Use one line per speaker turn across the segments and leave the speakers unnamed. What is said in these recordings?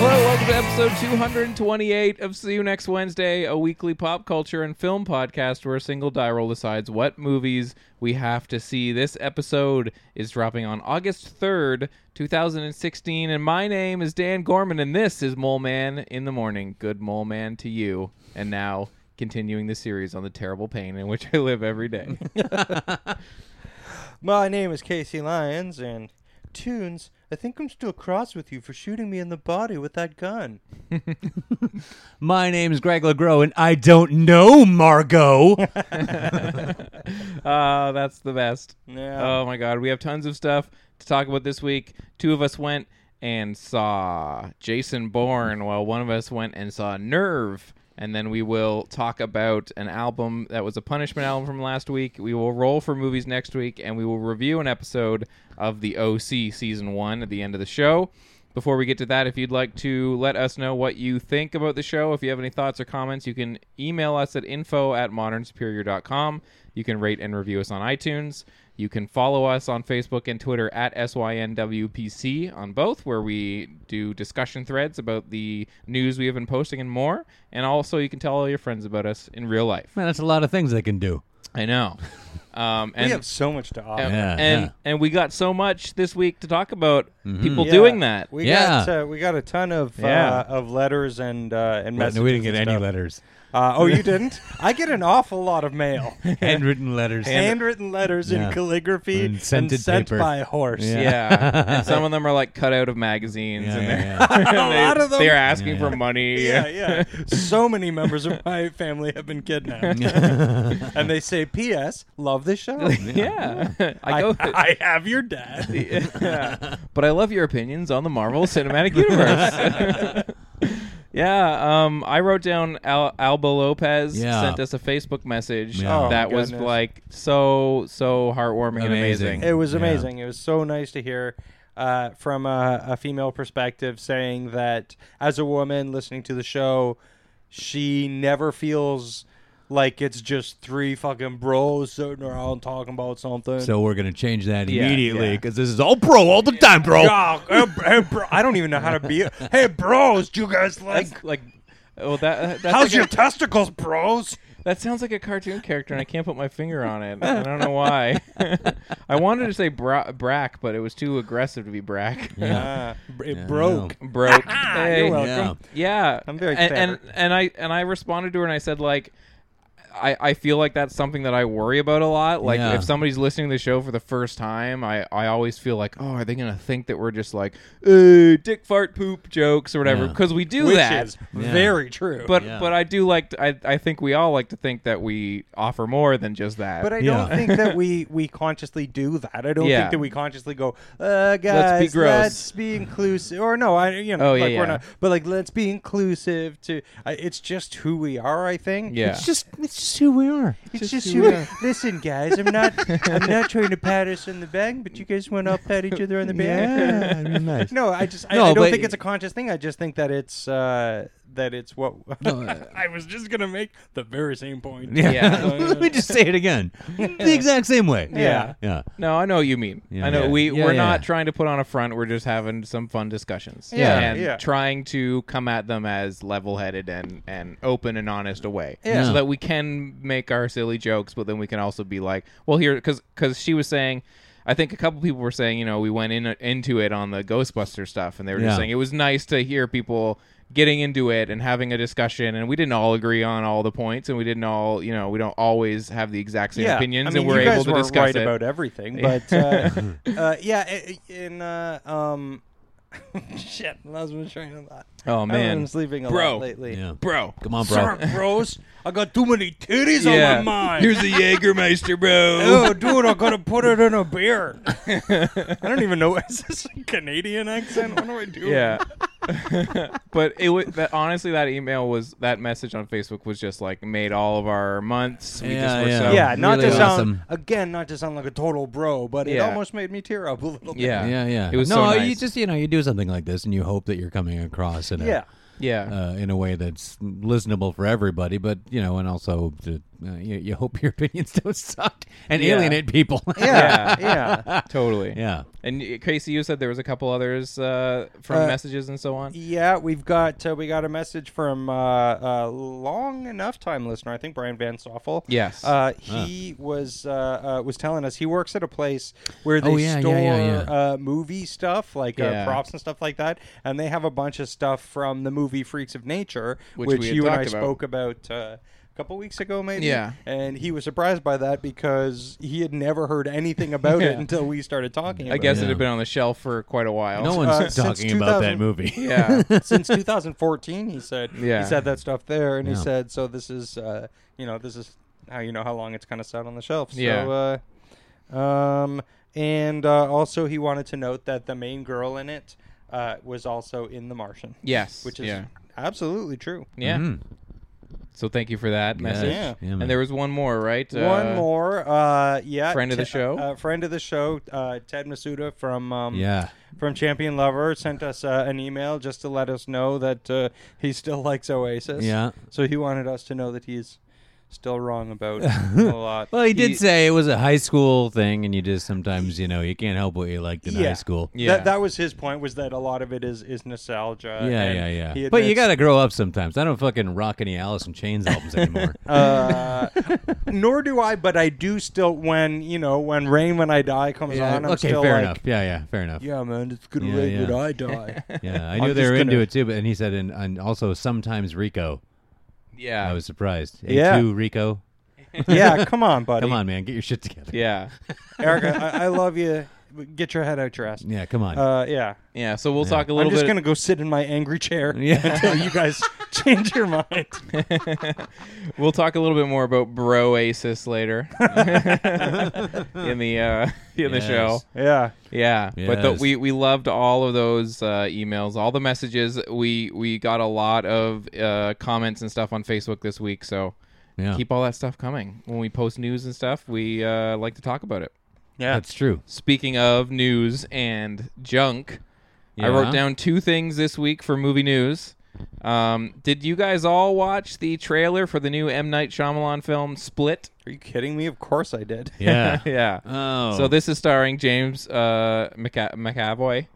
Hello, welcome to episode 228 of See You Next Wednesday, a weekly pop culture and film podcast where a single die roll decides what movies we have to see. This episode is dropping on August 3rd, 2016, and my name is Dan Gorman, and this is Mole Man in the Morning. Good Mole Man to you. And now, continuing the series on the terrible pain in which I live every day.
My name is Casey Lyons, and Tunes, I think I'm still cross with you for shooting me in the body with that gun.
My name is Greg LeGros, and I don't know Margot.
Ah, that's the best.
Yeah.
Oh my god, we have tons of stuff to talk about this week. Two of us went and saw Jason Bourne, while one of us went and saw Nerve. And then we will talk about an album that was a punishment album from last week. We will roll for movies next week, and we will review an episode of The OC season one at the end of the show. Before we get to that, if you'd like to let us know what you think about the show, if you have any thoughts or comments, you can email us at info at modernsuperior.com. You can rate and review us on iTunes. You can follow us on Facebook and Twitter at SYNWPC on both, where we do discussion threads about the news we have been posting and more. And also, you can tell all your friends about us in real life.
Man, that's a lot of things they can do.
I know. Um, and
we have so much to offer.
and,
Yeah,
and,
yeah.
and we got so much this week to talk about people doing
Yeah,
that.
We
Yeah.
got uh, we got a ton of
Yeah.
uh, of letters and uh, and messages.
No, we didn't get
and
any
stuff.
letters.
Uh, oh, you didn't? I get an awful lot of mail,
Handwritten letters.
handwritten letters
Yeah.
in calligraphy,
And scented
and sent
paper.
by a horse.
Yeah.
Yeah, and some of them are like cut out of magazines,
Yeah,
and
yeah,
they're,
yeah.
and they,
A lot of them.
they're asking
Yeah,
for money.
Yeah, yeah. So many members of my family have been kidnapped. and they say, P.S., love the show.
yeah. I
I,
go.
I have your dad.
yeah. But I love your opinions on the Marvel Cinematic Universe. yeah, um, I wrote down Al- Alba Lopez
Yeah.
sent us a Facebook message
Yeah.
Oh,
that
my
was
goodness.
like so so heartwarming
Amazing.
and amazing.
It was
Yeah.
amazing. It was so nice to hear uh, from a, a female perspective saying that as a woman listening to the show, she never feels like it's just three fucking bros sitting around talking about something.
So we're going to change that
Yeah,
immediately
yeah.
because this is all pro all the time, bro.
Dog, hey, br- hey, bro, I don't even know how to be. Hey, bros, do you guys like?
That's like oh that that's
how's
like
your
a,
testicles, bros?
that sounds like a cartoon character and I can't put my finger on it. I don't know why. I wanted to say bra- Brack, but it was too aggressive to be Brack.
Uh, br- it broke.
Broke. Hey.
Ah, You're welcome.
Yeah.
Yeah,
I'm very
and, and
clever.
and I and I responded to her and I said like, I I feel like that's something that I worry about a lot. Like
Yeah.
if somebody's listening to the show for the first time, I I always feel like oh are they gonna think that we're just like uh, dick fart poop jokes or whatever
Yeah.
because we do
Which
that.
is very true.
but
Yeah.
but I do like to, I I think we all like to think that we offer more than just that.
But I
Yeah.
don't think that we we consciously do that. I don't
Yeah.
think that we consciously go, uh, guys,
gross."
let's be inclusive. Or no, I you know,
Oh,
like
yeah, yeah.
we're not. But like, let's be inclusive to. I it's just who we are. I think.
yeah,
It's just it's just who we are.
It's just, who. We are. Listen, guys, I'm not I'm not trying to pat us on the back, but you guys want to all pat each other on the back.
it'd be nice.
No, I just I,
No,
I don't
but-
think it's a conscious thing. I just think that it's uh, that it's what
uh,
I was just gonna make the very same point.
Yeah.
Yeah.
Let me just say it again. the exact same way.
Yeah.
Yeah.
No, I know what you mean.
Yeah.
I know
Yeah.
we
Yeah,
we're
yeah.
not trying to put on a front. We're just having some fun discussions.
Yeah.
and
Yeah.
trying to come at them as level-headed and and open and honest a way,
Yeah.
so that we can make our silly jokes, but then we can also be like, well, here because because she was saying. I think a couple people were saying, you know, we went in into it on the Ghostbuster stuff, and they were
Yeah.
just saying it was nice to hear people getting into it and having a discussion, and we didn't all agree on all the points, and we didn't all, you know, we don't always have the exact same
yeah.
opinions,
I mean,
and we're
you guys
able to
weren't
discuss
right
it.
about everything, but uh, uh, yeah, i- i- in uh, um, shit, I lost my train of thought.
Oh man,
I've been sleeping a
bro,
lot lately.
Yeah.
bro.
Come on, bro.
bros, I got too many titties
Yeah. Here's the Jägermeister, bro.
Oh, dude, I gotta put it in a beer. I don't even know. Is this a Canadian accent? What do I do?
yeah. but it was that, honestly that email was that message on Facebook was just like made all of our months. We
Yeah,
just were
yeah.
so
Yeah, not
Really
to sound
awesome.
again, not to sound like a total bro, but it
Yeah.
almost made me tear up a little bit.
yeah,
Yeah. Yeah.
It was
no,
so
you
nice.
just you know you do something like this and you hope that you're coming across in a
yeah,
yeah.
uh, in a way that's listenable for everybody, but you know, and also to, uh, you, you hope your opinions don't suck and
Yeah.
alienate people.
yeah, yeah.
Totally.
yeah.
And y- Casey, you said there was a couple others uh, from
Uh,
messages and so on.
Yeah, we've got uh, we got a message from uh, uh, long enough time listener. I think Brian Van Stoffel.
Yes. Ah.
uh, he was uh, uh, was telling us he works at a place where they
Oh, yeah, yeah,
store
yeah,
Uh, movie stuff like
Yeah.
uh, props and stuff like that, and they have a bunch of stuff from the movie Freaks of Nature,
Which
which,
we had
you and I
talked about.
spoke about. Uh, a Couple weeks ago, maybe.
Yeah.
and he was surprised by that because he had never heard anything about it until we started talking. About
I guess
it.
it had been on the shelf for quite a while.
No
Uh,
one's
since
talking about
2000
that movie.
yeah.
since 2014 he said
Yeah.
he said that stuff there and
Yeah.
he said so this is uh, you know this is how you know how long it's kind of sat on the shelf so
Yeah.
uh, um and uh, also he wanted to note that the main girl in it uh, was also in the martian
yes.
which is
yeah.
absolutely true
Yeah. So thank you for that message.
Yeah.
Mm-hmm. Yeah, man.
and there was one more, right?
one
Uh,
more uh yeah
friend of the show?
uh, friend of the show uh ted masuda from um
Yeah.
from champion lover sent us uh, an email just to let us know that uh, he still likes oasis
Yeah.
so he wanted us to know that he's still wrong about a lot
Well, he did
He-
say it was a high school thing, and you just sometimes, you know, you can't help what you liked in high school.
Yeah.
That, that was his point was that a lot of it is is nostalgia
yeah,
and
yeah. yeah.
he
But you
admits-
got to grow up sometimes. I don't fucking rock any Alice in Chains albums anymore.
Uh, nor do I, but I do still. When you know, when Rain When I Die comes
yeah,
on, I'm
okay,
still
fair
like,
enough. Yeah, yeah, fair enough.
yeah, man, it's gonna
Yeah,
rain
yeah.
when I die.
Yeah, I knew they
just
were
gonna-
into it too. But and he said, and, and also sometimes Rico.
Yeah.
I was surprised.
Yeah.
A2 Rico.
yeah, come on, buddy.
Come on, man, get your shit together.
yeah.
Erica, I, I love you. Get your head out your ass.
Yeah, come on.
Uh, yeah.
Yeah. So we'll talk a little
I'm just
bit.
gonna go sit in my angry chair
Yeah.
until you guys change your mind.
We'll talk a little bit more about Broasis later in the uh, in the
Yes.
show.
Yeah.
Yeah, but the,
Yes.
we we loved all of those uh, emails, all the messages. We we got a lot of uh, comments and stuff on Facebook this week, so
yeah,
keep all that stuff coming. When we post news and stuff, we uh, like to talk about it.
Yeah.
that's true.
Speaking of news and junk, I
Yeah.
wrote down two things this week for movie news. Um, did you guys all watch the trailer for the new M Night Shyamalan film Split?
Are you kidding me? Of course I did.
Yeah.
Yeah.
Oh,
So this is starring James uh, McA- McAvoy,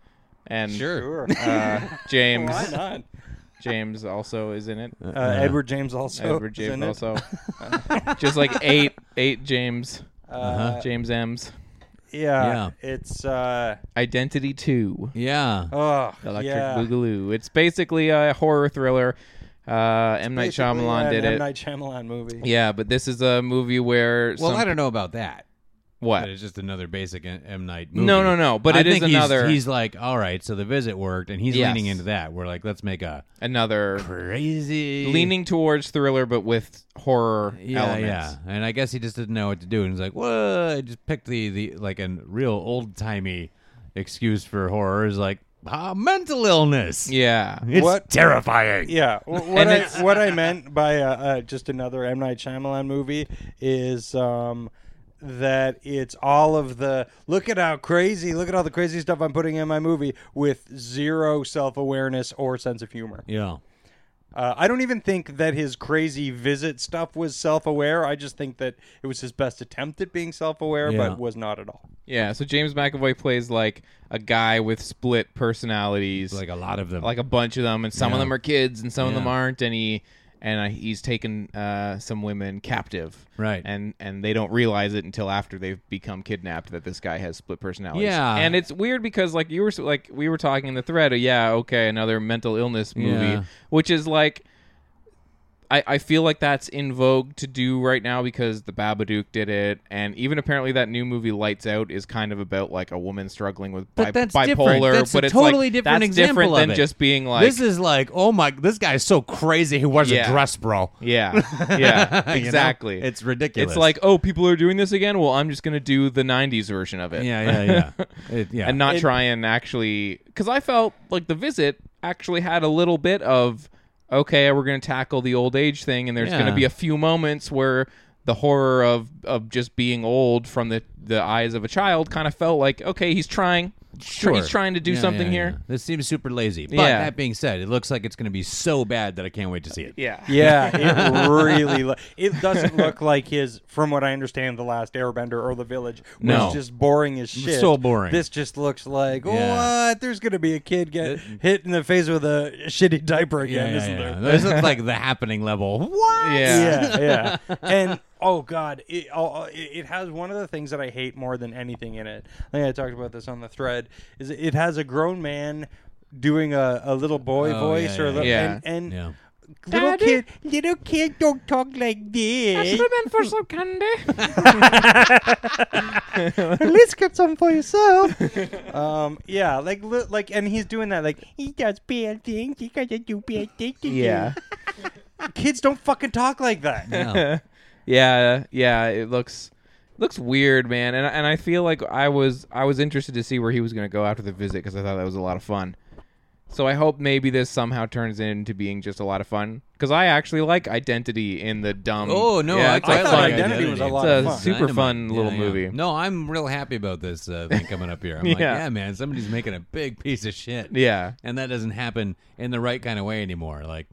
and
Sure.
uh, James
Why not?
James also is in it.
Uh, Edward James also.
Edward
is
James
in it.
also, just like eight eight James
Uh-huh.
James M's
Yeah, It's uh
Identity Two
yeah.
oh
Electric
yeah.
Boogaloo. It's basically a horror thriller. Uh, M Night
Basically,
Shyamalan
an
did
M.
it.
Night Shyamalan movie.
Yeah, but this is a movie where
well,
some-
I don't know about that.
what
That is just another basic M- M Night movie.
No, no, no, but
I
it is
think he's-
another-
He's like, all right, so the visit worked, and he's
Yes.
leaning into that. We're like, let's make a
another
crazy
leaning towards thriller but with horror
Yeah,
elements.
yeah. And I guess he just didn't know what to do, and he's like, whoa, I just picked the the like a real old timey excuse for horror is like ah, mental illness.
Yeah.
It's
What-
terrifying.
Yeah, wh- what
And
I,
it's-
what I meant by uh, uh, just another M Night Shyamalan movie is um, that it's all of the look at how crazy, look at all the crazy stuff I'm putting in my movie with zero self awareness or sense of humor.
Yeah.
Uh, I don't even think that his crazy visit stuff was self aware. I just think that it was his best attempt at being self aware,
Yeah.
but was not at all.
Yeah, so James McAvoy plays like a guy with split personalities,
Like a lot of them.
like a bunch of them, and some of them are kids and some of them
Yeah.
aren't, and he and uh, he's taken uh, some women captive,
Right.
And and they don't realize it until after they've become kidnapped that this guy has split personalities.
Yeah.
and it's weird because like you were s- like we were talking in the thread, oh, yeah, okay, another mental illness movie,
Yeah.
which is like. I, I feel like that's in vogue to do right now because the Babadook did it, and even apparently that new movie Lights Out is kind of about like a woman struggling with bi-
But that's
bipolar.
different. That's
but
a
it's
totally
like,
different
that's
example
different
of
than
it.
just being like
this is like, oh my, this guy is so crazy. He wears
Yeah.
a dress, bro.
yeah, yeah,
You know?
exactly.
It's ridiculous.
It's like oh, people are doing this again. Well, I'm just gonna do the '90s version of it.
yeah, yeah, yeah, It- yeah.
and not try and actually because I felt like the visit actually had a little bit of okay, we're going to tackle the old age thing, and there's going
Yeah.
to be a few moments where the horror of of just being old from the the eyes of a child kind of felt like okay, he's trying,
Sure.
he's trying to do
Yeah,
something
yeah, yeah.
here.
This seems super lazy. But
Yeah.
that being said, it looks like it's going to be so bad that I can't wait to see it.
Yeah.
Yeah, it really lo- it doesn't look like his. From what I understand, the last Airbender or the Village was
No.
just boring as shit.
so boring.
This just looks like
Yeah.
what? There's gonna be a kid get hit in the face with a shitty diaper again, isn't there?
This is like the happening level. What?
Yeah.
yeah, yeah. And oh god, it, oh, oh, it it has one of the things that I hate more than anything in it. I think I talked about this on the thread. Is it has a grown man doing a, a little boy
Oh,
voice
yeah,
or a
yeah,
little
yeah.
and, and
Yeah.
little
Daddy?
kid, little kid, don't talk like this.
for some candy.
At least get some for yourself. um, yeah, like li- like, and he's doing that like he does bad things. He gotta do bad things.
Yeah.
kids don't fucking talk like that.
Yeah, yeah, it looks looks weird, man. And and I feel like I was I was interested to see where he was going to go after the visit because I thought that was a lot of fun. So I hope maybe this somehow turns into being just a lot of fun because I actually like Identity in the dumb.
Oh no!
yeah,
I,
it's
I
a
thought
fun-
Identity was a lot
it's
of
a
fun.
super
Dynamite.
fun
Yeah,
little
yeah.
movie.
No, I'm real happy about this uh, thing coming up here. I'm like,
Yeah.
yeah, man, somebody's making a big piece of shit.
Yeah,
and that doesn't happen in the right kind of way anymore. Like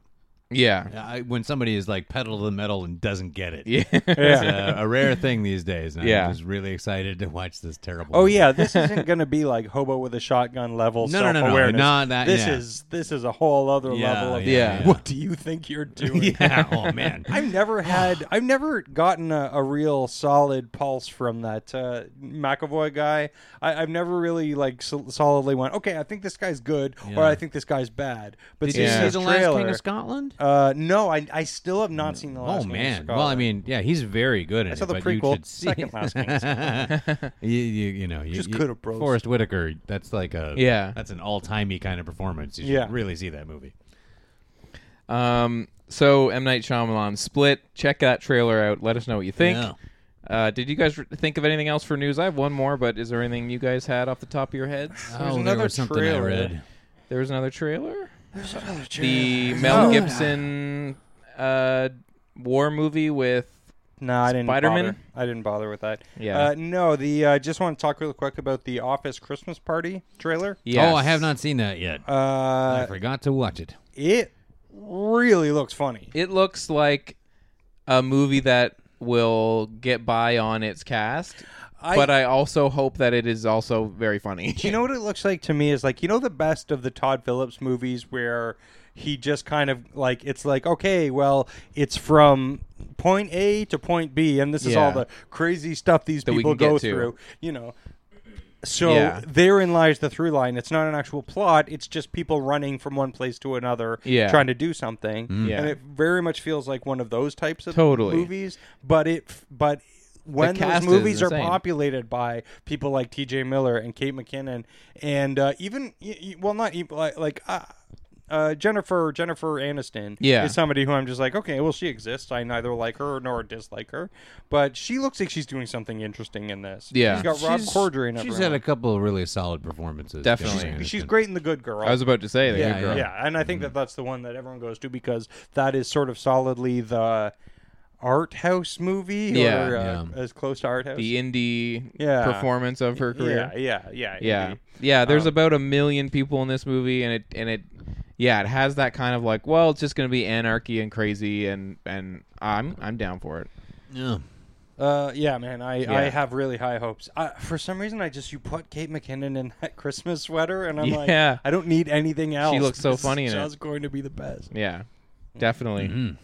yeah,
I, when somebody is like pedal to the metal and doesn't get it.
yeah.
It's uh, a, rare thing these days. And
Yeah.
I'm just really excited to watch this terrible.
Oh
movie.
yeah, this isn't going to be like hobo with a shotgun level
No, no, no, no,
self-awareness.
not that-
This
yeah.
is this is a whole other
Yeah,
level of
yeah,
Yeah. yeah.
What do you think you're doing?
yeah. Oh man.
I've never had. I've never gotten a, a real solid pulse from that uh, McAvoy guy. I, I've never really like sol- solidly went. Okay, I think this guy's good, or I think this guy's bad. But
Did
seeing
you
Yeah.
see
this
the
trailer,
last King of Scotland?
Uh, no, I, I still have not seen the last.
Oh
King of
man! Well, I
Scotland.
mean, yeah, he's very good. In
I saw
it,
the
but
prequel,
You should see.
second Last King of
you, you, you know, you
Just
you-
coulda, bros.
Forrest Whitaker. That's like a
Yeah.
That's an all timey kind of performance. You should
Yeah.
really see that movie.
Um, so M Night Shyamalan Split. Check that trailer out. Let us know what you think.
Yeah.
Uh, did you guys r- think of anything else for news? I have one more, but is there anything you guys had off the top of your heads?
oh,
another
there was something
trailer.
I read.
There was another trailer. The
Oh,
Mel Gibson uh, war movie with
No, I didn't.
Spider-Man?
Bother. I didn't bother with that.
Yeah.
Uh, no, the uh, just want to talk real quick about the Office Christmas Party trailer.
yes.
Oh, I have not seen that yet. I
Uh,
forgot to watch it.
it really looks funny.
It looks like a movie that will get by on its cast,
I-
but I also hope that it is also very funny.
Do you know what it looks like to me is like you know the best of the Todd Phillips movies where he just kind of like it's like okay well it's from point A to point B and this is all
Yeah.
the crazy stuff these
we
people
can get
go
to.
through you know so
Yeah.
therein lies the through line it's not an actual plot it's just people running from one place to another
Yeah. Mm-hmm.
trying to do something
Yeah.
and it very much feels like one of those types of
Totally.
movies but it f- but when those
cast is
movies are
insane.
popular populated by people like T.J. Miller and Kate McKinnon, and uh, even y- y- well, not even like, like uh, uh, Jennifer Jennifer Aniston
Yeah.
is somebody who I'm just like, okay, well, she exists. I neither like her nor dislike her, but she looks like she's doing something interesting in this.
Yeah.
she's got Rob
She's-
Corddry and
She's
everyone.
had a couple of really solid performances.
Definitely.
Jennifer
She's
Aniston.
great in The Good Girl.
I was about to say that.
Yeah,
you
yeah,
girl. Mm-hmm.
and I think that that's the one that everyone goes to because that is sort of solidly the art house movie,
Yeah.
or uh, as close to art house.
The indie
Yeah.
performance of her career.
yeah, yeah, yeah,
Yeah, yeah. There's about a million people in this movie, and it and it, yeah, it has that kind of like, well, it's just going to be anarchy and crazy, and and I'm I'm down for it.
Uh, yeah, man, I, I
Yeah.
have really high hopes. I, for some reason, I just you put Kate McKinnon in that Christmas sweater, and I'm
Yeah.
like, I don't need anything else.
looks so
This is
funny in it.
just going to be the best.
Yeah,
Mm-hmm.
definitely.
Mm-hmm.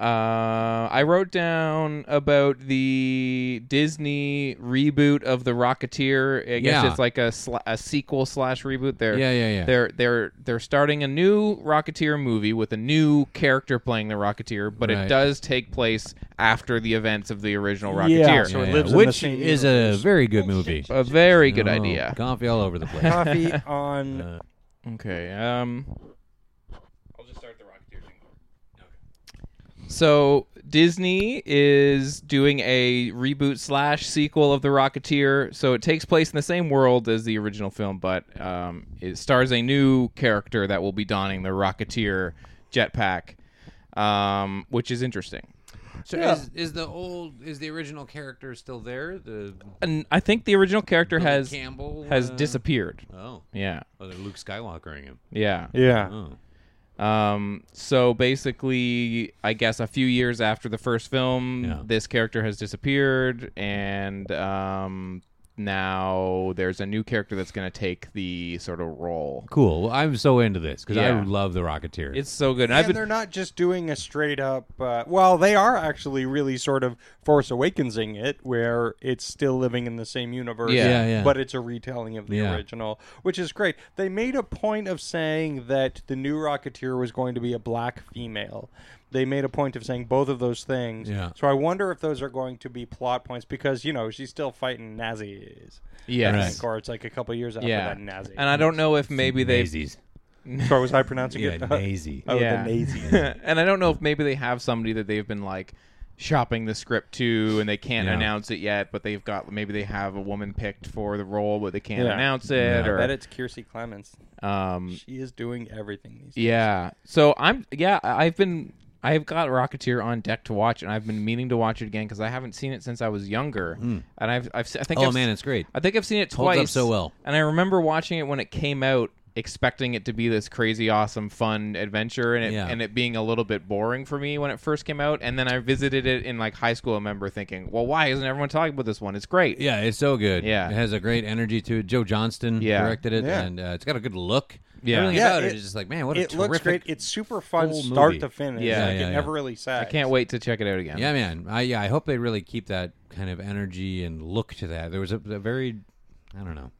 Uh, I wrote down about the Disney reboot of the Rocketeer. I guess
Yeah.
it's like a sla- a sequel slash reboot. They're
Yeah, yeah, yeah.
They're they're they're starting a new Rocketeer movie with a new character playing the Rocketeer, but it
Right.
does take place after the events of the original
Yeah,
Rocketeer.
so it
Yeah,
lives in the
which
same
is a
universe.
very good movie.
a very good
Oh,
idea.
Coffee all over the place.
Coffee on
Uh, Okay. Um. I'll just start the Rocketeer thing. So Disney is doing a reboot slash sequel of the Rocketeer. So it takes place in the same world as the original film, but um, it stars a new character that will be donning the Rocketeer jetpack, um, which is interesting.
So is, is the old is the original character still there? The
And I think the original character
Billy
has
Campbell,
has
uh,
disappeared.
Oh,
Yeah,
oh, they're Luke Skywalkering him.
yeah.
yeah.
Oh,
Um, so basically, I guess a few years after the first film,
Yeah.
this character has disappeared, and um, now there's a new character that's going to take the sort of role.
cool. Well, I'm so into this because
Yeah.
I love the Rocketeer.
It's so good. And
And
I've been,
they're not just doing a straight up. Uh, well, they are actually really sort of Force Awakensing it, where it's still living in the same universe,
Yeah.
Yeah, yeah.
but it's a retelling of the
Yeah.
original, which is great. They made a point of saying that the new Rocketeer was going to be a black female. They made a point of saying both of those things.
Yeah.
So I wonder if those are going to be plot points because you know she's still fighting Nazis.
Yes.
I think, or it's like a couple years after
yeah,
that Nazi.
and I don't know if maybe they,
Nazies.
so was I pronouncing
Yeah,
it?
Nazi.
Oh,
yeah,
the Nazis.
and I don't know if maybe they have somebody that they've been like shopping the script to, and they can't
Yeah.
announce it yet, but they've got maybe they have a woman picked for the role, but they can't
Yeah.
announce it,
I bet
or
it's Kiersey Clements.
um,
She is doing everything these days.
Yeah. So I'm yeah, I- I've been I've got Rocketeer on deck to watch and I've been meaning to watch it again cuz I haven't seen it since I was younger. And I've I've se- I think
Hmm. Oh,
I've,
man, it's great.
I think I've seen it
Holds up
twice.
so well.
And I remember watching it when it came out expecting it to be this crazy awesome fun adventure and it,
Yeah.
and it being a little bit boring for me when it first came out and then I visited it in like high school I remember thinking, "Well, why isn't everyone talking about this one? It's great."
Yeah, it's so good.
Yeah.
it has a great energy to it. Joe Johnston
Yeah.
directed it,
Yeah.
and uh, it's got a good look.
Yeah.
everything
Yeah,
about it
it-
is just like man, what a
It looks great.
terrific-
It's super fun
full
start
movie.
to finish.
Yeah,
like,
yeah,
it
yeah.
never really
I
sags.
can't wait to check it out again.
Yeah, man. I yeah, I hope they really keep that kind of energy and look to that. There was a, a very, I don't know.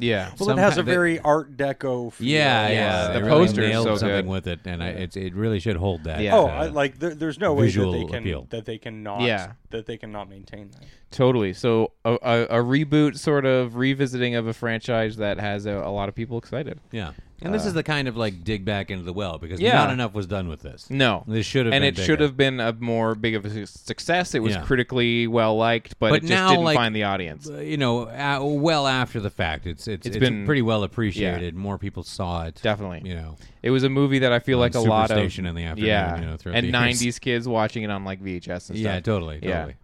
Yeah.
Well, it has
Sometime-
a
they-
very Art Deco. Feel.
Yeah, yeah.
the
they
poster is
really nailed
so good.
something with it, and I, it's it really should hold that.
Yeah.
Oh,
uh,
I, like there, there's no way that
visual
they can
appeal.
that they cannot
Yeah.
that they cannot maintain that.
Totally. So a, a, a reboot, sort of revisiting of a franchise that has a, a lot of people excited.
yeah. And this is the kind of like dig back into the well because
Yeah.
not enough was done with this.
No,
This should have
and
been
it
bigger.
should have been a more big of a su- success. It was
Yeah.
critically well liked, but,
But
it just
now,
didn't
like,
find the audience.
Uh, you know, uh, well after the fact, it's it's,
It's
it's
been-
been pretty well appreciated. More people saw it.
Definitely.
You know.
It was a movie that I feel like a lot of
Superstation in the afternoon,
yeah,
you know, throughout
and
the years.
'90s kids watching it on like VHS and stuff.
Yeah, totally,
Yeah.
totally.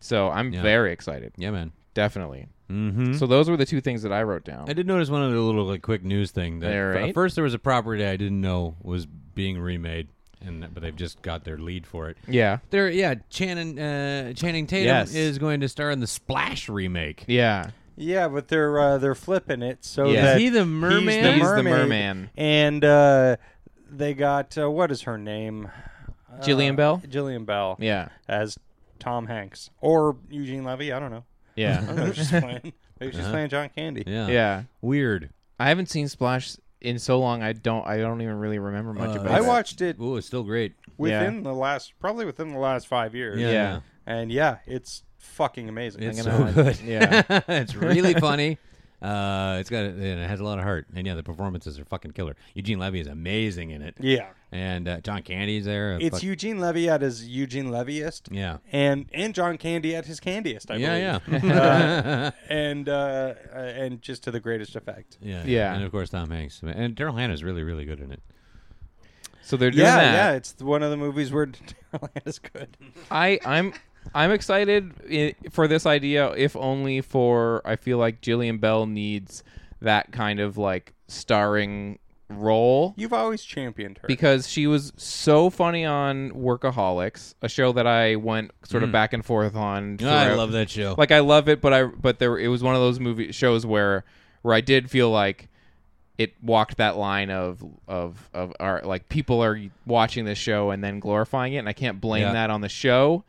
So I'm very excited.
Yeah, man.
Definitely. Mm-hmm. So those were the two things that I wrote down.
I did notice one other little like quick news thing. That
All
f-
right.
first there was a property I didn't know was being remade, and but they've just got their lead for it.
yeah.
There, yeah, Channing uh, Channing Tatum
Yes.
is going to star in the Splash remake.
Yeah.
Yeah, but they're uh, they're flipping it so
Yeah. Is
Oh, that
he the merman?
He's the
He's the
mermaid,
merman.
and uh, they got uh, what is her name?
Jillian Bell.
Jillian Bell.
Yeah.
as Tom Hanks or Eugene Levy. I don't know. I don't
Yeah.
know. She's playing. Maybe she's playing John Candy.
Yeah,
yeah.
weird.
I haven't seen Splash in so long. I don't. I don't even really remember much about
I
it.
watched it
Ooh, it's still great.
within the last, probably within the last five years.
Yeah,
Yeah.
And yeah, it's fucking amazing.
it's
I'm
so
gonna-
good.
yeah.
it's really funny. Uh, it's got and it has a lot of heart, and yeah, the performances are fucking killer. Eugene Levy is amazing in it,
yeah.
and uh, John Candy's there.
It's
Fuck-
Eugene Levy at his Eugene Leviest.
Yeah.
And and John Candy at his candiest, I
Yeah,
believe. Yeah, uh, and uh, uh, and just to the greatest effect.
Yeah,
Yeah.
and of course Tom Hanks and Daryl Hannah's really, really good in it.
So they're doing
Yeah,
that.
yeah, it's one of the movies where Daryl is good.
I I'm I'm excited i- for this idea, if only for I feel like Jillian Bell needs that kind of like starring role
You've always championed her.
because she was so funny on Workaholics, a show that I went sort of back and forth on.
I
throughout-
love that show.
Like I love it, but I but there it was one of those movie shows where where I did feel like it walked that line of of of our like people are watching this show and then glorifying it, and I can't blame
Yeah.
that on the show.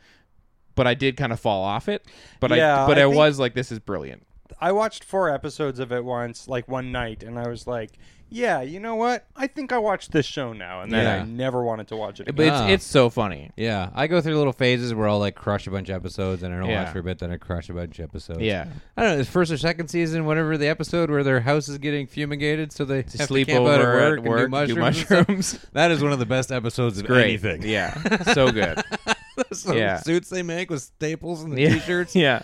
But I did kind of fall off it. But I
Yeah,
but
I
I,
think-
was like, this is brilliant.
I watched four episodes of it once, like one night, and I was like, yeah, you know what? I think I watched this show now. And then I
Yeah.
never wanted to watch it
But
again.
Ah.
it's it's so funny.
yeah, I go through little phases where I'll like crush a bunch of episodes, and I don't
Yeah.
watch for a bit, then I crush a bunch of episodes.
Yeah.
I don't know. It's first or second season, whatever the episode where their house is getting fumigated, so they
To
have
sleep
to camp out
over
at
at work,
work,
do
and do mushrooms. and
mushrooms.
stuff. that is one of the best episodes of
Great.
anything.
Yeah. So good.
Those little
Yeah.
suits they make with staples and the
yeah.
t-shirts.
Yeah.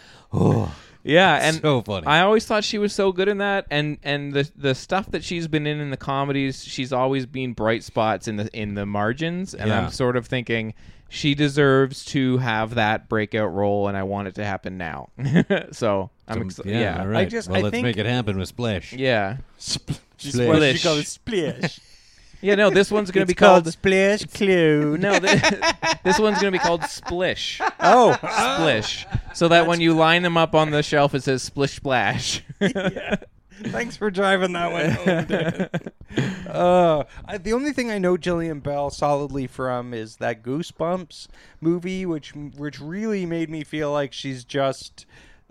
yeah, and
So funny.
I always thought she was so good in that, and and the the stuff that she's been in in the comedies, she's always been bright spots in the in the margins, and
Yeah.
I'm sort of thinking she deserves to have that breakout role, and I want it to happen now. so I'm excited.
Um, Yeah,
Yeah,
all right.
just-
well,
I
let's
think-
make it happen with Splash.
yeah,
Spl- She's
Splish.
what she calls splish.
yeah. No, this one's gonna
It's
be called.
splish clue.
no, this, this one's gonna be called Splish.
Oh,
Splish. So that when you line them up on the shelf, it says Splish Splash.
Thanks for driving that one home, Dan. uh, I, the only thing I know Jillian Bell solidly from is that Goosebumps movie, which which really made me feel like she's just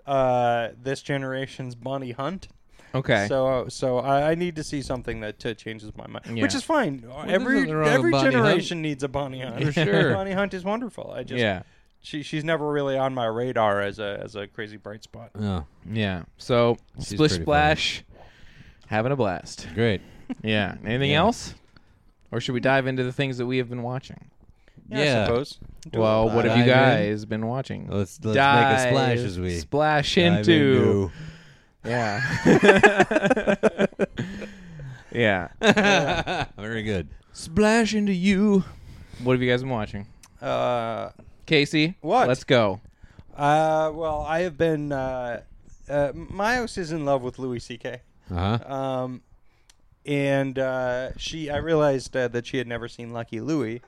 uh, this generation's Bonnie Hunt.
okay.
So so I, I need to see something that uh, changes my mind, which
Yeah.
is fine. every
nothing wrong with
every
Bonnie Hunt.
generation needs a Bonnie Hunt.
For sure.
Bonnie Hunt is wonderful. I just
yeah.
she, she's never really on my radar as a as a crazy bright spot.
Oh,
Yeah. So splish
pretty
splash, having a blast.
great.
Yeah. Anything else, or should we dive into the things that we have been watching?
I
Yeah.
suppose.
well, what have you
Dive in.
guys been watching?
Let's let's
Dive,
make a splash as we
splash
dive
into. Yeah. yeah.
into- Very good.
Splash into you. What have you guys been watching,
Uh,
Casey?
What?
Let's go.
uh, well, I have been. Uh, uh, Myos is in love with Louis C.K.
Uh huh.
Um, and uh, she, I realized uh, that she had never seen Lucky Louie,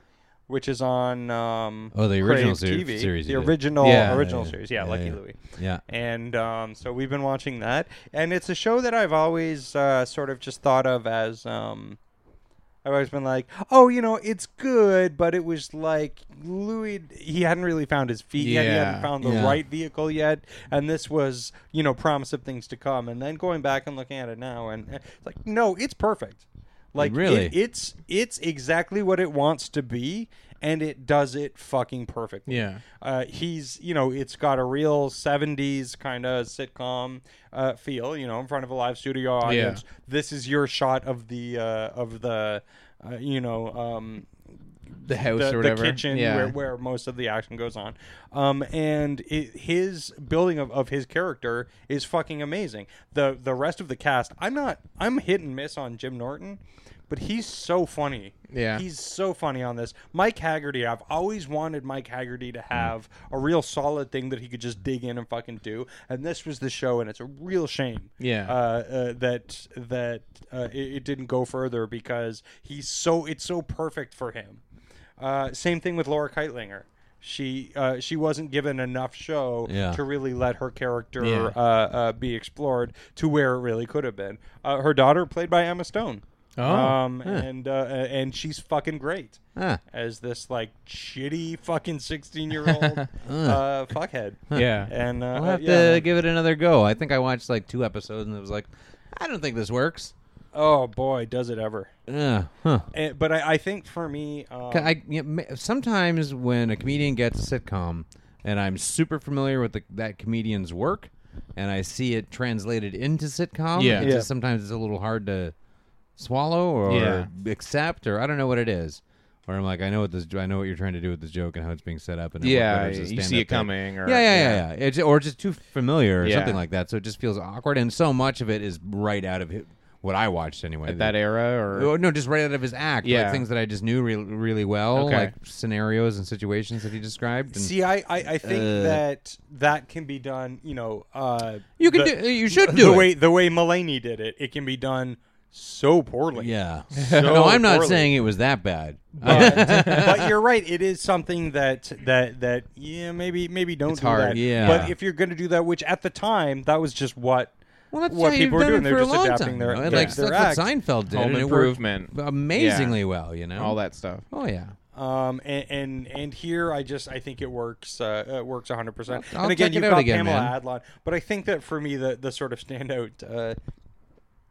which is on. Um,
Oh, the original
Crave
ser-
TV,
series
The
you did.
original,
Yeah.
original
Yeah,
series, yeah,
yeah,
Lucky
yeah.
Louie.
Yeah.
And um, so we've been watching that, and it's a show that I've always uh, sort of just thought of as. Um, I've always been like, oh, you know, it's good, but it was like Louis, he hadn't really found his feet yet. He
Yeah,
hadn't found the
yeah.
right vehicle yet. And this was, you know, promise of things to come. And then going back and looking at it now, and eh, it's like, no, it's perfect. Like, it-
Really?
it's it's exactly what it wants to be, and it does it fucking perfectly.
Yeah.
Uh, he's, you know, it's got a real 70s kind of sitcom uh, feel, you know, in front of a live studio audience. This is your shot of the, uh, of the, uh, you know, um,
The house
the,
or
the
whatever.
kitchen
yeah.
where, where most of the action goes on. Um, and it, his building of, of his character is fucking amazing. The the rest of the cast, I'm not, I'm hit and miss on Jim Norton, but he's so funny.
Yeah.
he's so funny on this. Mike Haggerty, I've always wanted Mike Haggerty to
Hmm.
have a real solid thing that he could just dig in and fucking do. And this was the show, and it's a real shame.
Yeah.
Uh, uh, that that uh, it, it didn't go further because he's so it's so perfect for him. Uh, same thing with Laura Keitlinger. She uh, she wasn't given enough show
Yeah.
to really let her character
Yeah.
uh, uh, be explored to where it really could have been. Uh, her daughter, played by Emma Stone,
Oh,
um, and uh, and she's fucking great
uh,
Huh.
as this like shitty fucking sixteen year old uh, fuckhead.
Yeah.
and uh,
I'll have
yeah, man.
to give it another go. I think I watched like two episodes and it was like, I don't think this works.
oh boy, does it ever.
Yeah. Huh.
Eh, but I, I think for me,
Oh.
um,
Ca- I, you know, ma- sometimes when a comedian gets a sitcom and I'm super familiar with the, that comedian's work and I see it translated into sitcom,
Yeah.
it's
Yeah.
Just, sometimes it's a little hard to swallow or
Yeah.
accept or I don't know what it is. Where I'm like, I know what this, I know what you're trying to do with this joke and how it's being set up, and what
Yeah.
matters is
You
stand
see
up
it
there.
coming. Or,
yeah, yeah, yeah, yeah. It's, or just too familiar or
Yeah.
something like that. So it just feels awkward, and so much of it is right out of hi- what I watched anyway.
At that era, or
Oh, no, just right out of his act.
Yeah.
Like things that I just knew re- really well,
Okay.
like scenarios and situations that he described. And
See, I, I, I think
uh,
that that can be done. You know, uh,
You can
the-
do- you should
the
do it.
way the way Mulaney did it. It can be done so poorly.
Yeah.
So
no, I'm not
poorly.
saying it was that bad.
but, but you're right. It is something that that that yeah maybe maybe don't
It's
do
hard,
that.
yeah.
But if you're going to do that, which at the time that was just what
Well, that's
what
how
people
you've
were
done
doing.
it
They're
for a
just
long
adapting
time,
their,
right?
their,
like
their act.
that's what Seinfeld did,
Home
and it worked
Improvement.
amazingly
Yeah.
well. You know
all that stuff.
Oh yeah.
Um, and, and and here I just I think it works. Uh, it works 100. percent
I'll
And again,
check it
you've
out
got
again,
Pamela
man.
Adlon, but I think that for me the the sort of standout. Uh,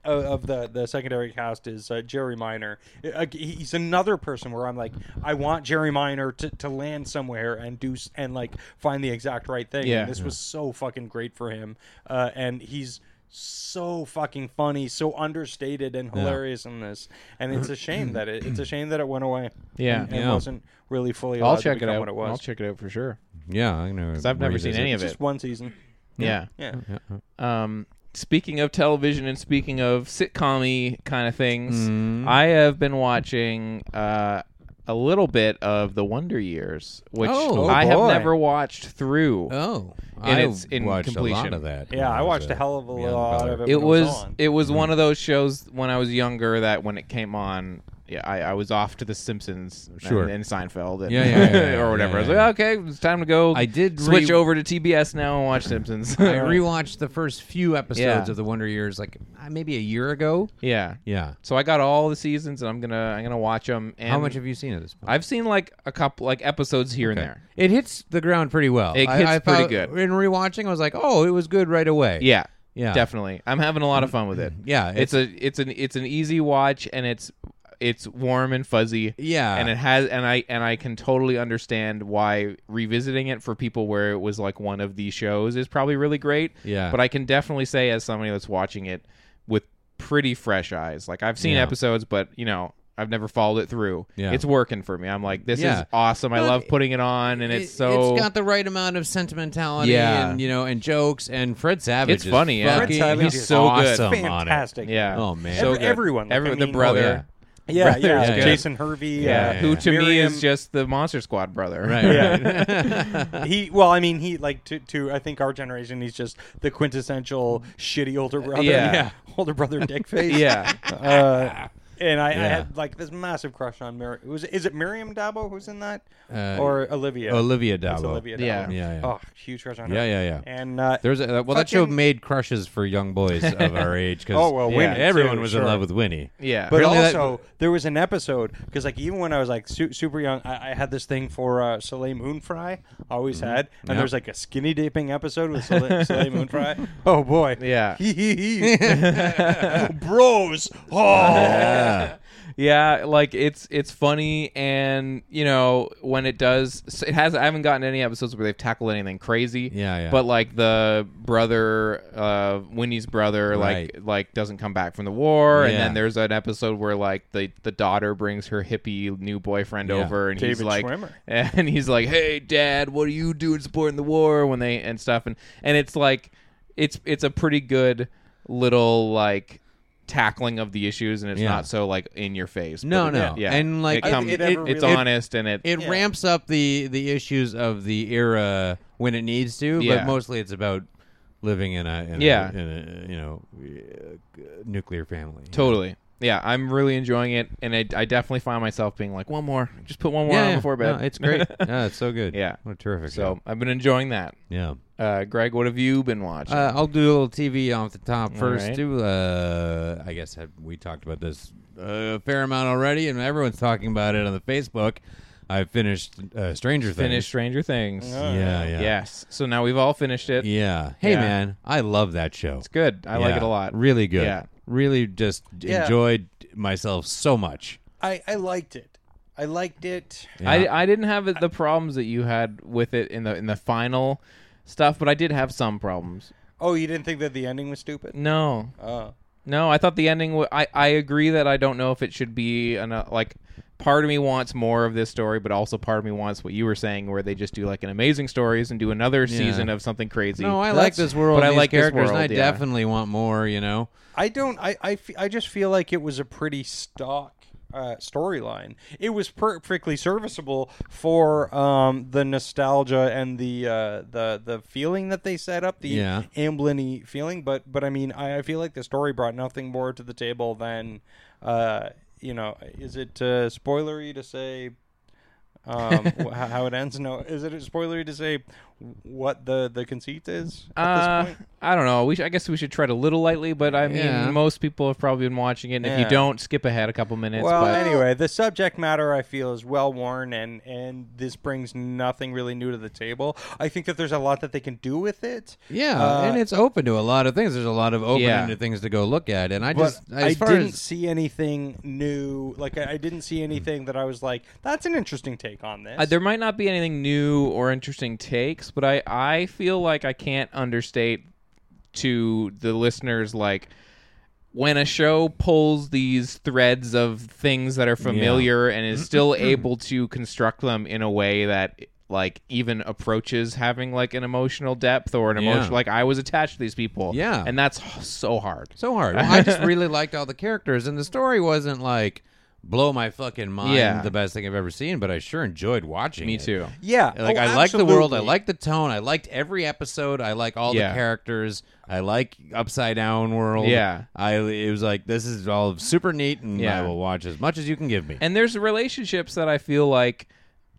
of of the, the secondary cast is uh, Jerry Minor. Uh, He's another person where I'm like, I want Jerry Minor to, to land somewhere and do s- and like find the exact right thing.
Yeah.
And this was so fucking great for him, uh, and he's so fucking funny, so understated and hilarious in this. And it's a shame that it, it's a shame that it went away
Yeah.
and,
Yeah.
wasn't really fully.
I'll
allowed to
check it
become
out.
What it was.
I'll check it out for sure.
Yeah, I know.
'Cause I've never seen any of
Just
it.
one season.
Yeah.
Yeah.
Um, speaking of television and speaking of sitcom kind of things,
Mm-hmm.
I have been watching uh, a little bit of The Wonder Years, which
Oh,
I have
boy.
never watched through.
Oh,
And
I
it's in
watched a lot
completion.
of that. when
Yeah, I
was
watched a hell of a
young
lot
fella.
of it.
it
when was,
was
on.
it
Mm-hmm.
was one of those shows when I was younger that when it came on, yeah, I, I was off to The Simpsons,
Sure.
and, and Seinfeld, and,
Yeah, yeah, yeah, yeah,
or whatever.
yeah,
I was
yeah.
like, okay, it's time to go.
I did re-
switch over to TBS now and watch Simpsons.
I rewatched the first few episodes
Yeah.
of The Wonder Years, like uh, maybe a year ago.
yeah,
Yeah.
So I got all the seasons, and I'm gonna I'm gonna watch them. And
How much have you seen at this point?
I've seen like a couple like episodes here and there.
It hits the ground pretty well.
It
I-
hits
I
pretty
found-
good.
In rewatching, I was like, oh, it was good right away.
Yeah,
Yeah.
definitely. I'm having a lot of fun with it.
Yeah,
it's, a it's an it's an easy watch, and it's it's warm and fuzzy.
Yeah.
and it has and I and I can totally understand why revisiting it for people where it was like one of these shows is probably really great.
Yeah.
but I can definitely say as somebody that's watching it with pretty fresh eyes, like I've seen
Yeah.
episodes, but you know. I've never followed it through.
Yeah.
It's working for me. I'm like, this
Yeah.
is awesome. I
But
love putting it on, and it's
It-
so
it's got the right amount of sentimentality
Yeah.
and you know and jokes and Fred Savage
It's
is
funny, yeah.
Fred
fucking
Savage is
He's so good.
awesome on it.
fantastic.
yeah.
Oh, man.
so
Every-
good.
everyone, like,
Every-
I
the
mean-
brother,
Yeah, yeah.
is good.
Jason Hervey.
Yeah,
uh,
who to me
Miriam-
is just the Monster Squad brother.
Right.
Yeah. he well, I mean, he like to to I think our generation, he's just the quintessential shitty older brother.
Yeah. Yeah.
older brother dick face.
yeah.
Uh, and I, I
Yeah.
had like this massive crush on Miriam. Was is it Miriam Dabo who's in that,
Uh,
or Olivia?
Olivia
It's
Dabo.
Olivia Dabo.
Yeah.
Yeah, yeah.
Oh, huge crush on her.
Yeah, yeah, yeah.
And uh,
There's a, well, that show
Fucking-
made crushes for young boys of our age because
Oh, well, Winnie,
everyone
too,
was
sure.
in love with Winnie.
Yeah.
But
Really, that-
also, there was an episode because, like, even when I was like su- super young, I-, I had this thing for uh, Soleil Moon Fry. Always had, and
Yep.
there's like a skinny dipping episode with Soleil, Soleil Moon Fry. Oh boy,
Yeah.
bros. Oh,
Yeah.
yeah, like it's it's funny and you know when it does so it has I haven't gotten any episodes where they've tackled anything crazy.
Yeah, yeah.
But like the brother uh Winnie's brother
Right.
like like doesn't come back from the war and
Yeah.
then there's an episode where like the the daughter brings her hippie new boyfriend
Yeah.
over and he's
David
like
Schwimmer.
and he's like, "Hey dad, what are you doing supporting the war when they and stuff and and it's like it's it's a pretty good little like tackling of the issues and it's
Yeah.
not so like in your face
No,
but it-
no.
yeah,
And, like,
it come-
it- it
it's
never really-
honest and it,
It
Yeah.
ramps up the the issues of the era when it needs to,
Yeah.
but mostly it's about living in a in
Yeah.
a, in a you know uh, nuclear family.
totally. Yeah, I'm really enjoying it, and I, I definitely find myself being like, one more, just put one more on before bed.
No, it's great. yeah, it's so good.
Yeah.
what a terrific.
so
show.
I've been enjoying that.
yeah.
Uh, Greg, what have you been watching?
Uh, I'll do a little TV off the top first
right.
too. Uh, I guess I, we talked about this a fair amount already, and everyone's talking about it on the Facebook. I finished uh, Stranger
finished
Things.
Stranger Things.
Yeah, yeah,
Yes. So now we've all finished it.
yeah. Hey,
Yeah.
man, I love that show.
It's good. I like
Yeah,
it a lot.
Really good.
Yeah.
Really just
Yeah.
enjoyed myself so much.
I I liked it. I liked it.
I, I didn't have the problems that you had with it in the in the final stuff, but I did have some problems.
Oh, you didn't think that the ending was stupid?
No,
Oh,
no, I thought the ending. W- I I agree that I don't know if it should be an uh, like. Part of me wants more of this story, but also part of me wants what you were saying, where they just do like an amazing stories and do another season of something crazy.
No, I like this world.
but I
and these
like this
characters, and
world,
I
yeah.
definitely want more. You know.
I don't. I I fe- I just feel like it was a pretty stock uh, storyline. It was perfectly serviceable for um, the nostalgia and the uh, the the feeling that they set up, the
Yeah.
Amblin-y feeling. But but I mean, I, I feel like the story brought nothing more to the table than, uh, you know, is it uh, spoilery to say um, wh- how how it ends? No, is it spoilery to say what the the conceit is at
Uh,
this point?
I don't know. We sh- I guess we should tread a little lightly, but I mean,
Yeah.
most people have probably been watching it. And If
Yeah.
you don't, skip ahead a couple minutes.
Well,
but
anyway, the subject matter I feel is well worn, and and this brings nothing really new to the table. I think that there's a lot that they can do with it.
Yeah,
Uh,
and it's open to a lot of things. There's a lot of open-ended
Yeah.
things to go look at, and I
But
just as
I
far
didn't
as
see anything new. Like I, I didn't see anything that I was like, "That's an interesting take on this."
Uh, there might not be anything new or interesting takes, but I, I feel like I can't understate to the listeners like when a show pulls these threads of things that are familiar and is still able to construct them in a way that like even approaches having like an emotional depth or an
Yeah.
emotion like I was attached to these people.
Yeah.
And that's h- so hard.
so hard. Well, I just really liked all the characters, and the story wasn't like blow my fucking mind,
Yeah.
the best thing I've ever seen. But I sure enjoyed watching.
Me
it.
too.
yeah,
Like
oh,
I like the world, I
absolutely.
like the tone, I liked every episode, I like all
Yeah.
the characters, I like Upside Down World.
Yeah.
I it was like this is all super neat, and
Yeah.
I will watch as much as you can give me.
And there's relationships that I feel like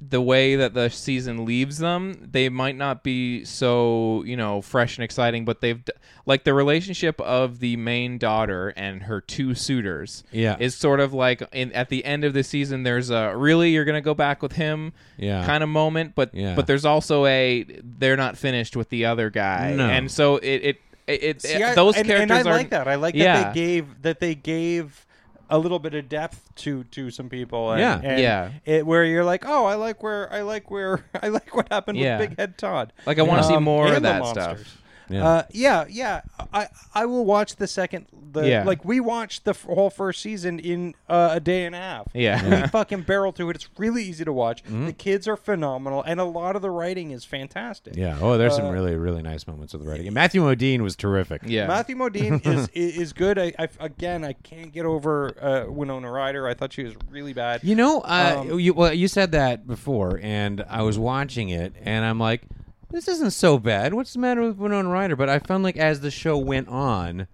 the way that the season leaves them, they might not be so, you know, fresh and exciting, but they've d- like the relationship of the main daughter and her two suitors.
Yeah.
Is sort of like in, at the end of the season there's a really you're going to go back with him
Yeah.
kind of moment, but
Yeah.
but there's also a they're not finished with the other guy.
No.
And so it it, it, it
See, I-
those
and,
characters
and I
are
like that. I like
yeah.
that they gave that they gave a little bit of depth to to some people. And,
Yeah.
and
Yeah.
It, where you're like, oh, I like where I like where I like what happened
Yeah.
with Big Head Todd. Um,
Like, I wanna see more
and
of
the
that stuff.
monsters.
Yeah.
Uh, yeah, yeah. I I will watch the second. The,
Yeah.
Like we watched the f- whole first season in uh, a day and a half.
Yeah. Mm-hmm.
We fucking barrel through it. It's really easy to watch. The kids are phenomenal, and a lot of the writing is fantastic.
yeah. Oh, there's
uh,
some really, really nice moments with the writing. And Matthew Modine was terrific.
yeah.
Matthew Modine is is is good. I, I again, I can't get over uh, Winona Ryder. I thought she was really bad.
You know, uh,
Um,
you, well, you said that before, and I was watching it, and I'm like, this isn't so bad. What's the matter with Winona Ryder? But I found like as the show went on,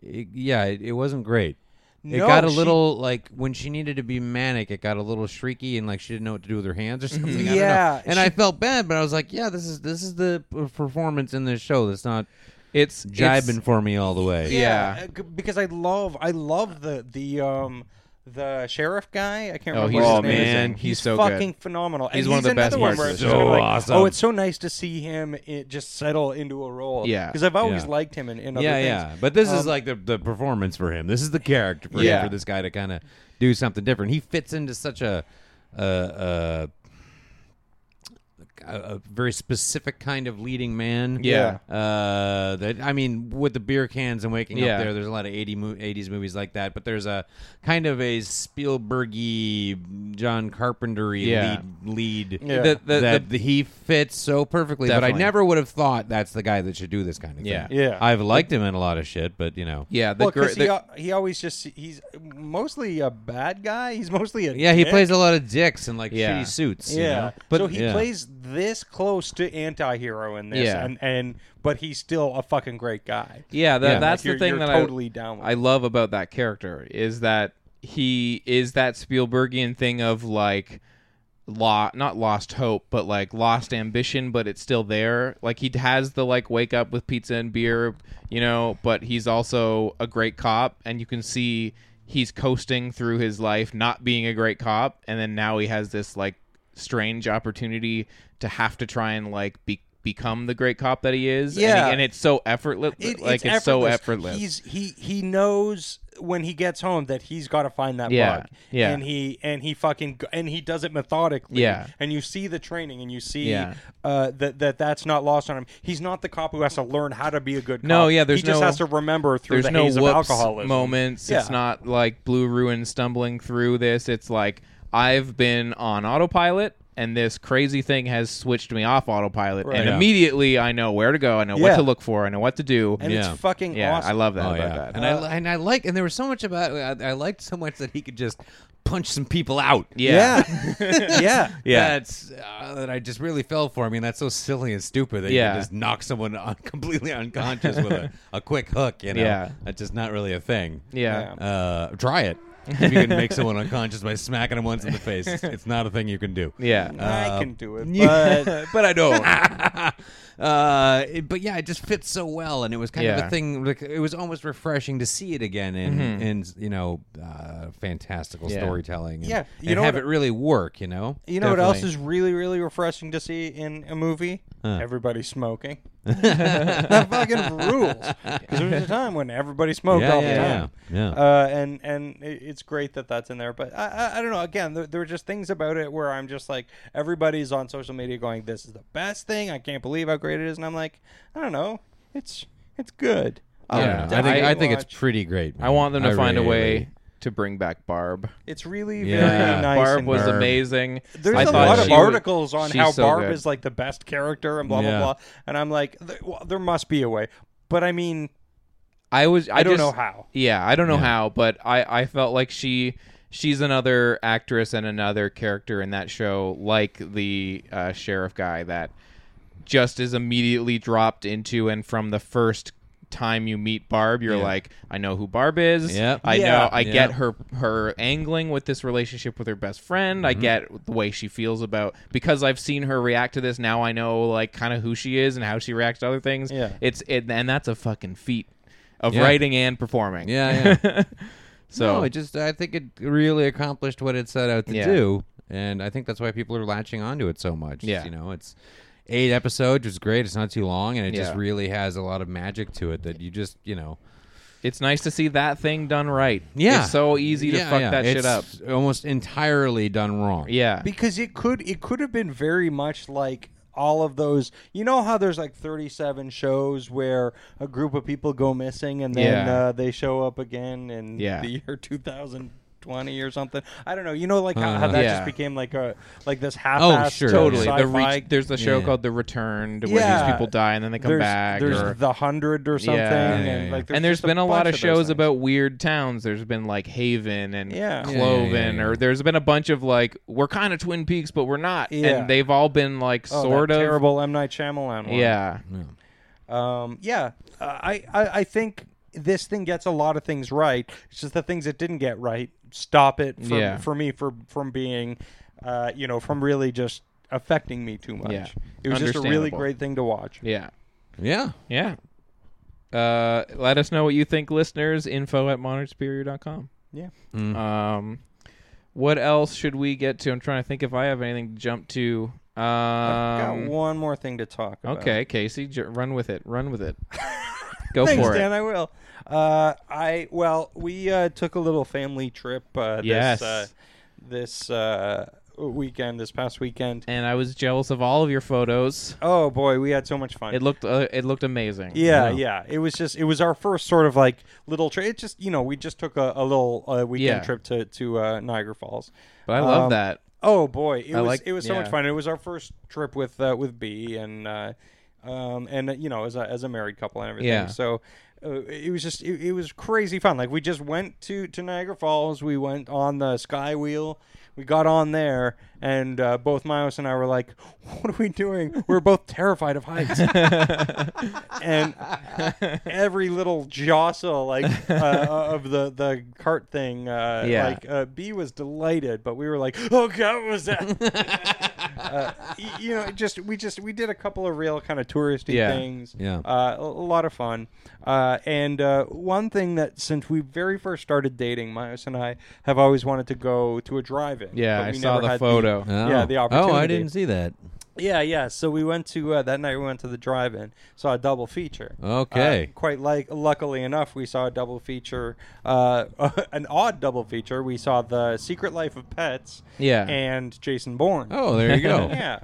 it, yeah, it, it wasn't great. It
No,
got a
she-
little like when she needed to be manic, it got a little shrieky and like she didn't know what to do with her hands or something. I don't know.
Mm-hmm. Yeah,
and
she-
I felt bad, but I was like, yeah, this is this is the p- performance in this show that's not
it's
jibing
it's-
for me all the way.
Yeah.
uh, c- because I love I love the the um the sheriff guy. I can't
Oh,
remember
he's
his
Oh,
name.
man,
he's,
he's so good.
fucking phenomenal. And
He's one of the
another
best
one
parts
where
of
it's
the
just
show.
kinda
So
like,
awesome.
Oh, it's so nice to see him it just settle into a role.
Yeah.
because I've always
Yeah.
liked him in, in other
yeah,
things.
yeah. But this is like the, the performance for him. This is the character for
Um, Yeah.
him, for this guy to kind of do something different. He fits into such a uh, uh, a, a very specific kind of leading man.
Yeah.
Uh, that I mean, with the beer cans and waking
Yeah.
up there, there's a lot of 80 mo- 80s movies like that. But there's a kind of a Spielbergy, John Carpentery
Yeah.
lead. lead
Yeah.
The- the-
that
the-
he fits so perfectly, but I
Definitely.
never would have thought that's the guy that should do this kind of thing.
Yeah.
Yeah.
I've liked him in a lot of shit, but you know.
yeah, the
Well,
gr-
'cause
the-
he, uh, al- he always just he's mostly a bad guy. He's mostly a
Yeah, he
dick.
plays a lot of dicks and like
Yeah.
shitty suits. you
Yeah.
know?
But so he
yeah.
plays this close to anti-hero in this
Yeah.
and and but he's still a fucking great guy.
Yeah, that,
Yeah.
that's
Like, you're-
the thing
you're
that
totally
I
down with
I
it.
love about that character is that he is that Spielbergian thing of like law not lost hope but like lost ambition but it's still there like he has the like wake up with pizza and beer you know but he's also a great cop and you can see he's coasting through his life not being a great cop and then now he has this like strange opportunity to have to try and like be- become the great cop that he is And he-
Yeah.
and, it's so effortless
It-
like it's, so effortless
He's he he knows when he gets home that he's got to find that
Yeah,
bug.
yeah.
And he and he fucking go- and he does it methodically.
Yeah.
And you see the training and you see
Yeah.
uh, that that that's not lost on him. He's not the cop who has to learn how to be a good cop.
No, yeah, there's
he just
no-
has to remember through
there's
the
no
haze of
whoops
alcoholism.
moments it's
Yeah.
not like blue ruin stumbling through this it's like i've been on autopilot and this crazy thing has switched me off autopilot,
Right.
and
Yeah.
immediately I know where to go, I know what
Yeah.
to look for, I know what to do.
and
Yeah.
it's fucking
yeah,
awesome.
I love that
Oh
about
yeah,
that.
and I and I like and there was so much about I, I liked so much that he could just punch some people out.
yeah,
Yeah, yeah.
Yeah.
that's uh, that I just really fell for. I mean, that's so silly and stupid that you
Yeah.
can just knock someone un- completely unconscious with a, a quick hook. You know,
Yeah.
that's just not really a thing.
yeah.
Uh, try it. if you can make someone unconscious by smacking them once in the face, it's, it's not a thing you can do.
yeah.
I can do it.
Yeah,
But
but I don't. uh, it- but yeah, it just fits so well, and it was kind of
Yeah.
a thing. Like, it was almost refreshing to see it again in, in you know, uh, fantastical
Yeah.
storytelling. And,
Yeah, you
and
know
have
what-
it really work. You know,
you know what else
Definitely.
is really, really refreshing to see in a movie? Everybody smoking. that fucking rules. 'Cause there was a time when everybody smoked
Yeah,
all
yeah,
the
yeah,
time.
yeah.
Uh, and and i- it's great that that's in there. But I, I, I don't know. Again, there, there were just things about it where I'm just like, everybody's on social media going, "This is the best thing. I can't believe how great it is." And I'm like, I don't know. It's it's good. I'll
Yeah,
I think
definitely
I, think
watch.
it's pretty great.
I want them to
man. I
find a
really-
way to bring back Barb.
It's really
Yeah.
very nice.
Barb
and
was
good.
amazing.
There's
I
a
thought
lot
she
of
was-
articles on
she's
how
so
Barb
good.
is like the best character and blah
Yeah.
blah blah, and I'm like, th- well, there must be a way, but I mean,
I was. I,
I, don't
just-
know how.
Yeah, I don't know how, but I I felt like she she's another actress and another character in that show, like the uh, sheriff guy that just is immediately dropped into and from the first time you meet Barb, you're like, I know who Barb is.
Yep.
I know.
Yeah.
I
Yep.
get her her angling with this relationship with her best friend. I
Mm-hmm.
get the way she feels about because I've seen her react to this. Now I know like kind of who she is and how she reacts to other things.
Yeah.
It's it, and that's a fucking feat of
Yeah.
writing and performing.
Yeah, yeah.
So
no, it just I think it really accomplished what it set out to
Yeah.
do, and I think that's why people are latching onto it so much.
Yeah.
you know, it's eight episodes, which is great. It's not too long, and it just
Yeah.
really has a lot of magic to it that you just you know.
it's nice to see that thing done right.
Yeah,
It's so easy to
Yeah,
fuck
yeah.
that shit
It's
up.
Almost entirely done wrong.
Yeah.
because it could it could have been very much like all of those you know how there's like 37 shows where a group of people go missing and then
Yeah.
uh, they show up again in
Yeah.
the year 2020 or something i don't know you know like how, how that
Uh, Yeah. Oh,
just became like a like this half
sure.
Totally. The
sci-fi.
reach, there's a show
Yeah.
called The Returned where
Yeah.
these people die and then they come
there's,
back.
there's
or-
the hundred or something
Yeah,
yeah,
and
yeah.
like there's
and there's
just
been a, lot
bunch
of shows
those
about weird towns. There's been like Haven and
Yeah. Yeah, yeah,
Cloven,
yeah, yeah.
or there's been a bunch of like we're kind of Twin Peaks, but we're not.
Yeah.
And they've all been like
things. Oh, that
sort of
terrible M Night Shyamalan one.
Yeah,
Um, yeah, uh, I, I I think this thing gets a lot of things right. It's just the things it didn't get right stop it from,
Yeah.
for me for from being, uh, you know, from really just affecting me too much.
Yeah.
It was just a really
Understandable.
great thing to watch.
yeah,
yeah.
yeah. Uh, let us know what you think, listeners. Info at modernsuperior.com.
Yeah.
Um, what else should we get to? I'm trying to think if I have anything to jump to. Um,
Got one more thing to talk about.
okay, Casey, j- run with it. Run with it. Go
Thanks,
for it.
Dan. I will. Uh, I well, we uh, took a little family trip. Uh, this,
Yes.
Uh, this uh, weekend, this past weekend.
And I was jealous of all of your photos.
Oh boy, we had so much fun.
It looked uh, it looked amazing.
Yeah, yeah. It was just it was our first sort of like little trip. It just you know we just took a, a little uh, weekend
Yeah.
trip to to uh, Niagara Falls.
But I love
Um,
that.
Oh boy, it
I
was
like-
it was so
yeah.
much fun. It was our first trip with uh, with B and uh, um, and uh, you know as a, as a married couple and everything.
Yeah.
So uh, it was just it, it was crazy fun. Like we just went to to Niagara Falls. We went on the Sky Wheel. We got on there, and uh, both Myos and I were like, "What are we doing? We're both terrified of heights." and every little jostle like uh, of the the cart thing uh
Yeah.
like uh, b was delighted but we were like oh god what was that uh, y- you know it just we just we did a couple of real kind of touristy
Yeah.
things
Yeah.
uh, a, a lot of fun uh, and uh, one thing that since we very first started dating myos and i have always wanted to go to a drive-in
Yeah,
but
I
we
saw
never
the
had
photo.
yeah the opportunity
Oh, I didn't see that.
yeah, yeah. So we went to uh, that night. We went to the drive-in, saw a double feature.
Oh.
Okay.
Uh, quite like, luckily enough, we saw a double feature, uh, an odd double feature. We saw the Secret Life of Pets.
Yeah.
And Jason Bourne.
Oh, there you go.
Yeah.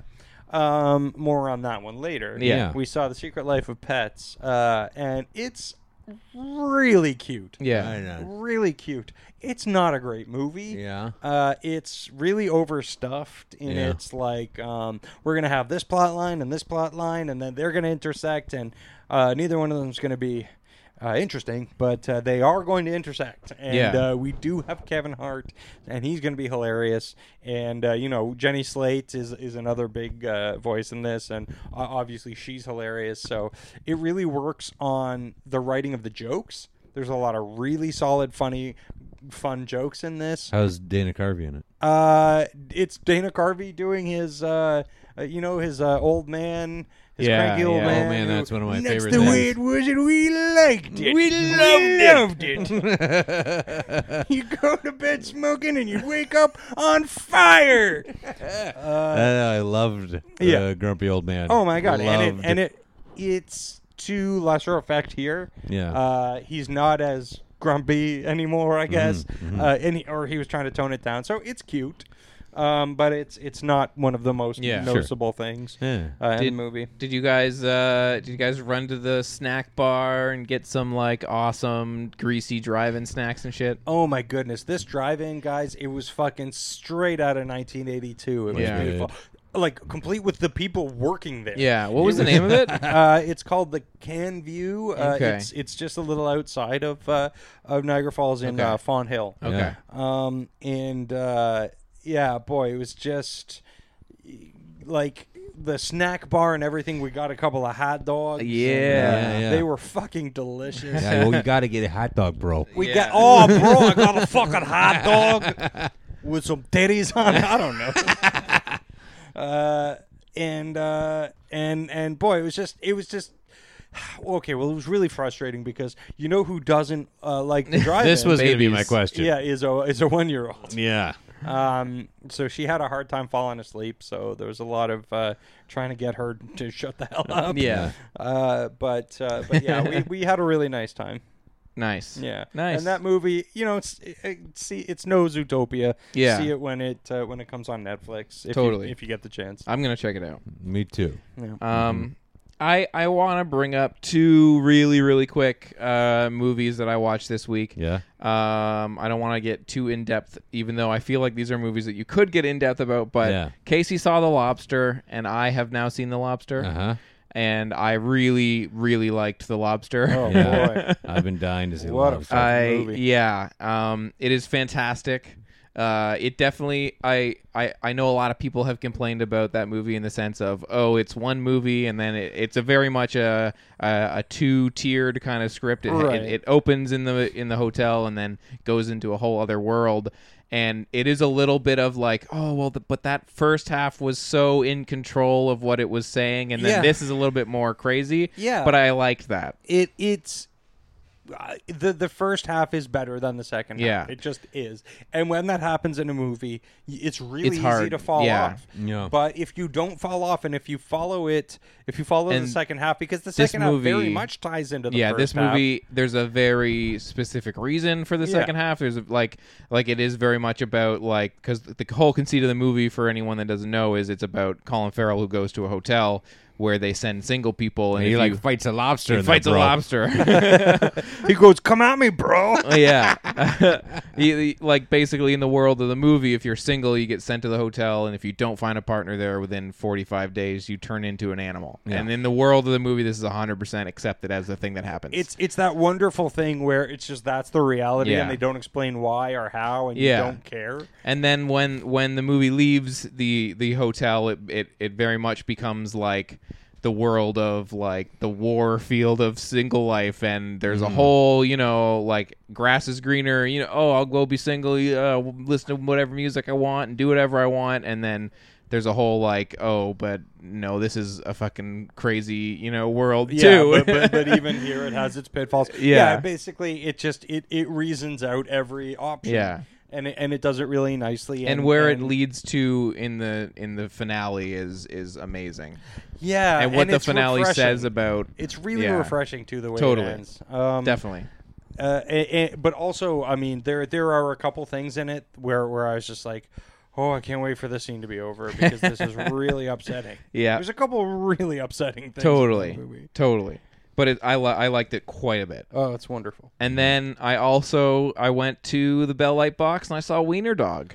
Um, more on that one later.
Yeah.
We saw the Secret Life of Pets, uh, and it's really cute.
Yeah.
I know.
Really cute. It's not a great movie.
Yeah.
Uh, it's really overstuffed in
Yeah.
its like um, we're gonna have this plot line and this plot line and then they're gonna intersect and uh, neither one of them's gonna be uh, interesting, but uh, they are going to intersect. And
Yeah.
uh, we do have Kevin Hart, and he's going to be hilarious. And uh, you know, Jenny Slate is is another big uh, voice in this, and uh, obviously she's hilarious. So it really works on the writing of the jokes. There's a lot of really solid, funny, fun jokes in this.
How's Dana Carvey in it?
Uh, it's Dana Carvey doing his, uh, uh, you know, his uh, old man, his
Yeah,
cranky old
yeah.
man.
Old man,
who-
that's one of my
That's
favorite
the
things.
way it was, and we liked it. We loved, it. you go to bed smoking, and you wake up on fire.
Uh, I loved the
yeah.
grumpy old man.
Oh my god! And it
Loved
and it it's to lesser effect here.
Yeah.
Uh, he's not as grumpy anymore, I
Mm-hmm,
guess. Uh, and he, or he was trying to tone it down, so it's cute. Um, but it's it's not one of the most
Yeah. Sure.
noticeable things
Yeah.
uh, in the
Did-
movie.
Did you guys uh did you guys run to the snack bar and get some like awesome greasy drive-in snacks and shit?
Oh my goodness! This drive-in, guys, it was fucking straight out of 1982. It was
Yeah.
beautiful, like complete with the people working there.
Yeah, what was the name of it?
uh, it's called the Can View. Uh,
Okay.
It's it's just a little outside of uh, of Niagara Falls in uh, Fawn Hill.
Okay.
Um, and uh, yeah, boy, it was just like the snack bar and everything. We got a couple of hot dogs. and, uh,
Yeah,
yeah.
they were fucking delicious.
Yeah, well, you got to get a hot dog, bro.
We got oh, bro, I got a fucking hot dog with some titties on. it. I don't know. uh, and uh, and and boy, it was just it was just okay. Well, it was really frustrating because you know who doesn't uh, like the drive.
this was going to be my question.
yeah is a is a one year old.
Yeah.
Um, so she had a hard time falling asleep. So there was a lot of uh, trying to get her to shut the hell up.
Yeah.
Uh, but uh, but yeah, we, we had a really nice time.
nice.
Yeah,
Nice.
And that movie, you know, it's it, it- see, it's no Zootopia.
Yeah.
see it when it uh, when it comes on Netflix. If
Totally.
you, if you get the chance.
I'm going to check it out.
Me too. Mm-hmm.
Um, I I want to bring up two really really quick uh, movies that I watched this week.
Yeah.
Um, I don't want to get too in depth, even though I feel like these are movies that you could get in depth about. But
Yeah.
Casey saw The Lobster, and I have now seen The Lobster,
Uh-huh.
and I really really liked The Lobster.
Oh
Yeah.
boy,
I've been dying to see
What a
Lobster.
fucking
I
movie.
yeah, um, it is fantastic. Uh, it definitely I, I I know a lot of people have complained about that movie in the sense of oh it's one movie and then it, it's a very much a a, a two tiered kind of script. It,
Right.
it, it opens in the in the hotel and then goes into a whole other world. And it is a little bit of like, oh well, the, but that first half was so in control of what it was saying, and then
Yeah.
this is a little bit more crazy.
Yeah.
but I liked that.
it it's. Uh, the the first half is better than the second
Yeah.
half. It just is. And when that happens in a movie, y- it's really
It's
easy
hard.
to fall
Yeah.
off.
Yeah.
But if you don't fall off and if you follow it, if you follow the
And
second half because the
this
second half very
movie-
much ties into the
yeah
first
this
half.
movie there's a very specific reason for the
Yeah.
second half there's a, like like it is very much about like because the whole conceit of the movie for anyone that doesn't know is it's about colin farrell who goes to a hotel where they send single people and
he
if
like
you-
fights a lobster.
he
in
fights
there,
a
bro.
lobster
He goes, "Come at me, bro."
yeah He- he- like basically in the world of the movie if you're single you get sent to the hotel and if you don't find a partner there within 45 days you turn into an animal and in the world of the movie this is 100% accepted as the thing that happens
It's it's that wonderful thing where it's just that's the reality
Yeah.
and they don't explain why or how and
Yeah.
you don't care.
And then when when the movie leaves the the hotel, it it, it very much becomes like the world of like the war field of single life and there's
Mm.
a whole you know like grass is greener you know oh i'll go be single uh, listen to whatever music i want and do whatever i want and then there's a whole like oh but no this is a fucking crazy you know world too
but, but, but even here it has its pitfalls.
Yeah.
basically it just it it reasons out every option.
Yeah.
And it, and it does it really nicely. And,
and where it
and-
leads to in the in the finale is is amazing
yeah,
and what the
Uh, it's
finale
refreshing.
says about
it's really
yeah.
refreshing too the way
Totally.
it ends. Um,
definitely
uh, a- a- but also, I mean, there there are a couple things in it where where I was just like, oh, I can't wait for this scene to be over because this is really upsetting.
Yeah.
there's a couple really upsetting things. in the
totally
movie.
totally but it, I li- I liked it quite a bit.
Oh, it's wonderful.
And then I also I went to the Bell Light Box and I saw Wiener Dog,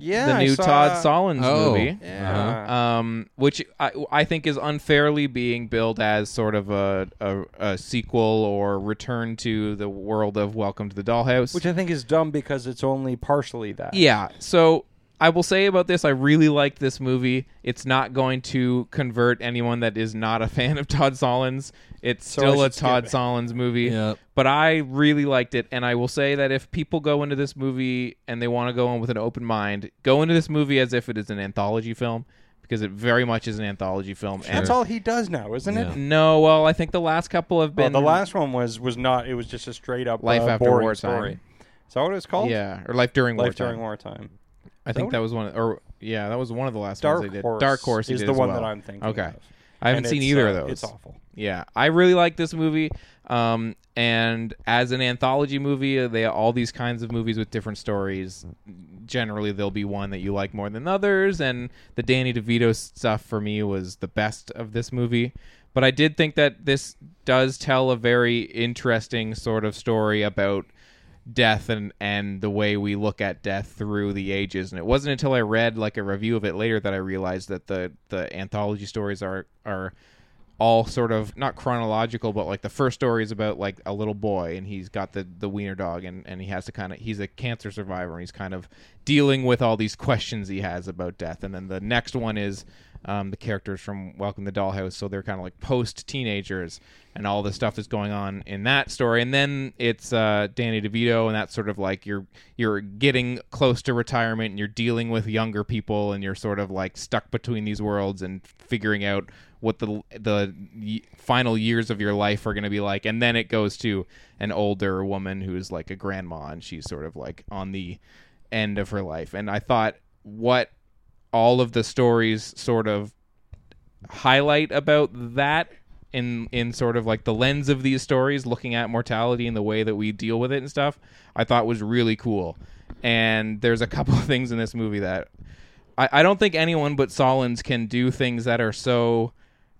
Yeah,
the
I
new
saw-
Todd Solondz
Oh.
movie,
Yeah.
um, which I, I think is unfairly being billed as sort of a, a a sequel or return to the world of Welcome to the Dollhouse,
Which I think is dumb because it's only partially that.
Yeah. So I will say about this, I really like this movie. It's not going to convert anyone that is not a fan of Todd Solondz. It's
So I
still a
should skip
Todd
it.
Solondz movie.
Yep.
But I really liked it, and I will say that if people go into this movie and they want to go in with an open mind, go into this movie as if it is an anthology film, because it very much is an anthology film. And
That's all he does now, isn't it?
No, well, I think the last couple have
Well,
been
Oh, the last one was was not. It was just a straight up
Life
uh,
After
boring
Wartime.
story. Is that what it's called?
yeah, or life during
Life
wartime.
during wartime.
I think that was one, of, or yeah, that was one of the last
Dark
ones they did.
Horse
Dark Horse he
is
did
the
as
one
well.
that I'm thinking
Okay,
of.
I haven't
And
seen
it's,
either
uh,
of those.
It's awful.
Yeah, I really like this movie. Um, and as an anthology movie, uh, they all these kinds of movies with different stories. Generally, there'll be one that you like more than others, and the Danny DeVito stuff for me was the best of this movie. But I did think that this does tell a very interesting sort of story about death and and the way we look at death through the ages and it wasn't until i read like a review of it later that i realized that the the anthology stories are are all sort of not chronological but like the first story is about like a little boy and he's got the the wiener dog and and he has to kind of he's a cancer survivor and he's kind of dealing with all these questions he has about death and then the next one is um, the characters from Welcome to Dollhouse, so they're kind of like post teenagers and all the stuff that's going on in that story. And then it's uh, Danny DeVito, and that's sort of like you're you're getting close to retirement, and you're dealing with younger people, and you're sort of like stuck between these worlds and figuring out what the the y- final years of your life are going to be like. And then it goes to an older woman who's like a grandma, and she's sort of like on the end of her life. And I thought what all of the stories sort of highlight about that in in sort of like the lens of these stories looking at mortality and the way that we deal with it and stuff i thought was really cool and there's a couple of things in this movie that i, I don't think anyone but solins can do things that are so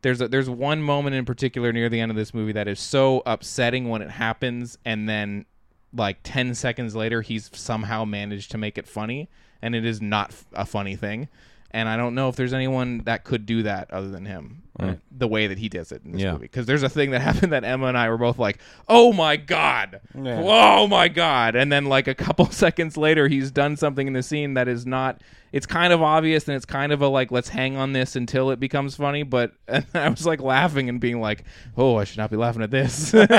there's a, there's one moment in particular near the end of this movie that is so upsetting when it happens and then like 10 seconds later he's somehow managed to make it funny and it is not f- a funny thing and i don't know if there's anyone that could do that other than him uh, the way that he does it in this
Yeah.
movie because there's a thing that happened that emma and i were both like oh my god oh my god and then like a couple seconds later he's done something in the scene that is not it's kind of obvious and it's kind of a like let's hang on this until it becomes funny but and i was like laughing and being like oh i should not be laughing at this and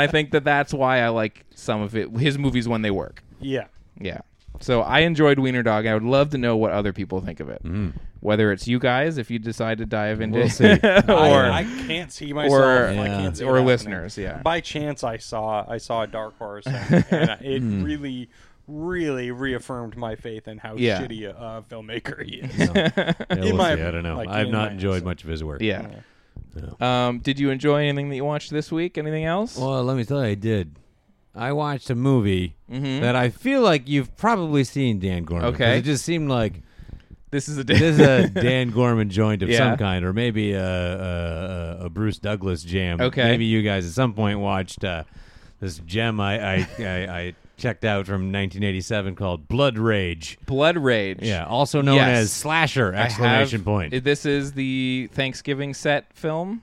i think that that's why i like some of it his movies when they work
Yeah.
yeah. So I enjoyed Wiener Dog. I would love to know what other people think of it. Whether it's you guys, if you decide to dive into
Mm. We'll see.
or
I, I can't see myself.
or,
I can't see it
or
happening.
listeners, yeah.
By chance, I saw I saw a Dark Horse, and, and I- it
Hmm.
really, really reaffirmed my faith in how
Yeah.
shitty a uh, filmmaker he is.
Yeah, we'll
my-
see. I don't know.
like,
I've
in
not
my-
enjoyed much of his work.
yeah. Um, did you enjoy anything that you watched this week? Anything else?
Well, let me tell you, I did. I watched a movie that I feel like you've probably seen Dan Gorman. 'cause
Okay.
It just seemed like
this is a
this is a Dan Gorman joint of
Yeah.
some kind, or maybe a, a, a- a Bruce Douglas jam.
Okay.
Maybe you guys at some point watched uh, this gem I, I, I, I checked out from 1987 called Blood Rage.
Blood Rage.
Yeah, also known
Yes.
as Slasher!
I have-
Exclamation point.
This is the Thanksgiving set film.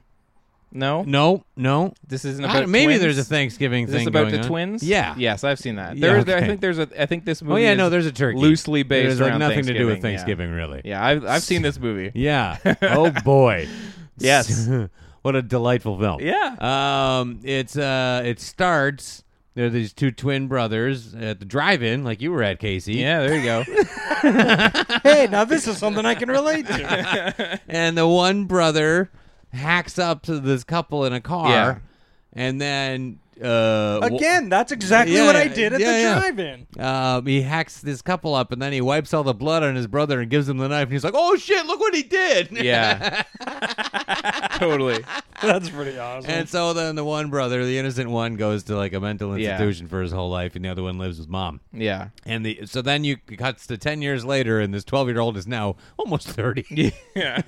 No,
no, no.
this isn't
I
about.
don't- maybe
twins?
there's a Thanksgiving
Is
thing
this about
going
the
on.
twins?
Yeah.
Yes, I've seen that.
Yeah,
There is- I
okay.
think there's a. I think this
Oh
movie.
yeah,
is
no, there's a turkey.
Loosely based
There's like
around
nothing to do with
Thanksgiving,
Thanksgiving, really.
Yeah, I've, I've seen this movie.
Yeah. Oh boy.
Yes.
what a delightful film.
Yeah.
Um, it's uh, it starts. There are these two twin brothers at the drive-in, like you were at, Casey.
Yeah, there you go.
hey, now this is something I can relate to.
And the one brother hacks up to this couple in a car,
Yeah.
and then uh, wh-
Again, that's exactly
Yeah,
what I did at
yeah,
the
yeah.
drive-in.
Um, he hacks this couple up, and then he wipes all the blood on his brother and gives him the knife. And he's like, "Oh shit! Look what he did!"
Yeah. totally.
That's pretty awesome.
And so then the one brother, the innocent one, goes to like a mental
Yeah.
institution for his whole life, and the other one lives with mom.
Yeah.
And the so then you it cuts to ten years later, and this twelve year old is now almost thirty. Yeah,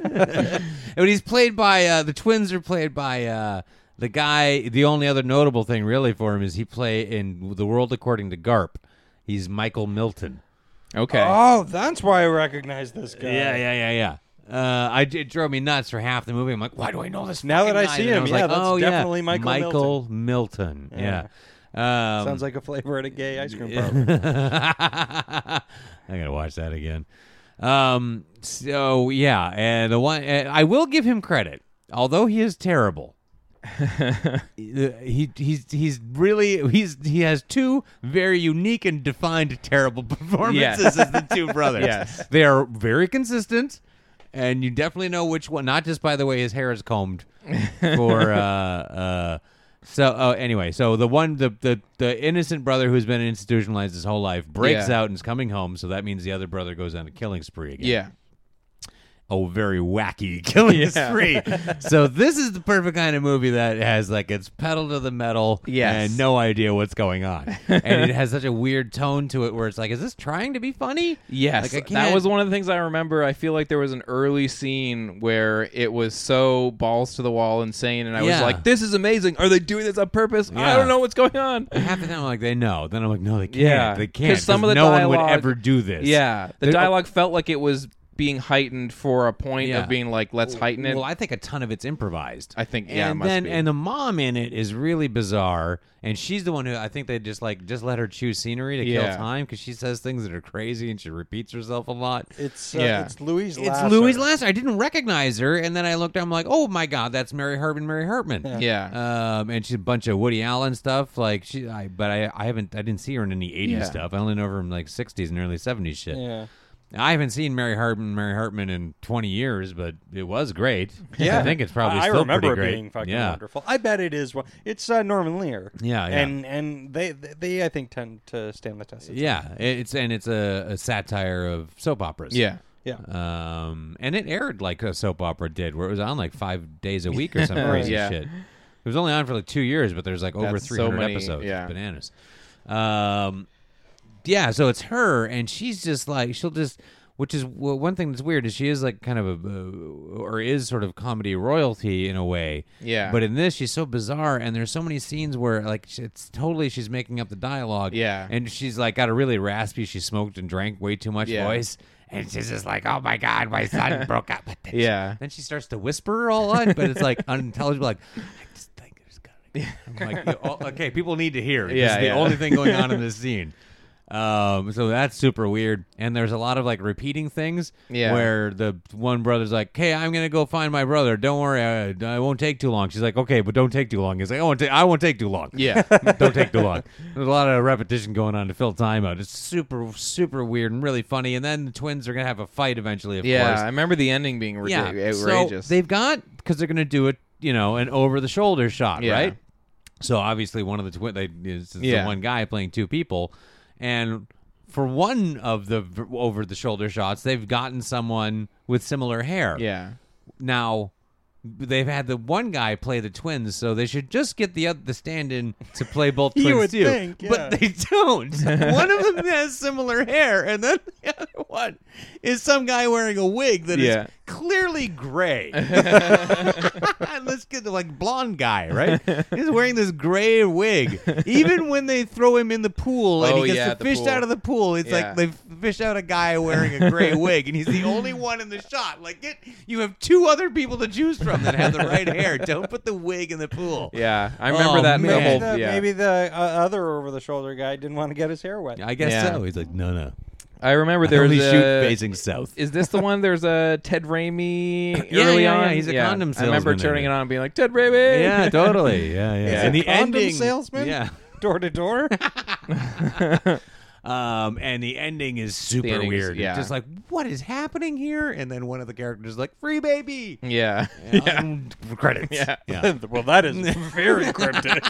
but he's played by uh, the twins are played by uh, The guy, the only other notable thing really for him is he play in The World According to Garp. He's Michael Milton.
Okay.
Oh, that's why I recognize this guy.
Yeah, yeah, yeah, yeah. Uh, I it drove me nuts for half the movie. I'm like, why do I know this?
Now that
fucking
I
guy?
see
And I
him,
was
yeah,
like,
that's
oh, yeah,
definitely Michael
Michael Milton. Yeah. Um,
Sounds like a flavor at a gay ice cream parlor.
I gotta watch that again. Um. So yeah, and the one and I will give him credit, although he is terrible. he he's he's really he's he has two very unique and defined terrible performances
Yes.
as the two brothers.
Yes.
they are very consistent, and you definitely know which one. Not just by the way his hair is combed. For uh, uh, so uh, anyway, so the one the, the the innocent brother who's been institutionalized his whole life breaks
Yeah.
out and is coming home. So that means the other brother goes on a killing spree again
yeah.
a very wacky killing spree. so this is the perfect kind of movie that has like it's pedal to the metal
Yes.
and no idea what's going on. and it has such a weird tone to it where it's like, is this trying to be funny?
Yes,
Like, I
that
can't-
was one of the things I remember. I feel like there was an early scene where it was so balls to the wall, insane, and I was
Yeah.
like, "This is amazing! Are they doing this on purpose? I
Yeah.
don't know what's going on."
half the time I'm like, they know. Then I'm like, no, they can't.
Yeah.
They can't.
'Cause some of the
no one would
dialogue-
ever do this.
Yeah, the
There-
dialogue felt like it was being heightened for a point
Yeah.
of being like, "Let's heighten it."
Well, I think a ton of it's improvised.
I think,
and
yeah, it must
then
be.
and the mom in it is really bizarre, and she's the one who I think they just like just let her choose scenery to
Yeah.
kill time because she says things that are crazy and she repeats herself a lot.
It's uh,
Yeah.
it's Louis.
It's Louise Lasser. I didn't recognize her, and then I looked. I'm like, oh my god, that's Mary Hartman. Mary Hartman.
yeah,
Um, and she's a bunch of Woody Allen stuff. Like she, I, but I, I haven't, I didn't see her in any '80s
Yeah.
stuff. I only know her from like '60s and early '70s shit.
Yeah.
I haven't seen Mary Hartman, Mary Hartman in 20 years, but it was great.
Yeah,
I think it's probably
I
still
remember
pretty
it
great.
being fucking
yeah.
wonderful. I bet it is. one- It's uh, Norman Lear.
Yeah, yeah.
and and they, they I think tend to stand the test. of time.
Yeah, it's and it's a, a satire of soap operas.
yeah.
yeah.
Um, and it aired like a soap opera did, where it was on like five days a week or some crazy
Oh, Yeah.
shit. It was only on for like two years, but there's like over
That's so
300
many-
episodes.
yeah.
Bananas. Um, yeah, so it's her, and she's just like, she'll just, which is well, one thing that's weird is she is like kind of a, uh, or is sort of comedy royalty in a way.
Yeah.
But in this, she's so bizarre, and there's so many scenes where like she- it's totally she's making up the dialogue.
Yeah.
And she's like got a really raspy, she smoked and drank way too much
Yeah.
voice. And she's just like, oh my God, my son broke up with this.
Yeah.
Then she starts to whisper all on, but it's like unintelligible. Like, I just think there's gotta be. I'm like, "Oh, okay, people need to hear. this
Yeah,
is the
yeah.
only thing going on in this scene. Um, so that's super weird. And there's a lot of like repeating things
Yeah.
where the one brother's like, Hey, I'm going to go find my brother. Don't worry. I, I won't take too long. She's like, okay, but don't take too long. He's like, I won't, ta- I won't take too long.
Yeah.
don't take too long. There's a lot of repetition going on to fill time out. It's super, super weird and really funny. And then the twins are going to have a fight eventually, of
Yeah,
course.
I remember the ending being rid- outrageous.
So they've got because they're going to do it, you know, an over-the-shoulder shot,
Yeah.
right? So obviously, one of the twin, they is
Yeah.
the one guy playing two people, and for one of the v- over-the-shoulder shots, they've gotten someone with similar hair.
yeah,
Now, they've had the one guy play the twins, so they should just get the other, the stand-in to play both
You
twins
would
too.
think, yeah.
But they don't. one of them has similar hair, and then the other one is some guy wearing a wig that is
Yeah.
clearly gray. And this kid, like blonde guy, right? He's wearing this gray wig. Even when they throw him in the pool and
Oh,
he gets
yeah,
the
the
fished
pool.
out of the pool, it's
Yeah.
like they fish out a guy wearing a gray wig, and he's the only one in the shot. Like, get you have two other people to choose from that have the right hair. Don't put the wig in the pool.
yeah. I remember
Oh,
that in the
man.
Maybe
whole.
the,
yeah.
maybe the uh, other over-the-shoulder guy didn't want to get his hair wet.
I guess
Yeah.
so. He's like, no, no.
I remember
I
there was
only shoot
a-
facing south.
Is this the one? There's a Ted Raimi
Yeah,
early
yeah,
on.
yeah, he's a condom
I remember
salesman in
turning
it.
it on and being like Ted Raimi.
yeah, totally. Yeah, yeah.
Is
and
it
the
condom
ending
salesman?
Yeah.
Door to door.
Um, and the ending is super
ending is-
weird.
yeah.
It's just like, what is happening here? And then one of the characters is like, free baby.
yeah,
Um, credits.
Yeah.
well, that is very cryptic.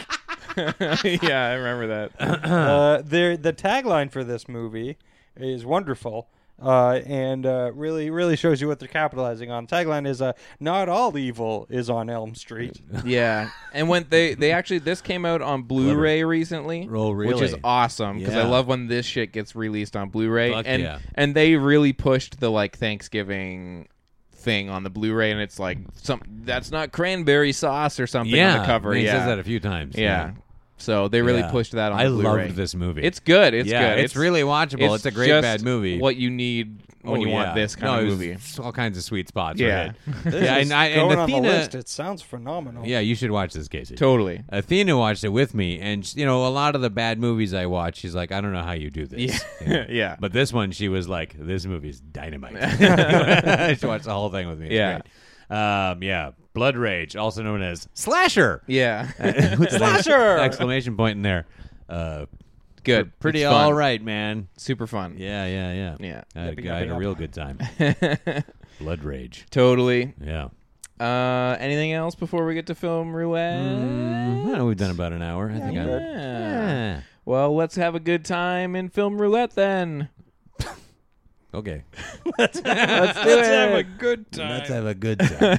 yeah. I remember that.
uh, there, the tagline for this movie is wonderful. Uh, and uh, really, really shows you what they're capitalizing on. Tagline is uh, "Not all evil is on Elm Street."
yeah, and when they they actually this came out on Blu-ray recently,
Oh,
which is
really?
awesome because I
Yeah.
love when this shit gets released on Blu-ray.
Fuck
and
yeah.
and they really pushed the like Thanksgiving thing on the Blu-ray, and it's like some that's not cranberry sauce or something
yeah,
on the cover.
He
yeah,
says that a few times.
yeah. So they really
Yeah.
pushed that on.
I
the Blu-ray.
loved this movie.
It's good. It's
Yeah,
good.
it's really watchable. It's a great
just
bad movie.
What you need when
Oh,
you
yeah.
want this kind
No,
of
it was
movie.
all kinds of sweet spots.
Yeah.
for it. yeah, and, I, and
Going on
Athena.
the list, it sounds phenomenal.
yeah, you should watch this, Casey.
Totally.
Athena watched it with me, and sh- you know, a lot of the bad movies I watch, she's like, I don't know how you do this. You know?
Yeah.
But this one, she was like, "This movie's dynamite." she watched the whole thing with me. It's
Yeah.
great. Um, yeah. Blood Rage, also known as Slasher.
Yeah.
With an ex-
Slasher!
Exclamation point in there. Uh,
good.
pretty
It's fun.
all right, man.
Super fun.
Yeah, yeah, yeah.
Yeah.
I had, a-
Yippee,
I had a
yippee,
real good time. Blood Rage.
Totally.
Yeah.
Uh, anything else before we get to film roulette? Mm-hmm.
I don't know we've done about an hour. I think I'm.
Mm, Yeah. Well, let's have a good time in film roulette then.
Okay.
Let's do it.
good time.
Let's have a good time.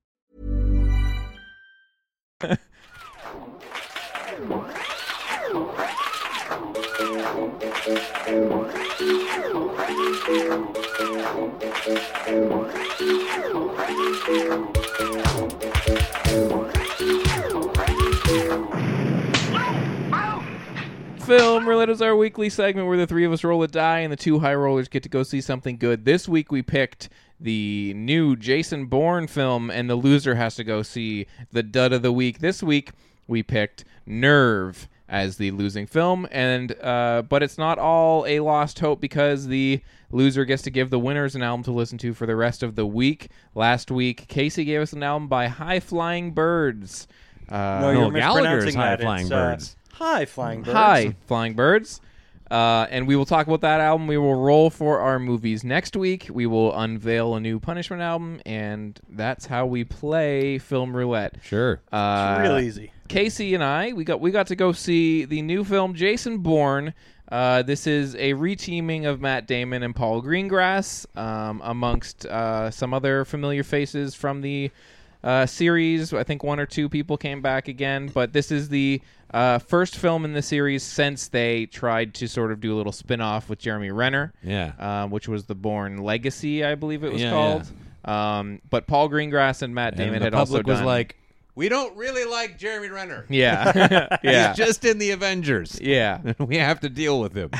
Film Roulette is our weekly segment where the three of us roll a die and the two high rollers get to go see something good. This week we picked the new Jason Bourne film, and the loser has to go see the dud of the week. This week we picked Nerve as the losing film, and uh, but it's not all a lost hope because the loser gets to give the winners an album to listen to for the rest of the week. Last week, Casey gave us an album by High Flying Birds. Uh,
No, you're
No, Gallagher's
mispronouncing
High
that.
Flying
It's,
Birds.
Uh, high flying birds.
Hi, Flying Birds. Uh, and we will talk about that album. We will roll for our movies next week. We will unveil a new Punishment album, and that's how we play film roulette.
sure.
Uh,
Real easy.
Casey and I, we got we got to go see the new film Jason Bourne. Uh, this is a reteaming of Matt Damon and Paul Greengrass, um, amongst uh, some other familiar faces from the uh, series. I think one or two people came back again, but this is the uh, first film in the series since they tried to sort of do a little spin off with Jeremy Renner,
Yeah.
uh, which was the Bourne Legacy, I believe it was
Yeah,
called. Um, but Paul Greengrass and Matt Damon
and the
had also
public was
done-
like, "We don't really like Jeremy Renner.
yeah, yeah,
He's just in the Avengers.
yeah.
we have to deal with him."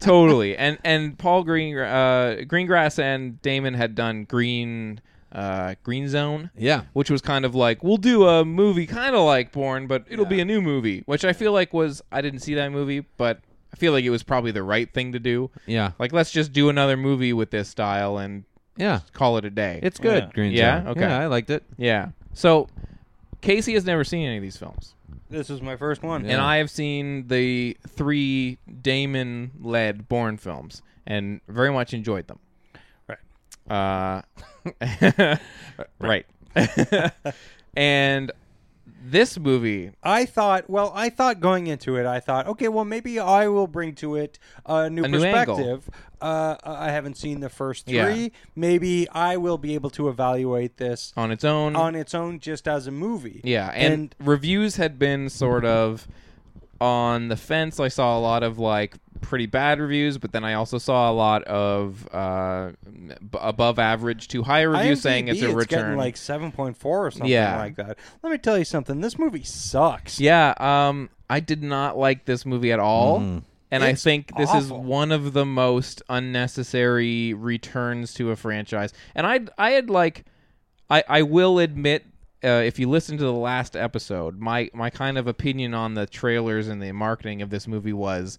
totally. And and Paul Green uh, Greengrass and Damon had done Green uh, Green Zone.
Yeah.
Which was kind of like we'll do a movie kind of like Born, but it'll be a new movie, which I feel like was I didn't see that movie, but I feel like it was probably the right thing to do.
Yeah.
Like let's just do another movie with this style and
yeah,
call it a day.
it's good. Green
Yeah?
Zone.
Okay.
Yeah, I liked it.
yeah. So Casey has never seen any of these films.
This is my first one.
and I have seen the three Damon-led Bourne films and very much enjoyed them. Right. Uh, right. and this movie,
I thought, well, I thought going into it, I thought, okay, well, maybe I will bring to it a new
A new angle.
perspective. uh, I haven't seen the first three.
Yeah.
Maybe I will be able to evaluate this
on its own,
on its own just as a movie.
Uh-huh. yeah, and, reviews had been sort of on the fence. I saw a lot of like pretty bad reviews, but then I also saw a lot of uh, b- above average to high reviews
IMDb,
saying it's a
it's
return.
getting like 7.4 or something
Yeah.
like that. Let me tell you something. This movie sucks.
Mm.
Yeah, um, I did not like this movie at all, and I
It's
think this is
awful.
one of the most unnecessary returns to a franchise. And I I had like I I will admit uh, if you listen to the last episode, my my kind of opinion on the trailers and the marketing of this movie was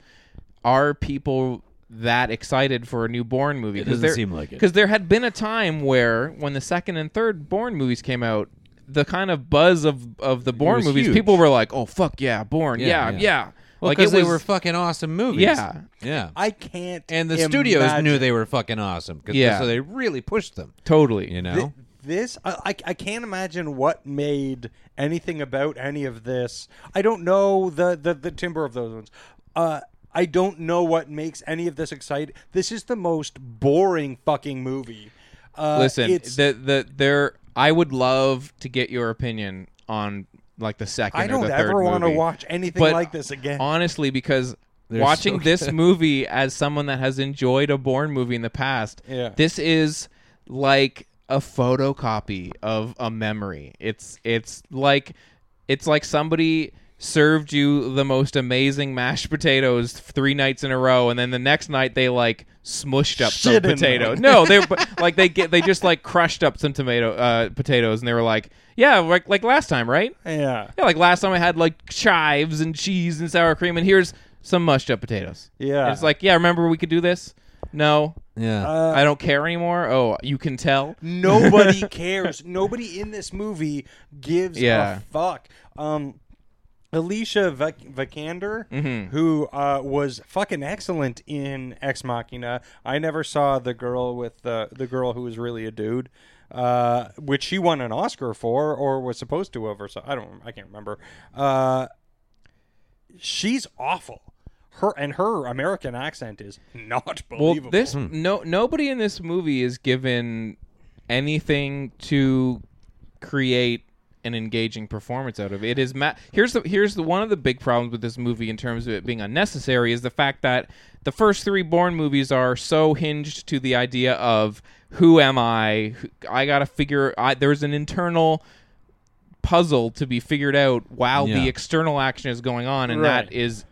are people that excited for a new Bourne movie?
It
Because
doesn't
there-
seem like it.
Because there had been a time where, when the second and third Bourne movies came out, the kind of buzz of, of the Bourne
was
movies,
huge.
people were like, "Oh fuck yeah, Bourne,
Yeah,
yeah, yeah."
yeah. Well,
like
because
it
they
was,
were fucking awesome movies.
Yeah.
yeah.
I can't.
and the studios
imagine-
knew they were fucking awesome. 'cause-
Yeah.
so they really pushed them.
totally.
You know,
Thi- this I, I I can't imagine what made anything about any of this. I don't know the the, the timber of those ones. Uh, I don't know what makes any of this exciting. This is the most boring fucking movie. Uh,
Listen,
it's,
the the there. I would love to get your opinion on like the second.
I
or
don't
the
ever
third
want to
movie.
watch anything
But
like this again.
Honestly, because
They're
watching
so
this
good.
movie as someone that has enjoyed a Bourne movie in the past,
Yeah.
this is like a photocopy of a memory. It's it's like it's like somebody served you the most amazing mashed potatoes three nights in a row and then the next night they like smushed up some
Shit in
potato
them.
no they were like they get they just like crushed up some tomato uh potatoes and they were like yeah like like last time right
yeah,
yeah, like last time I had like chives and cheese and sour cream, and here's some mushed up potatoes.
Yeah.
And it's like, yeah, remember we could do this? No,
yeah.
I don't care anymore. Oh, you can tell.
nobody cares. Nobody in this movie gives
Yeah.
a fuck. Um, Alicia Vik- Vikander,
Mm-hmm.
who uh, was fucking excellent in Ex Machina. I never saw the girl with the the girl who was really a dude, uh, which she won an Oscar for or was supposed to have, or so I don't, I can't remember. Uh, she's awful. Her and her American accent is not
Well,
believable.
this
Hmm.
no nobody in this movie is given anything to create an engaging performance out of. It is ma- here's the here's the one of the big problems with this movie in terms of it being unnecessary is the fact that the first three Bourne movies are so hinged to the idea of who am I? Who- I got to figure I there's an internal puzzle to be figured out while the
Yeah.
external action is going on and
Right.
that is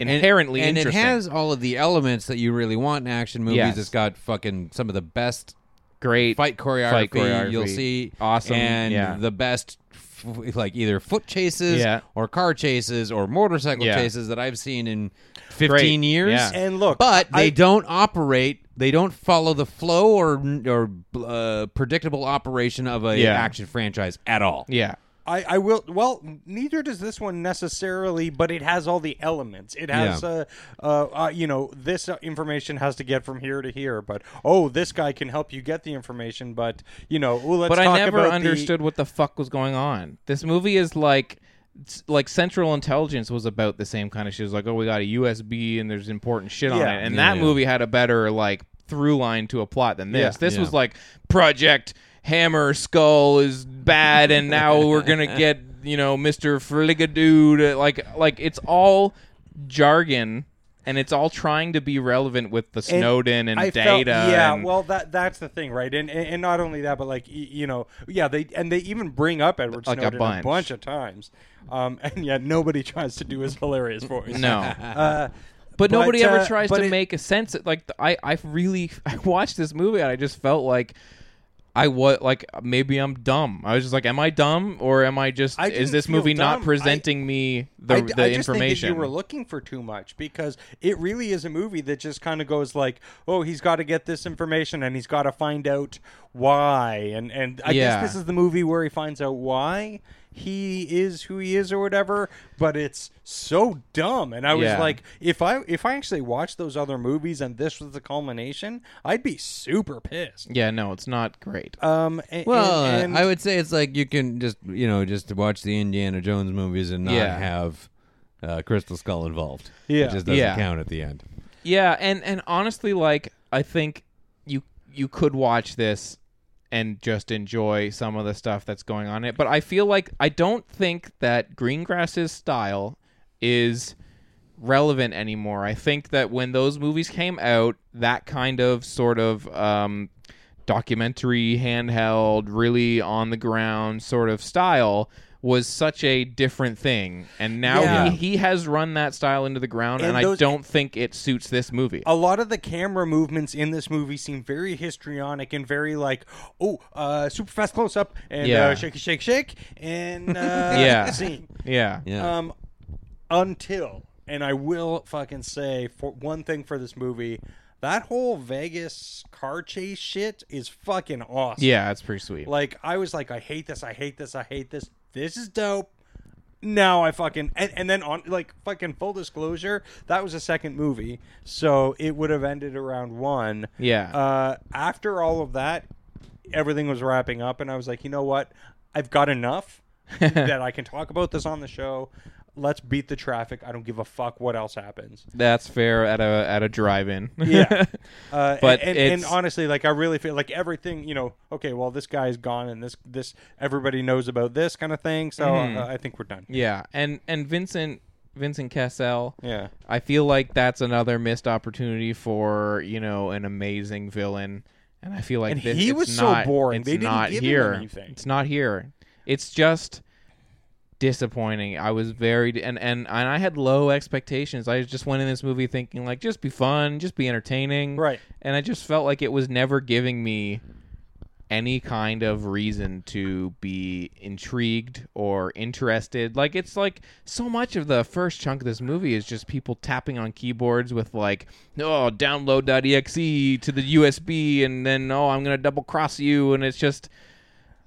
inherently
and it
interesting.
has all of the elements that you really want in action movies.
Yes.
It's got fucking some of the best
great
fight choreography,
choreography.
you'll see.
Awesome,
and
yeah.
the best f- like either foot chases
Yeah.
or car chases or motorcycle
Yeah.
chases that I've seen in 15
Great,
years.
yeah.
and look,
but they
I-
don't operate they don't follow the flow or or uh, predictable operation of a
Yeah.
action franchise at all.
Yeah.
I, I will. Well, neither does this one necessarily, but it has all the elements. It has,
Yeah.
uh, uh, uh, you know, this uh, information has to get from here to here. But oh, this guy can help you get the information. But you know, well, let's
But I
talk
never
about the-
understood what the fuck was going on. This movie is like it's like Central Intelligence was about the same kind of shit. It was like, oh, we got a USB and there's important shit on
Yeah.
it. And
Yeah,
that
yeah.
movie had a better like through line to a plot than this.
Yeah.
This
Yeah.
was like Project Hammer Skull is bad and now we're going to get, you know, Mr. Frigadude like like it's all jargon and it's all trying to be relevant with the
and
Snowden and
I felt-
data.
yeah,
and-
well, that that's the thing, right? And, and and not only that, but like y- you know, yeah, they and they even bring up Edward
Like a
Snowden
bunch.
of times, um, and yet nobody tries to do his hilarious voice.
no.
Uh,
But, nobody
uh,
ever tries
but
to
it-
make a sense. Of, like the- I, I really, I watched this movie and I just felt like I was like maybe I'm dumb. I was just like, am I dumb or am I just?
I
is
didn't
this
feel
movie not
dumb.
presenting me the,
I,
the
I just think that
information?
you were looking for too much because it really is a movie that just kind of goes like, oh, he's got to get this information and he's got to find out why. And and I
Yeah.
guess this is the movie where he finds out why he is who he is or whatever. But it's so dumb. And I was
Yeah.
like, if I if I actually watched those other movies and this was the culmination, I'd be super pissed.
yeah, no, it's not great.
Um, a-
Well,
and,
uh,
and-
I would say it's like you can just you know just to watch the Indiana Jones movies and not
Yeah.
have uh, Crystal Skull involved.
Yeah.
it just doesn't
Yeah.
count at the end.
Yeah, and and honestly, like I think you you could watch this and just enjoy some of the stuff that's going on in it. But I feel like I don't think that Greengrass's style is relevant anymore. I think that when those movies came out, that kind of sort of um, documentary handheld really on the ground sort of style was such a different thing and now
Yeah.
he, he has run that style into the ground and,
And
i
those-
don't think it suits this movie
a lot of the camera movements in this movie seem very histrionic and very like, oh, uh, super fast close up and
Yeah.
uh, shake, shake, shake, and uh,
Yeah.
scene.
yeah
Yeah.
Um, until, and I will fucking say for one thing for this movie, that whole Vegas car chase shit is fucking awesome.
yeah it's pretty sweet
Like I was like, I hate this, I hate this, I hate this. This is dope. Now I fucking and, and then on like fucking full disclosure, that was a second movie, so it would have ended around one.
Yeah.
Uh, after all of that, everything was wrapping up, and I was like, you know what? I've got enough that I can talk about this on the show. Let's beat the traffic. I don't give a fuck what else happens.
that's fair at a at a drive-in
Yeah. Uh,
But
and, and, and
it's-
honestly, like I really feel like everything, you know, okay, well, this guy is gone, and this this everybody knows about this kind of thing. So
Mm-hmm.
uh, I think we're done.
yeah and and vincent vincent kessel
Yeah.
I feel like that's another missed opportunity for you know an amazing villain, and I feel like
And
this,
he
it's
was so
not,
boring.
It's
They didn't
not
give him
here.
anything.
It's not here. It's just disappointing. I was very and and and I had low expectations. I just went in this movie thinking like just be fun, just be entertaining,
Right.
And I just felt like it was never giving me any kind of reason to be intrigued or interested. Like it's like so much of the first chunk of this movie is just people tapping on keyboards with like, oh, download.exe to the USB, and then oh, I'm gonna double cross you, and it's just,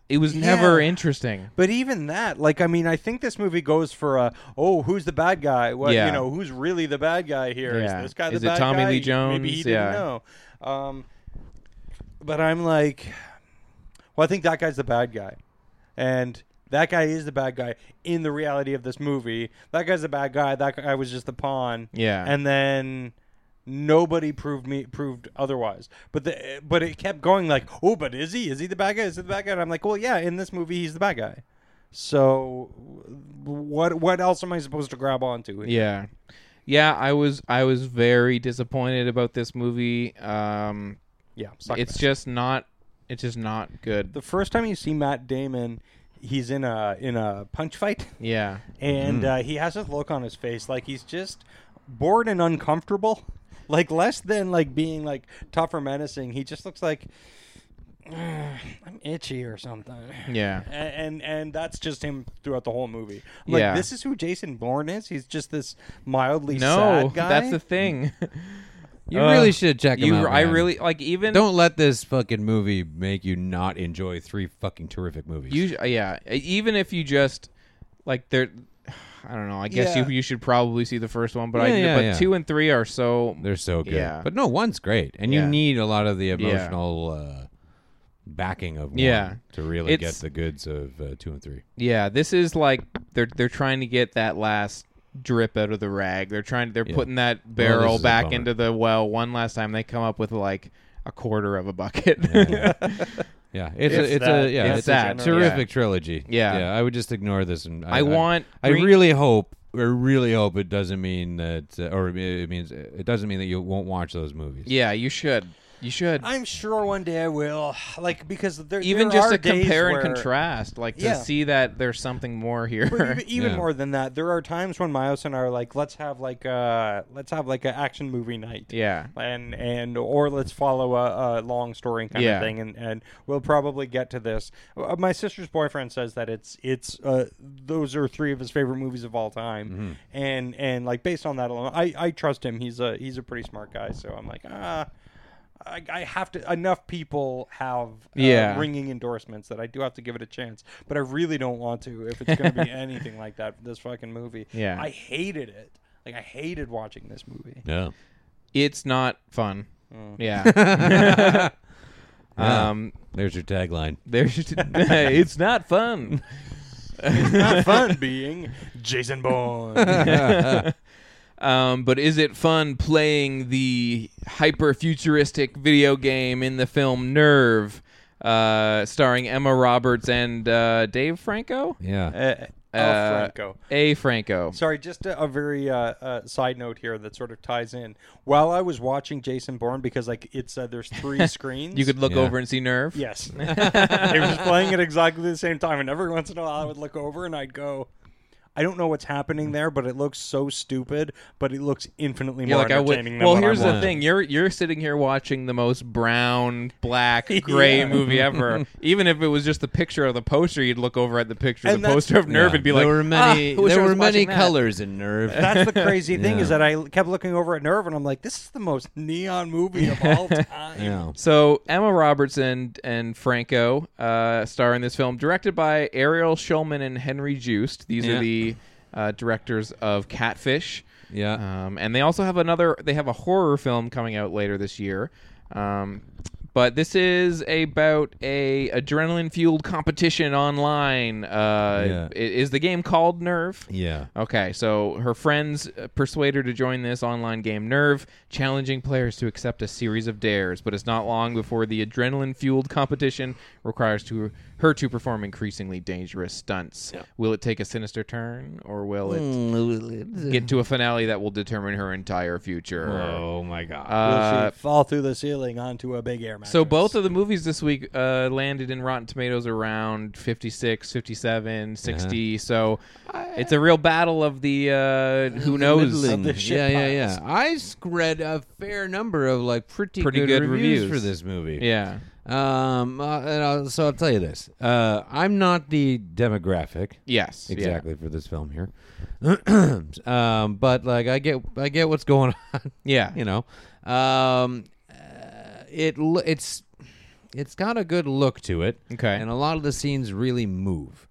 it was never
Yeah.
interesting.
But even that, like, I mean, I think this movie goes for a oh, who's the bad guy? What
Yeah.
you know, who's really the bad guy here? Is
Yeah.
this guy the
Is it
bad
Tommy
guy?
Lee Jones?
Maybe he
Yeah.
didn't know. Um, but I'm like, well, I think that guy's the bad guy, and that guy is the bad guy in the reality of this movie. That guy's the bad guy. That guy was just the pawn.
Yeah.
and then. Nobody proved me proved otherwise, but the but it kept going like, oh, but is he? Is he the bad guy? Is he the bad guy? And I'm like, well, yeah, in this movie, he's the bad guy. So what what else am I supposed to grab onto? here?
Yeah. Yeah, I was I was very disappointed about this movie. Um,
Yeah, suck
it's
that.
just not it's just not good.
the first time you see Matt Damon, he's in a in a punch fight
yeah.
and
Mm-hmm.
uh, he has this look on his face like he's just bored and uncomfortable. Like less than like being like tough or menacing, he just looks like "Ugh, I'm itchy or something.
Yeah.
A- and and that's just him throughout the whole movie. I'm like
Yeah.
this is who Jason Bourne is. He's just this mildly
No,
sad guy.
that's the thing.
You
Uh,
really should check him
you,
out.
I
man.
really like even
don't let this fucking movie make you not enjoy three fucking terrific movies.
You, yeah, e, even if you just like there, I don't know. I guess
Yeah.
you you should probably see the first one, but I
Yeah, yeah,
but
yeah.
two and three are so
They're so good.
Yeah.
But no, one's great, and
Yeah.
you need a lot of the emotional uh, backing of one
Yeah.
to really
It's-
get the goods of uh, two and three.
yeah. This is like they're they're trying to get that last drip out of the rag. They're trying they're putting that barrel
is a
back
bummer.
into the well one last time. They come up with like a quarter of a bucket.
Yeah,
It's
it's, a, it's
that.
a yeah,
It's
it's,
that.
a terrific trilogy.
Yeah.
yeah. I would just ignore this, and
I want
I,
green-
really hope. I really hope it doesn't mean that, uh, or it means it doesn't mean that you won't watch those movies.
yeah, you should. You should.
I'm sure one day I will. Like because there
even
there
just to
are days
compare and
where-
contrast, like to
Yeah.
see that there's something more here.
But even, even
Yeah.
more than that, there are times when Miles and I are like, let's have like a let's have like an action movie night.
Yeah.
And and or let's follow a, a long story kind
Yeah.
of thing, and and we'll probably get to this. Uh, My sister's boyfriend says that it's it's uh, those are three of his favorite movies of all time,
Mm-hmm.
and and like based on that alone, I I trust him. He's a he's a pretty smart guy, so I'm like ah. I, I have to. Enough people have uh,
Yeah.
ringing endorsements that I do have to give it a chance, but I really don't want to if it's going to be anything like that. This fucking movie.
Yeah.
I hated it. Like I hated watching this movie.
yeah.
It's not fun. Yeah. um,
There's your tagline.
There's it's not fun.
Not fun being Jason Bourne.
Um, but is it fun playing the hyper futuristic video game in the film Nerve, uh, starring Emma Roberts and uh, Dave Franco?
Yeah,
Uh, Al
Uh,
Franco.
A Franco.
Sorry, just a, a very uh, uh, side note here that sort of ties in. While I was watching Jason Bourne, because like it said, there's three screens.
You could look
Yeah.
over and see Nerve.
Yes, it was playing at exactly the same time, and every once in a while, I would look over and I'd go, "I don't know what's happening there, but it looks so stupid, but it looks infinitely
You're
more
like I would.
entertaining." than
Well,
what I'm
here's the
watching."
thing. You're you're sitting here watching the most brown, black, gray
Yeah.
movie ever. Even if it was just the picture of the poster, you'd look over at the picture of
And
the
that's-
poster of Nerve
Yeah.
and be
there
like,
were many,
"Ah, I wish
there
I
were
was
many
watching that."
colors in Nerve.
That's the crazy thing is
Yeah.
that I kept looking over at Nerve, and I'm like, "This is the most neon movie of all time."
yeah.
So Emma Robertson and Franco uh, star in this film, directed by Ariel Schulman and Henry Joost. These
Yeah.
are the uh, directors of Catfish.
Yeah.
Um, and they also have another. They have a horror film coming out later this year. Um, but this is about a adrenaline fueled competition online. Uh,
Yeah.
i- Is the game called Nerve?
Yeah.
Okay, so her friends uh, persuade her to join this online game Nerve, challenging players to accept a series of dares, but it's not long before the adrenaline fueled competition requires to, her to perform increasingly dangerous stunts. Will it take a sinister turn, or Mm, will it uh, get to a finale that will determine her entire future?
Oh my god. Uh,
Will she fall through the ceiling onto a big air mattress?
So both of the movies this week uh, landed in Rotten Tomatoes around 56, 57, 60. So it's a real battle of the uh, who knows.
Middling.
the shit
yeah, yeah, yeah. I s- read a fair number of like pretty,
Pretty
good,
good
reviews,
reviews.
for this movie.
Yeah.
Um. uh, and I'll, so I'll tell you this. Uh, I'm not the demographic
Yes. yeah.
exactly for this film here. um. But like, I get, I get what's going on.
Yeah.
You know. Um. Uh, it lo- it's it's got a good look to it.
Okay.
And a lot of the scenes really move.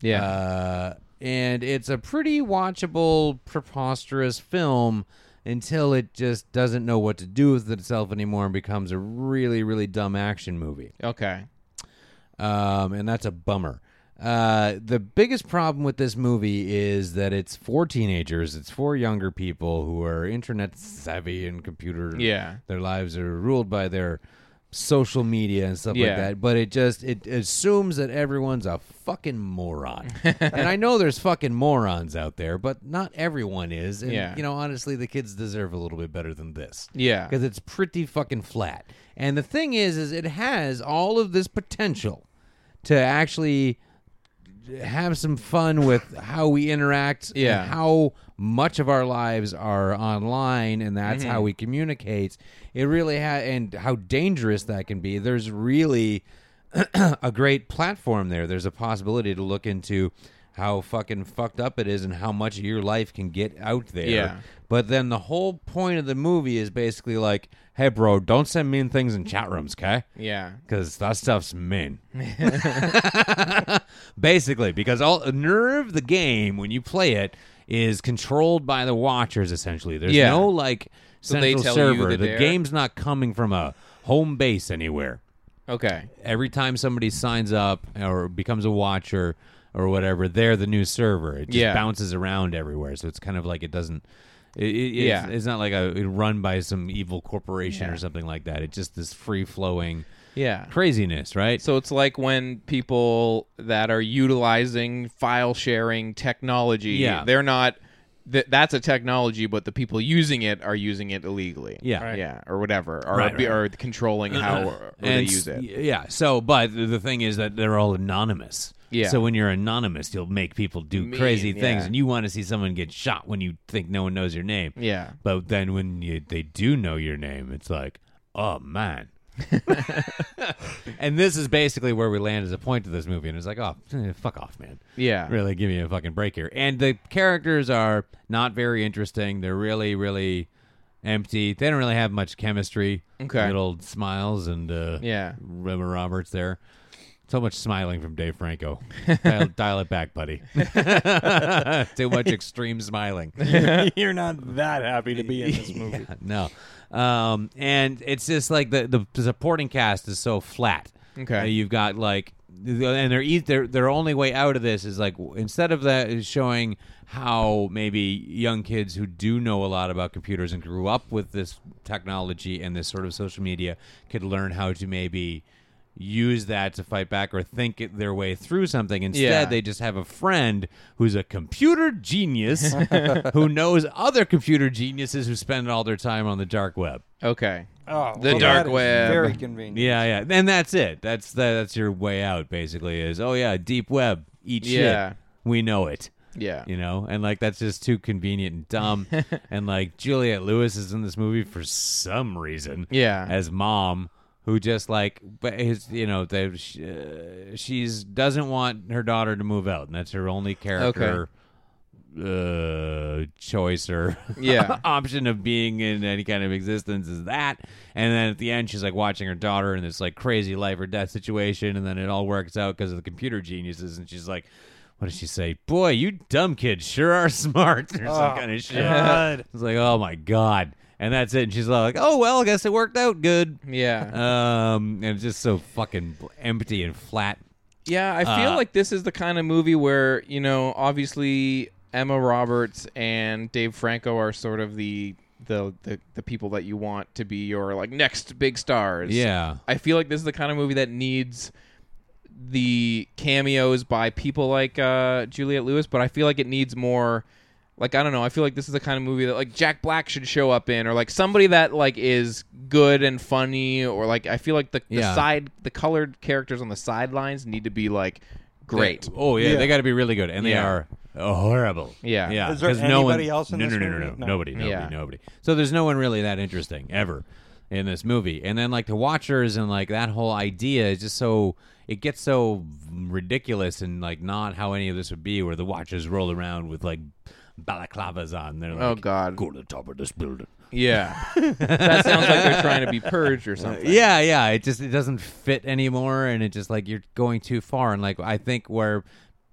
Yeah.
Uh, and it's a pretty watchable, preposterous film until it just doesn't know what to do with itself anymore and becomes a really, really dumb action movie.
okay.
Um, and that's a bummer. Uh, the biggest problem with this movie is that it's for teenagers, it's for younger people who are internet savvy and computer.
Yeah.
Their lives are ruled by their social media and stuff
Yeah.
like that. But it just it assumes that everyone's a fucking moron. and I know there's fucking morons out there, but not everyone is. And
Yeah.
you know, honestly, the kids deserve a little bit better than this.
Yeah.
Because it's pretty fucking flat. And the thing is, is it has all of this potential to actually have some fun with how we interact and
Yeah.
how much of our lives are online and that's
Mm-hmm.
how we communicate it really ha- and how dangerous that can be there's really a great platform there there's a possibility to look into how fucking fucked up it is and how much of your life can get out there
Yeah.
but then the whole point of the movie is basically like hey bro don't send mean things in chat rooms okay
Yeah.
because that stuff's mean. Basically, because all nerve the game when you play it is controlled by the watchers. Essentially, there's
Yeah.
no like
they
central
tell you
server.
the
the
dare?
game's not coming from a home base anywhere
Okay.
every time somebody signs up or becomes a watcher or whatever, they're the new server. It just
Yeah.
bounces around everywhere, so it's kind of like it doesn't. It, it,
Yeah.
it's, it's not like a it run by some evil corporation or something like that. It's just this free flowing,
Yeah.
craziness, right?
So it's like when people that are utilizing file sharing technology,
Yeah.
they're not. Th- that's a technology, but the people using it are using it illegally.
Yeah. Right.
yeah, or whatever, or
Right,
be-
right.
or controlling how or they
s-
use it.
y- Yeah. So, but th- the thing is that they're all anonymous.
Yeah.
So when you're anonymous, you'll make people do
Mean,
crazy things,
yeah.
and you want to see someone get shot when you think no one knows your name.
Yeah.
But then when you, they do know your name, it's like, oh man. and this is basically where we land as a point to this movie, and it's like, oh, eh, fuck off, man.
Yeah.
Really, give me a fucking break here. And the characters are not very interesting. They're really, really empty. They don't really have much chemistry.
Okay.
Good old smiles and uh,
Yeah.
Emma Roberts there. So much smiling from Dave Franco. dial, dial it back, buddy. Too much extreme smiling.
You're not that happy to be in this movie.
no. Um, and it's just like the, the the supporting cast is so flat.
Okay.
Uh, you've got like, the- and their eas- their their only way out of this is like w- instead of that is showing how maybe young kids who do know a lot about computers and grew up with this technology and this sort of social media could learn how to maybe use that to fight back or think it- their way through something. Instead,
Yeah.
they just have a friend who's a computer genius who knows other computer geniuses who spend all their time on the dark web.
Okay.
Oh,
The
well,
dark
that is
web.
Very convenient.
Yeah, yeah, and that's it. That's that, that's your way out. Basically, is oh yeah, deep web, eat
Yeah.
shit. We know it.
Yeah.
you know, and like that's just too convenient and dumb. and like Juliette Lewis is in this movie for some reason.
Yeah.
as mom who just like but his you know they sh- uh, she's doesn't want her daughter to move out, and that's her only character. Uh, choice or
Yeah.
option of being in any kind of existence is that. And then at the end, she's like watching her daughter in this like crazy life or death situation, and then it all works out because of the computer geniuses. And she's like, "What does she say? Boy, you dumb kids sure are smart." Or some kind of shit. It's like, oh my god. And that's it. And she's like, "Oh well, I guess it worked out good."
Yeah.
Um, and it's just so fucking bl- empty and flat.
Yeah, I feel
Uh,
like this is the kind of movie where, you know, obviously Emma Roberts and Dave Franco are sort of the the the, the people that you want to be your like next big stars.
Yeah.
I feel like this is the kind of movie that needs the cameos by people like uh, Juliette Lewis, but I feel like it needs more. Like I don't know, I feel like this is the kind of movie that like Jack Black should show up in, or like somebody that like is good and funny, or like I feel like the, the
Yeah.
side the colored characters on the sidelines need to be like great.
They- oh yeah,
Yeah.
they got to be really good, and they
Yeah.
are uh, horrible.
Yeah.
yeah.
Is there
'cause no
anybody
one,
else in
no,
this
no, no, no,
movie?
no,
No.
nobody, nobody,
Yeah.
nobody. So there's no one really that interesting ever in this movie, and then like the Watchers and like that whole idea is just so it gets so ridiculous and like not how any of this would be, where the Watchers roll around with like balaclavas on. They're like,
Oh, God.
go to the top of this building.
yeah, that sounds like they're trying to be purged or something.
Yeah, yeah. It just it doesn't fit anymore, and it just like you're going too far. And like I think where,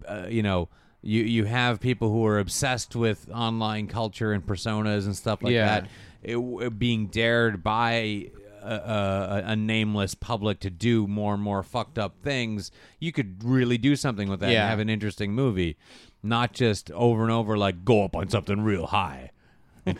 uh, you know, you you have people who are obsessed with online culture and personas and stuff like
Yeah.
that, it, it being dared by. uh, A, a, a nameless public to do more and more fucked up things. You could really do something with that
Yeah.
and have an interesting movie, not just over and over like go up on something real high and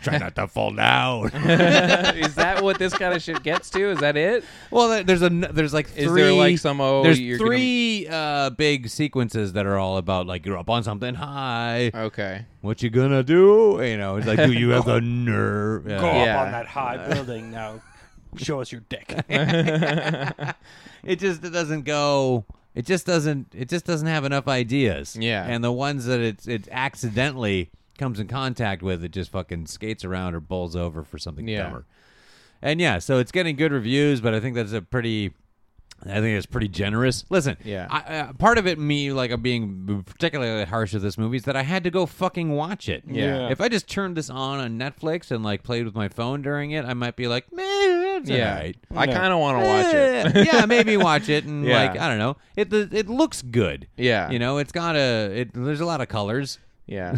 try not to fall down.
is that what this kind of shit gets to? Is that it?
Well, there- there's a n- there's like three
Is there, like, some, oh,
there's
you're gonna-
3 uh, big sequences that are all about like you're up on something high.
Okay.
What you gonna do? You know, it's like do you have the nerve? Yeah.
Go
Yeah.
up on that high building now. Show us your dick.
It just it doesn't go. It just doesn't. It just doesn't have enough ideas.
Yeah.
And the ones that it's it accidentally comes in contact with, it just fucking skates around or bowls over for something
Yeah.
dumber. And yeah, so it's getting good reviews, but I think that's a pretty. I think it's pretty generous. Listen,
Yeah.
I, uh, part of it, me like I'm being particularly harsh with this movie is that I had to go fucking watch it.
Yeah.
If I just turned this on on Netflix and like played with my phone during it, I might be like, man, it's
Yeah,
all right.
I kind of want to watch it.
Eh, yeah, maybe watch it and
Yeah.
like I don't know. It the- it looks good.
Yeah.
you know, it's got a. It, there's a lot of colors.
Yeah,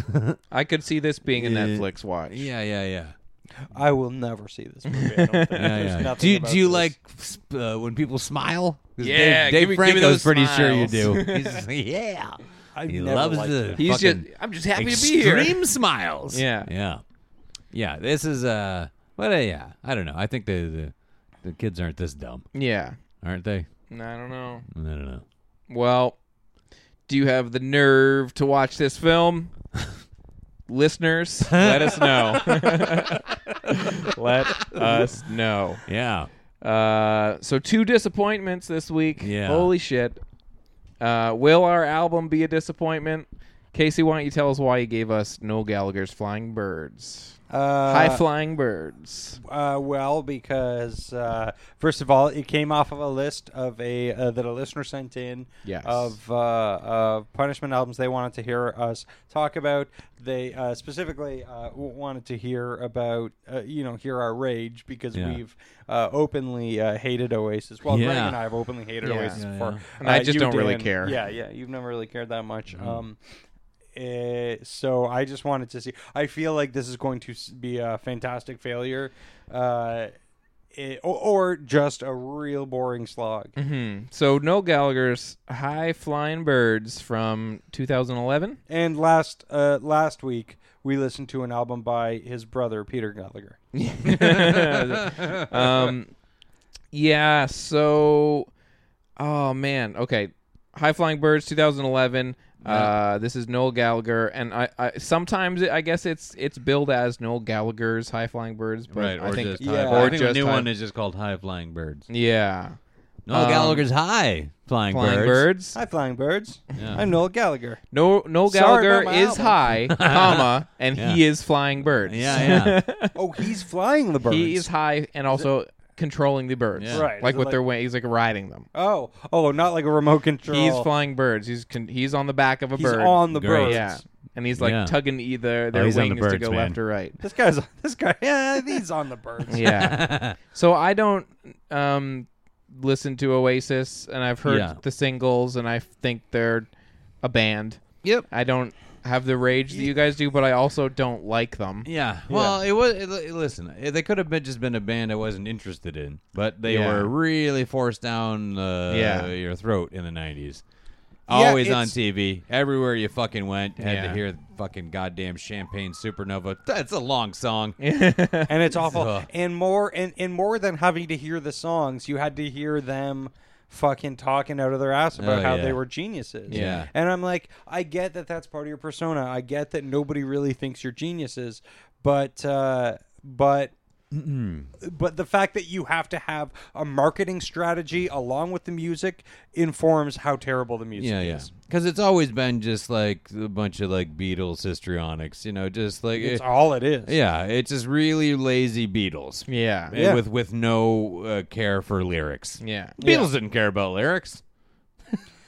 I could see this being a Netflix watch.
Yeah, yeah, yeah.
I will never see this movie. I don't think. There's
yeah, yeah.
nothing
Do you
about
do you
this.
like sp- uh, when people smile? 'Cause
Yeah,
Dave,
give me-
Dave
give me
Franco's
those
pretty sure you do.
smiles.
He's just like, yeah,
I've
he
never
loves
liked
the.
that.
He's just.
fucking
I'm just happy to be
extreme
here.
smiles.
Yeah.
yeah, yeah. This is uh, what? a- yeah, I don't know. I think the, the the kids aren't this dumb,
Yeah.
aren't they?
I don't know.
I don't know.
Well, do you have the nerve to watch this film? Listeners, let us know. let us know.
Yeah.
Uh, so two disappointments this week.
Yeah.
Holy shit. Uh, will our album be a disappointment? Casey, why don't you tell us why you gave us Noel Gallagher's Flying Birds?
Uh,
High Flying Birds.
Uh, well, because uh, first of all, it came off of a list of a uh, that a listener sent in
Yes.
of uh, of punishment albums they wanted to hear us talk about. They uh, specifically uh, w- wanted to hear about uh, you know hear our rage because
Yeah.
we've uh, openly uh, hated Oasis. Well, Greg
Yeah.
and I have openly hated
Yeah.
Oasis
Yeah,
before,
And I
Uh,
just
you,
don't really
Dan,
care. Mm-hmm.
Yeah, yeah, you've never really cared that much. Um, Eh, so I just wanted to see. I feel like this is going to s- be a fantastic failure, uh, eh, or, or just a real boring slog.
Mm-hmm. Hmm. So Noel Gallagher's High Flying Birds from 2011.
And last uh, last week we listened to an album by his brother Peter Gallagher.
um, yeah. So Oh man. Okay. High Flying Birds 2011. Uh, this is Noel Gallagher, and I, I sometimes it, I guess it's it's billed as Noel Gallagher's High Flying Birds, but
right, or
I think
just
Yeah.
high,
or
I think the
just
new
high-
one is just called High Flying Birds.
yeah,
Noel Oh, Gallagher's High Flying,
Flying
Birds.
Birds.
Hi, flying birds. I'm Noel Gallagher.
No, Noel
Sorry
Gallagher
about my
is
album.
high, comma, and he is flying birds.
Yeah, yeah.
Oh, he's flying the birds.
he is high and also controlling the birds,
Yeah.
Right,
Like
so
with
like-
their wing, he's like riding them.
Oh, oh, not like a remote control.
He's flying birds. He's con- he's on the back of a
He's
bird.
on the
Great.
birds.
yeah, and he's like
Yeah.
tugging either their
Oh, he's on the
wings to
birds,
go
man.
left or right.
This guy's this guy. Yeah, he's on the birds.
Yeah. so I don't um, listen to Oasis, and I've heard
Yeah.
the singles, and I think they're a band.
Yep.
I don't have the rage that you guys do, but I also don't like them.
Yeah. Well, it was. It, li- listen, it, they could have been just been a band I wasn't interested in, but they
Yeah.
were really forced down uh,
Yeah.
your throat in the '90s.
Yeah,
Always on
it's-
TV, everywhere you fucking went, had
Yeah.
to hear fucking goddamn Champagne Supernova. That's a long song.
and it's awful.
Ugh.
And more and, and more than having to hear the songs, you had to hear them fucking talking out of their ass about
Oh,
how
yeah.
they were geniuses.
Yeah.
And I'm like, I get that that's part of your persona. I get that nobody really thinks you're geniuses, but uh, but. But the fact that you have to have a marketing strategy along with the music informs how terrible the music
Yeah, yeah.
is.
Because it's always been just like a bunch of like Beatles histrionics, you know, just like
It's
eh,
all it is.
yeah, it's just really lazy Beatles.
Yeah.
Eh, with with no uh, care for lyrics.
Yeah.
Beatles didn't care about lyrics.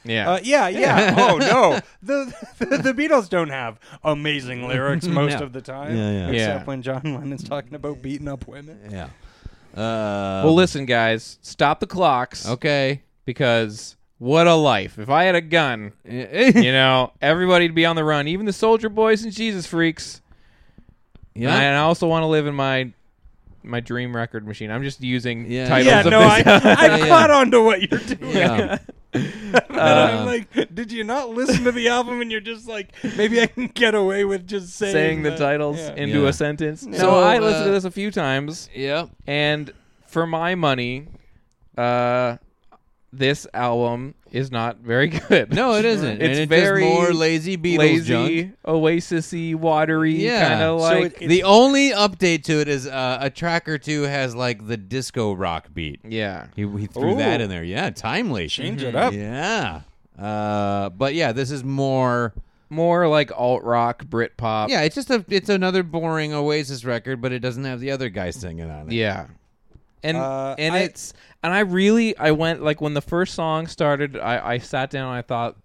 Yeah.
Uh, yeah, yeah. oh no, the, the the Beatles don't have amazing lyrics most
No.
of the time,
Yeah, yeah.
except
Yeah.
when John Lennon's talking about beating up women.
Yeah. Uh,
well, listen, guys, stop the clocks.
okay.
Because what a life. If I had a gun, you know, everybody'd be on the run, even the soldier boys and Jesus freaks.
Yeah.
And I also want to live in my my dream record machine. I'm just using
Yeah.
titles
Yeah,
of
no,
this
I, I caught on to what you're doing.
Yeah. Um,
And I'm like, did you not listen to the album? And you're just like, maybe I can get away with just saying,
saying the
that.
titles
Yeah.
into
Yeah.
a sentence. So,
So,
I listened to
uh,
this a few times,
yeah.
and for my money, uh, this album is not very good.
No, it isn't. and
It's
it's
very
just more lazy Beatles
lazy,
junk.
oasisy, watery,
Yeah.
kind
So
of like
it-
The only update to it is uh, a track or two has like the disco rock beat.
yeah.
He, he threw
Ooh.
that in there. Yeah, timely.
Change it up.
Yeah. Uh, but yeah, this is more.
More like alt rock, Brit pop.
Yeah, it's just a. It's another boring Oasis record, but it doesn't have the other guy singing on it.
Yeah. And
Uh,
and
I-
it's and I really I went like when the first song started, I, I sat down and I thought,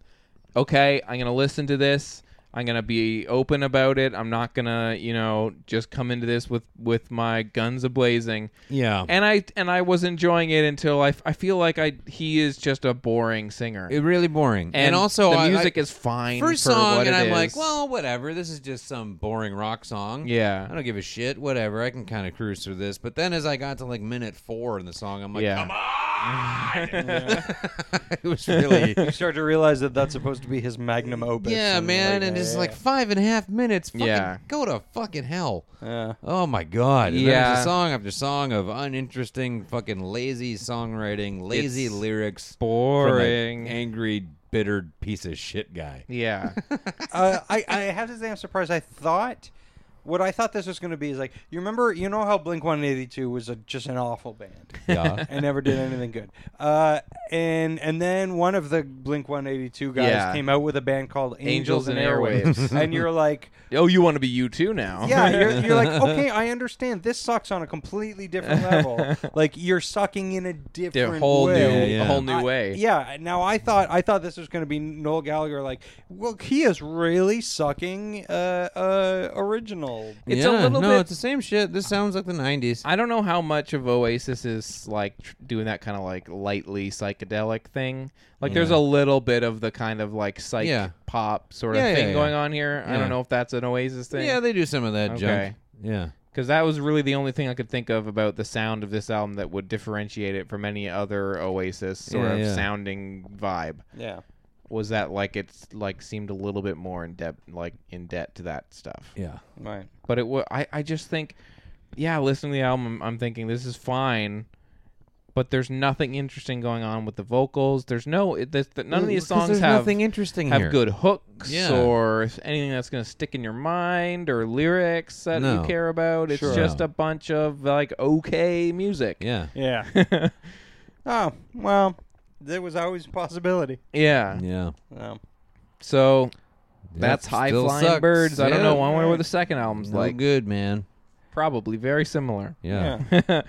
okay, I'm gonna listen to this. I'm gonna be open about it. I'm not gonna, you know, just come into this with with my guns ablazing.
Yeah.
And I and I was enjoying it until I, f- I feel like I he is just a boring singer.
It really boring. And, also,
the
I-
music
I-
is fine.
first
for
song,
what
and
it
I'm like,
is.
well, whatever. This is just some boring rock song.
Yeah.
I don't give a shit. Whatever. I can kind of cruise through this. But then, as I got to like minute four in the song, I'm like,
Yeah.
come on. it was really.
You start to realize that that's supposed to be his magnum opus.
Yeah,
and
man,
like,
and it's
yeah,
like five and a half minutes. Fucking
Yeah.
go to fucking hell.
Yeah.
Oh my god! And then it's
Yeah.
a song after song of uninteresting, fucking lazy songwriting, lazy
It's
lyrics, from
boring.
an angry, bitter piece of shit guy.
yeah.
uh, I, I have to say I'm surprised. I thought what I thought this was going to be is like you remember you know how Blink 182 was a, just an awful band
Yeah.
and never did anything good. Uh, and and then one of the Blink 182 guys
Yeah.
came out with a band called
Angels
Angels,
and
and Airwaves,
Airwaves.
and you're like.
oh, you want to be you too now?
Yeah, you're, you're like, okay, I understand. This sucks on a completely different level. Like you're sucking in a different
a whole new,
way.
Yeah,
a
yeah.
whole new
I-
way.
Yeah. Now I thought I thought this was going to be Noel Gallagher. Like, well, he is really sucking uh, uh, original.
It's a
Yeah,
little
no,
bit-
it's the same shit. This sounds like the '90s.
I don't know how much of Oasis is like tr- doing that kind of like lightly psychedelic thing. Like, there's a little bit of the kind of like psych
Yeah.
pop sort of
Yeah, yeah,
thing
yeah.
going on here. I
Yeah.
don't know if that's an Oasis thing.
Yeah, they do some of that
Okay.
junk. Yeah.
because that was really the only thing I could think of about the sound of this album that would differentiate it from any other Oasis sort
Yeah,
of
yeah.
sounding vibe.
Yeah.
Was that like it's like seemed a little bit more in depth, like in debt to that stuff.
Yeah.
Right.
but it was I, I just think yeah listening to the album i'm thinking this is fine but there's nothing interesting going on with the vocals. There's no it- there's, none of
Well,
these
'cause
songs
there's
have
nothing interesting
have
here.
good hooks
Yeah.
or anything that's going to stick in your mind or lyrics that
No.
you care about. It's
Sure.
just
No.
a bunch of like okay music.
Yeah.
Yeah. oh well, there was always a possibility.
Yeah.
Yeah.
Um,
So that's
Yep,
High
still
Flying
sucks.
Birds. I don't
Yeah.
know. I wonder what the second album's
No
like.
good, man.
Probably very similar.
Yeah.
yeah.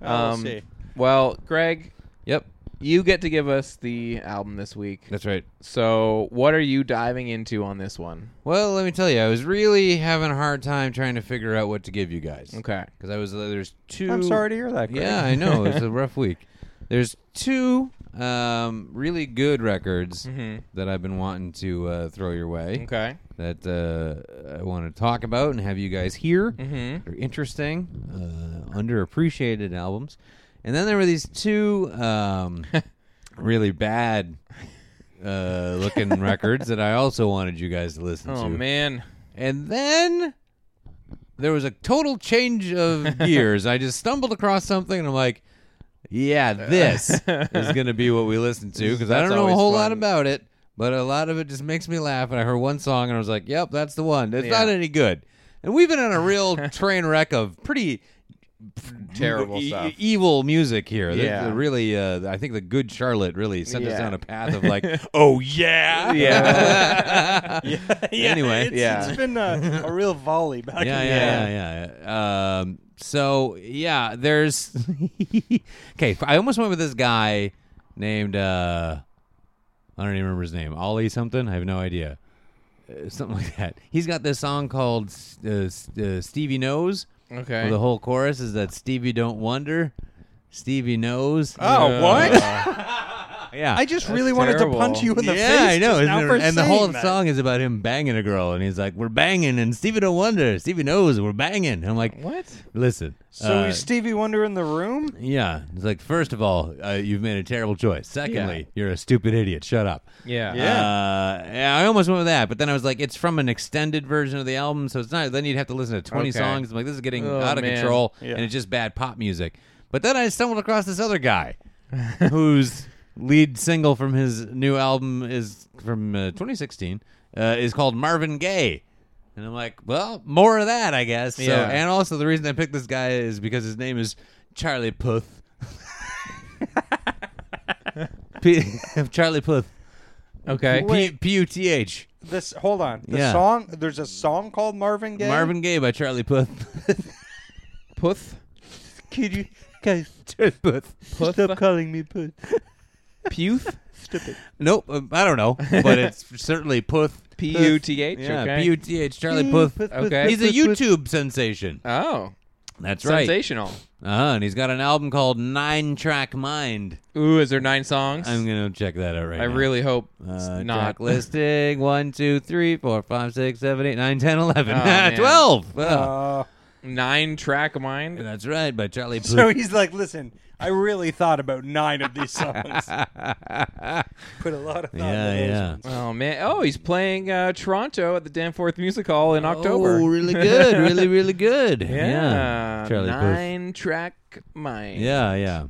we'll
Um,
see.
Well, Greg,
Yep.
you get to give us the album this week.
That's right.
So, what are you diving into on this one?
Well, let me tell you, I was really having a hard time trying to figure out what to give you guys.
Okay.
Because I was uh, there's two.
I'm sorry to hear that. Greg.
Yeah, I know it was a rough week. There's two um, really good records that I've been wanting to uh, throw your way.
Mm-hmm. Okay.
that uh, I want to talk about and have you guys hear.
Mm-hmm.
They're interesting, uh, underappreciated albums. And then there were these two um, really bad uh, looking records that I also wanted you guys to listen
Oh
to.
man.
And then there was a total change of gears. I just stumbled across something and I'm like, yeah, this is going to be what we listen to because I
Uh, That's
don't know a
always
whole lot
fun.
about it, but a lot of it just makes me laugh. And I heard one song and I was like, yep, that's the one. It's not
Yeah.
any good. And we've been on a real train wreck of pretty
Terrible
e-
stuff.
e- evil music here. The-
Yeah.
the really, uh, I think the good Charlotte really sent us
Yeah.
down a path of like, oh, yeah.
Yeah.
Anyway,
it's,
yeah.
it's been a, a real volley back.
yeah,
and
yeah, yeah, yeah. yeah. Um, so yeah, there's okay. I almost went with this guy named uh, I don't even remember his name. Ollie something. I have no idea. Uh, something like that. He's got this song called S- uh, S- uh, Stevie Knows.
Okay.
Where the whole chorus is that Stevie don't wonder. Stevie knows.
Oh, what?
yeah.
I just really
terrible.
wanted to punch you in the
yeah,
face.
I know.
just
isn't
now
it-
for
and the whole
saying that.
song is about him banging a girl, and he's like, "We're banging," and Stevie don't wonder. Stevie knows we're banging. And I'm like,
what?
Listen.
So
uh,
is Stevie Wonder in the room?
yeah, it's like first of all, uh, you've made a terrible choice. Secondly,
Yeah.
you're a stupid idiot. Shut up.
Yeah.
Uh, yeah, I almost went with that, but then I was like, it's from an extended version of the album, so it's not. Then you'd have to listen to 20
Okay.
songs. I'm like, this is getting
Oh,
out of
man.
control,
Yeah.
and it's just bad pop music. But then I stumbled across this other guy, whose lead single from his new album is from uh, 2016 uh, is called Marvin Gaye. And I'm like, well, more of that, I guess. So,
Yeah.
and also the reason I picked this guy is because his name is Charlie Puth. P- Charlie Puth.
Uh, Okay.
P- P-U-T-H.
This hold on. The
Yeah.
song there's a song called Marvin Gaye.
Marvin Gaye by Charlie Puth.
Puth.
could you guys
Charlie Puth.
stop calling me put?
Puth.
Nope, um, I don't know, but it's certainly Puth.
P U T H.
Yeah,
Okay.
P-U-T-H. Charlie Puth.
Okay.
He's a YouTube sensation.
Oh,
That's right.
sensational.
Uh, and he's got an album called Nine Track Mind.
Ooh, is there nine songs?
I'm gonna check that out right
I
now.
really hope it's
uh,
not.
track listing one, two, three, four, five, six, seven, eight, nine, ten, eleven,
Oh, man.
twelve. Wow.
Uh,
Nine track mind.
That's right, by Charlie. Puth.
so he's like, listen, I really thought about nine of these songs. Put a lot of thought.
yeah,
into those.
yeah.
Oh man! Oh, he's playing uh, Toronto at the Danforth Music Hall in October.
Oh, really good, really, really good.
Yeah.
yeah. Charlie Puth.
Nine track mind.
Yeah, yeah.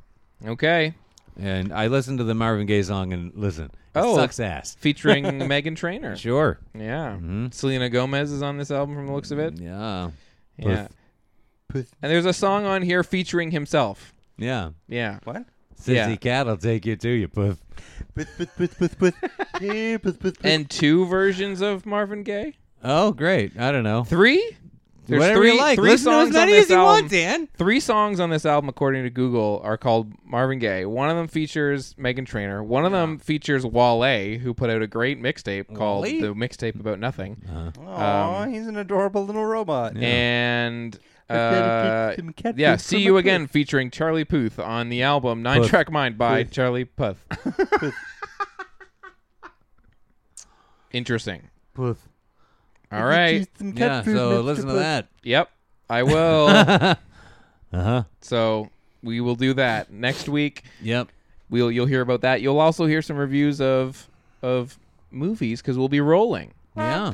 Okay.
And I listened to the Marvin Gaye song and listen. It
Oh.
sucks ass.
Featuring Megan Trainor.
Sure. Mm-hmm.
Yeah. Selena Gomez is on this album from the looks of it.
Yeah.
Yeah.
Puth.
And there's a song on here featuring himself.
Yeah.
Yeah.
What?
Sissy
Yeah.
Cat will take you to you, Puth.
Put, put, put, put, put. Yeah, put, put, put.
And two versions of Marvin Gaye?
Oh, great. I don't know.
Three? There's
Whatever
three,
you like.
Three
listen to
songs
as many
on this
as you
album.
want, Dan.
Three songs on this album, according to Google, are called Marvin Gaye. One of them features Megan Trainor. One of them features Wale, who put out a great mixtape called
Wale?
The
Uh-huh.
Mixtape About Nothing.
Um,
Aw, he's an adorable little robot.
And
better
uh,
get some cat
yeah,
food
see
from
you
a
again featuring Charlie Puth on the album Nine
Puth.
Track Mind by Charlie Puth. Interesting.
Puth.
All right.
Some cat
Yeah,
food,
so
Mr.
listen to
Puth.
that.
Yep, I will. uh
Uh-huh.
So we will do that next week.
Yep.
We'll you'll hear about that. You'll also hear some reviews of of movies because we'll be rolling.
Yeah.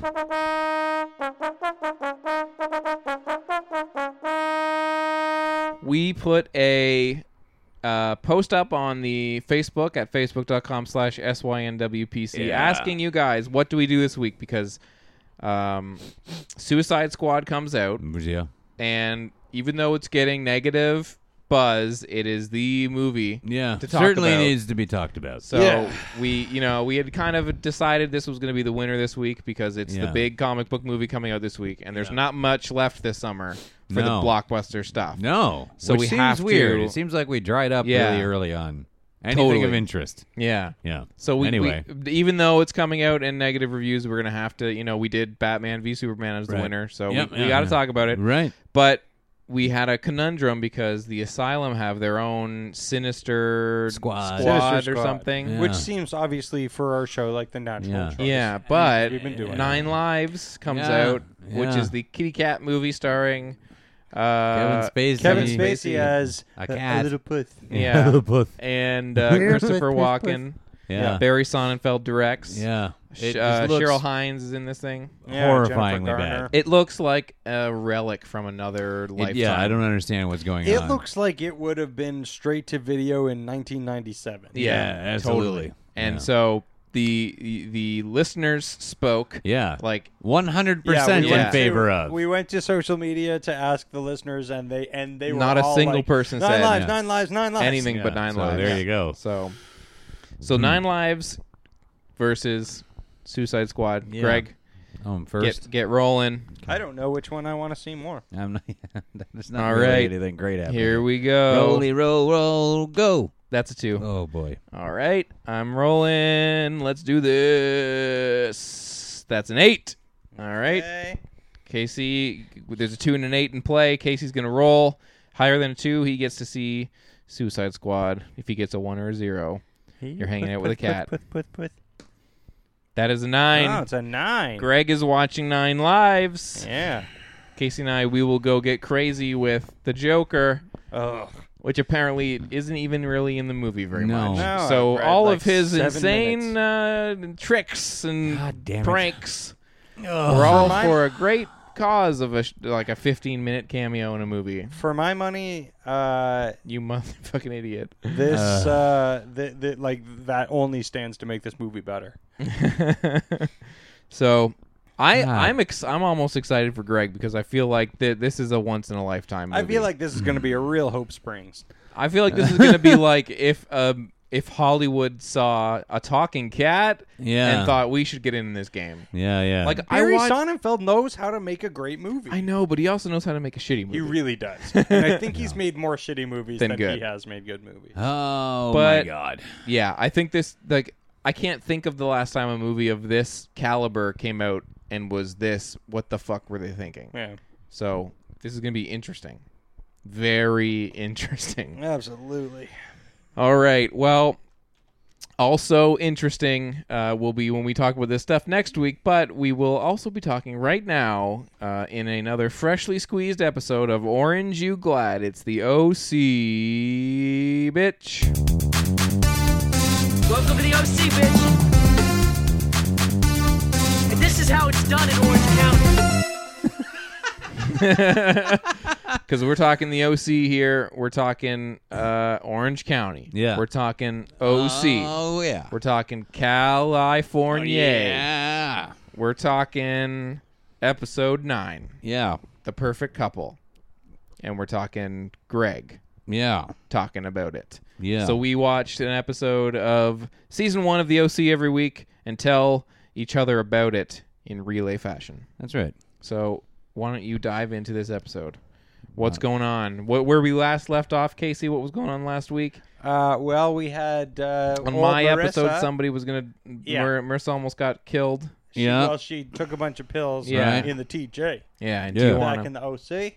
We put a uh, uh, post up on the Facebook at facebook.com slash SYNWPC
Yeah.
asking you guys, what do we do this week? Because um, Suicide Squad comes out,
Yeah.
and even though it's getting negative buzz, it is the movie
Yeah.
to talk
Certainly
about.
needs to be talked about.
So we, you know, we had kind of decided this was going to be the winner this week because it's the
Yeah.
big comic book movie coming out this week, and there's not much left this summer for
No.
the blockbuster stuff.
no.
So
Which
we
seems
have
weird.
to-
It seems like we dried up
Yeah.
really early on. Anything of
Totally.
interest.
Yeah.
Yeah.
So we,
anyway.
we- even though it's coming out in negative reviews, we're gonna have to, you know, we did Batman v Superman as the
Right.
winner, so
Yep,
we, we
yeah,
got to
yeah.
talk about it,
Right.
But we had a conundrum because the asylum have their own sinister
Squad.
Sinister
or
Squad.
something,
Yeah.
Which seems obviously for our show like the natural
Yeah.
choice.
Yeah, but
we've been doing
Nine Lives comes
Yeah,
out, which
yeah.
is the kitty cat movie starring uh,
Kevin Spacey.
Kevin
Spacey.
Spacey as
A
a,
cat.
little puss.
Yeah,
Both.
and uh, Christopher Walken.
Yeah.
Barry Sonnenfeld directs.
Yeah.
Sh-
It
uh,
just looks
Cheryl Hines is in this thing.
Yeah,
horrifyingly
Jennifer
bad.
Garner.
It looks like a relic from another
It-
lifetime.
yeah, I don't understand what's going
It
on.
looks like it would have been straight to video in 1997.
Yeah,
Yeah,
totally.
absolutely.
And
Yeah.
so the the listeners spoke.
Yeah.
Like
One hundred
Yeah,
percent
we went
Yeah.
to-
in favor of.
We went to social media to ask the listeners, and they and they were
Not a
all
single
like,
person
nine
said
lives,
Yeah.
nine lives, nine lives.
anything but
Yeah,
nine
so
lives.
there you go. Hmm.
So, so nine lives versus Suicide Squad.
Yeah.
Greg,
Oh, I'm
get
first.
get rolling.
I don't know which one I want to see more.
I'm not, there's not
All
really
right.
anything great happening.
Here we go.
Rolly roll roll go.
That's a two.
Oh boy.
All right, I'm rolling. Let's do this. That's an eight. All right,
Okay.
Casey. There's a two and an eight in play. Casey's gonna roll higher than a two. He gets to see Suicide Squad. If he gets a one or a zero, you're hanging out with a cat.
Put, put, put.
That is a nine.
Oh, it's a nine.
Greg is watching Nine Lives.
Yeah.
Casey and I, we will go get crazy with the Joker,
Oh,
which apparently isn't even really in the movie very
No.
much.
No,
so
I've read
all
like
of his
seven
insane uh, tricks and
God damn it.
pranks were all for a great cause of a sh- like a 15 minute cameo in a movie.
for my money, uh,
You motherfucking idiot.
this uh, th- th- like that only stands to make this movie better.
So. I,
God.
I'm ex- I'm almost excited for Greg because I feel like th- this is a once in a lifetime.
I feel
movie.
like this is going to be a real Hope Springs.
I feel like this is gonna be like if um if Hollywood saw a talking cat
Yeah.
and thought we should get in this game.
Yeah, yeah.
Like
Barry
I watched,
Sonnenfeld knows how to make a great movie.
I know, but he also knows how to make a shitty movie.
He really does. And I think he's made more shitty movies
Than
than
good. Uh.
he has made good movies.
oh my
But-
god.
yeah, I think this like I can't think of the last time a movie of this caliber came out and was this what the fuck were they thinking?
Yeah.
So this is gonna be interesting. Very interesting.
Absolutely.
All right. Well, also interesting uh, will be when we talk about this stuff next week, but we will also be talking right now uh, in another freshly squeezed episode of Orange You Glad. It's the OC Bitch.
Welcome to the OC, bitch. And this is how it's done in Orange County.
Because we're talking the OC here. We're talking uh, Orange County.
Yeah.
We're talking OC.
Oh yeah.
We're talking California.
Yeah.
We're talking episode nine.
Yeah.
the perfect couple and we're talking greg
Yeah.
talking about it
Yeah.
so we watched an episode of season one of the oc every week and tell each other about it in relay fashion
That's right.
so why don't you dive into this episode what's going on what, where we last left off casey what was going on last week
Uh, well, we had uh,
on
old
my
Marissa.
episode somebody was gonna
Yeah.
Mar- marissa almost got killed
She,
Yeah.
Well, she took a bunch of pills
Yeah.
uh, in the TJ.
yeah and
Yeah.
do you
Back
want
in the OC,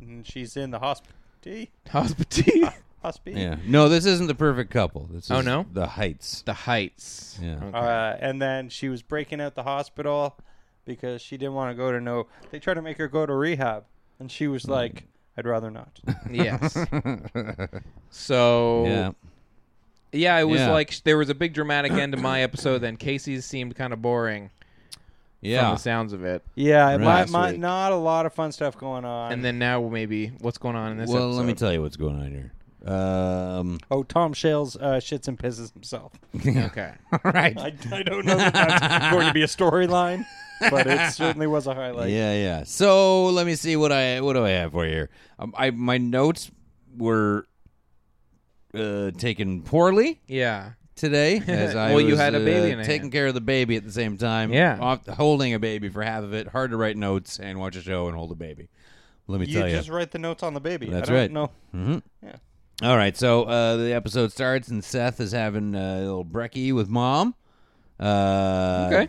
and she's in the hospital.
hospital
Hospital.
Yeah. No, this isn't the perfect couple. This is
Oh, no?
the heights.
the heights
Yeah.
Okay.
Uh, and then she was breaking out the hospital because she didn't want to go to no. They tried to make her go to rehab, and she
Hmm.
was like, "I'd rather not."
yes so
Yeah.
Yeah, it was
Yeah.
like sh- there was a big dramatic end to my episode. Then Casey's seemed kind of boring from
Yeah.
the sounds of it,
Yeah, my,
Last
my,
week.
not a lot of fun stuff going on.
and then now maybe what's going on in this?
Well, let me
episode?
tell you what's going on here. Um,
Oh, Tom Shales uh, shits and pisses himself.
Okay.
all right.
I, I don't know that that's going to be a storyline, but it certainly was a highlight.
yeah, yeah. So let me see what I what do I have for you here. Um, I my notes were uh, taken poorly
Yeah.
today as I
Well, you
was,
had a
uh,
baby in a
taking
hand.
care of the baby at the same time.
Yeah.
off, holding a baby for half of it. Hard to write notes and watch a show and hold a baby. Let me
You
tell you.
just write the notes on the baby.
That's
I don't
right.
know.
All right, so uh, the episode starts and Seth is having uh, a little brekkie with mom. Uh,
Okay.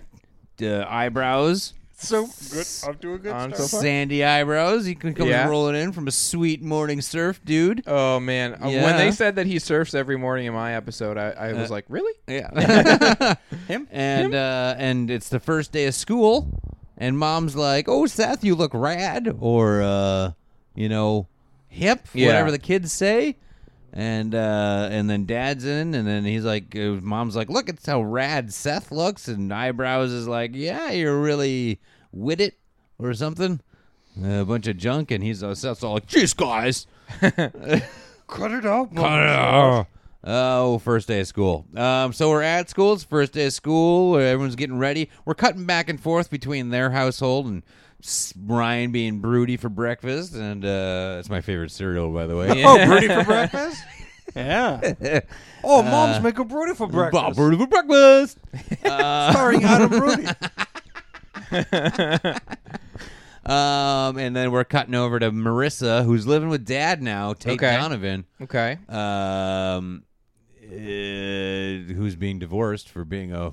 d- uh, eyebrows,
So good. I'm doing good.
On
stuff.
so far?
sandy eyebrows. He can come
Yeah.
rolling in from a sweet morning surf, dude.
Oh man, Uh,
Yeah. Uh,
when they said that he surfs every morning in my episode, I, I was like, really?
Yeah,
Him?
and uh, and it's the first day of school, and mom's like, "Oh, Seth, you look rad," or uh, you know, hip,
Yeah.
whatever the kids say. And uh, and then dad's in, and then he's like, uh, mom's like, "Look, it's how rad Seth looks," and eyebrows is like, "Yeah, you're really with it," or something. A bunch of junk, and he's uh, Seth's all like, "Jeez, guys."
Cut it out.
Oh, first day of school. Um, so we're at school. It's first day of school. where Everyone's getting ready. We're cutting back and forth between their household and s- Ryan being broody for breakfast, and uh, it's my favorite cereal, by the way.
Oh, broody for breakfast? Yeah. Oh, moms
Uh,
make a broody for
Bah,
breakfast.
broody for breakfast.
Starring Adam Brody.
Um, and then we're cutting over to Marissa, who's living with Dad now, Tate
Okay.
Donovan,
Okay.
um, uh, who's being divorced for being a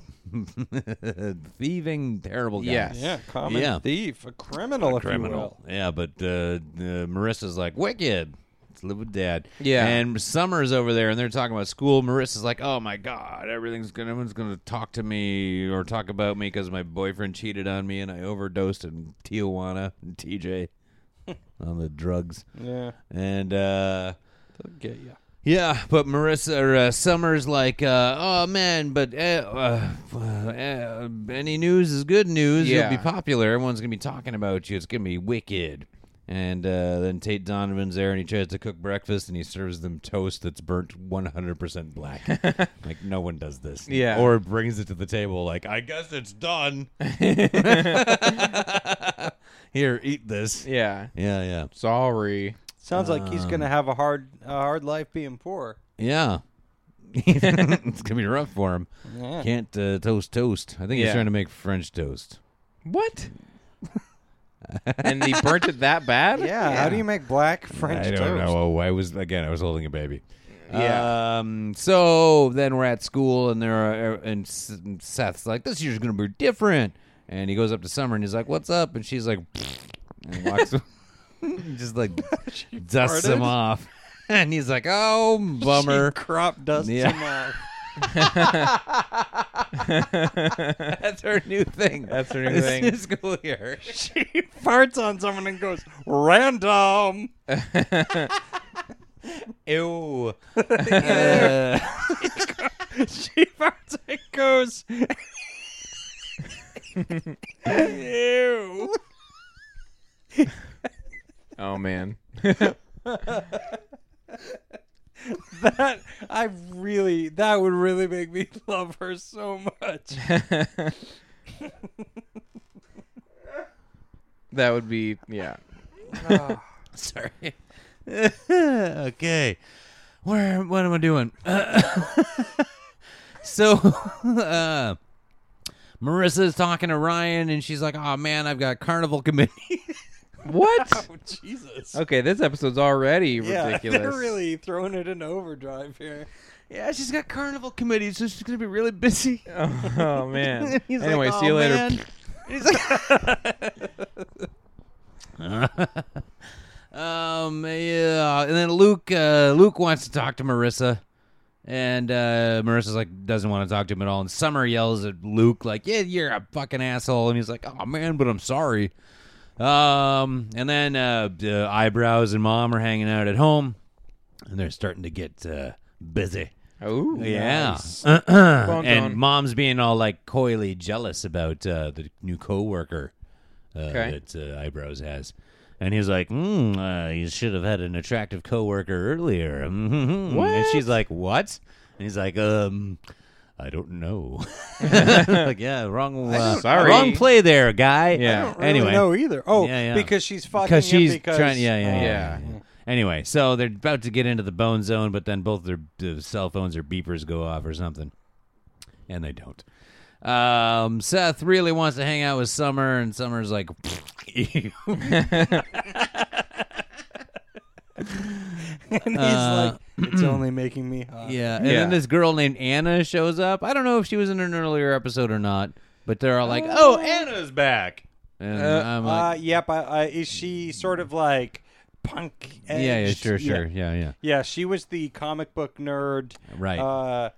thieving, terrible guy.
Yes.
Yeah, common
Yeah.
thief, a criminal, if you will.
Yeah, but uh, uh, Marissa's like, wicked. Let's live with dad.
Yeah.
And Summer's over there, and they're talking about school. Marissa's like, oh my god, everything's gonna, everyone's gonna talk to me or talk about me because my boyfriend cheated on me and I overdosed in Tijuana and TJ on the drugs.
Yeah,
And uh,
get you.
yeah, but Marissa or, uh, Summers like, uh, oh man, but uh, uh, uh, any news is good news.
Yeah.
You'll be popular. Everyone's gonna be talking about you. It's gonna be wicked. And uh, then Tate Donovan's there, and he tries to cook breakfast, and he serves them toast that's burnt 100% black. like no one does this.
Yeah.
Or brings it to the table. Like I guess it's done. Here, eat this.
Yeah.
Yeah, yeah,
Sorry.
Sounds like he's gonna have a hard, a hard life being poor.
yeah. it's gonna be rough for him.
Yeah.
Can't uh, toast toast. I think he's
Yeah.
trying to make French toast.
What? and he burnt it that bad?
Yeah, How do you make black French
I don't know. Oh, I was again. I was holding a baby.
Yeah.
Um. So then we're at school, and there are, er, and S- and Seth's like, "This year's gonna be different." And he goes up to Summer, and he's like, "What's up?" And she's like, and walks, just like dusts him
farted?
off. And he's like, "Oh, bummer."
Crop dust
Yeah.
him off.
That's her new thing.
That's her new
This
thing.
is school year.
She farts on someone and goes random.
Ew.
She farts and goes. Ew.
Oh man.
That I really that would really make me love her so much.
That would be yeah.
Sorry. okay. Where what am I doing? so uh Marissa is talking to Ryan and she's like, "Oh man, I've got carnival committee."
What?
Oh, Jesus.
Okay, this episode's already
Yeah,
ridiculous.
they're really throwing it in overdrive here.
yeah, she's got carnival committee, so she's going to be really busy.
Oh, oh, man.
He's like,
anyway,
"Oh,
see you later.
man." He's like- um, yeah, and then Luke, uh, Luke wants to talk to Marissa, and uh, Marissa's like doesn't want to talk to him at all. And Summer yells at Luke like, "Yeah, you're a fucking asshole," and he's like, "Oh man, but I'm sorry." Um, and then uh, uh, eyebrows and mom are hanging out at home, and they're starting to get uh, busy.
Oh
Yeah. Uh, and
on.
mom's being all like coyly jealous about uh, the new coworker uh,
Okay.
that uh, eyebrows has. And he's like, mm, uh, you should have had an attractive coworker earlier. Mhm. And she's like, what? And he's like, um, I don't know. like, yeah, wrong, uh,
Sorry.
wrong play there, guy.
Yeah. I
I don't really
anyway,
know either. Oh,
Yeah, yeah.
because she's fucking
because
him
she's
because
trying. Yeah,
Oh.
yeah, yeah,
Yeah.
yeah. Anyway, so they're about to get into the bone zone, but then both their, uh, cell phones or beepers go off or something, and they don't. Um, Seth really wants to hang out with Summer, and Summer's like, "Ew."
and he's like, it's only making me hot.
Uh, yeah. And
Yeah.
then this girl named Anna shows up. I don't know if she was in an earlier episode or not, but they're all like, "Oh, Anna's back," and I'm
Uh,
like,
yep. I, I, is she sort of like punk?
"Yeah, yeah, sure, sure, yeah, yeah."
uh, Yeah, she was the comic book nerd,
Right.
Uh,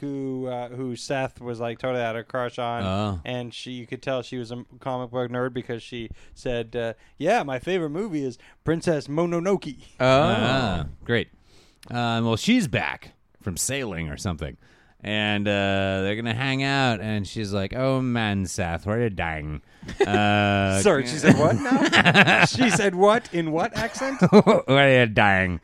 who uh, who Seth was like totally had a crush on,
Oh.
and she you could tell she was a comic book nerd because she said, uh, "Yeah, my favorite movie is Princess Mononoke."
Oh,
Ah, great. Um, well, she's back from sailing or something, and uh, they're gonna hang out. And she's like, "Oh man, Seth, where you dang?" Uh,
Sorry, she said what? now? she said what in what accent?
where you dang?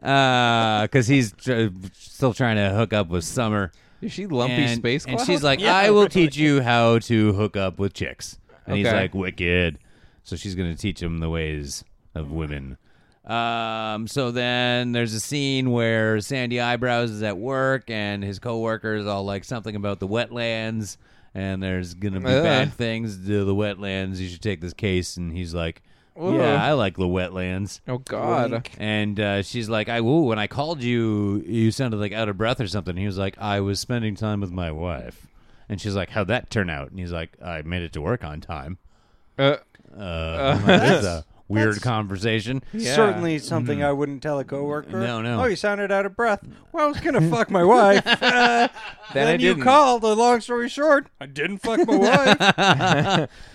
Because he's tr- still trying to hook up with Summer.
is she lumpy
and,
space?
and
Cloud?
she's like, "I will teach you how to hook up with chicks." And he's
Okay.
like, "Wicked." So she's gonna teach him the ways of women. Um, so then there's a scene where Sandy Eyebrows is at work and his coworkers all like something about the wetlands and there's gonna be
Ugh.
bad things to the wetlands. You should take this case. And he's like, "Yeah, I like the wetlands."
oh God,
And uh, she's like, "I woo." When I called you, you sounded like out of breath or something. He was like, "I was spending time with my wife." And she's like, "How'd that turn out?" And he's like, "I made it to work on time."
Uh,
Uh, I'm like, that's a weird conversation.
Certainly something I wouldn't tell a coworker.
No, no.
Oh, you sounded out of breath. Well, I was gonna fuck my wife.
I
Uh, then you
didn't.
called. The long story short, I didn't fuck my wife.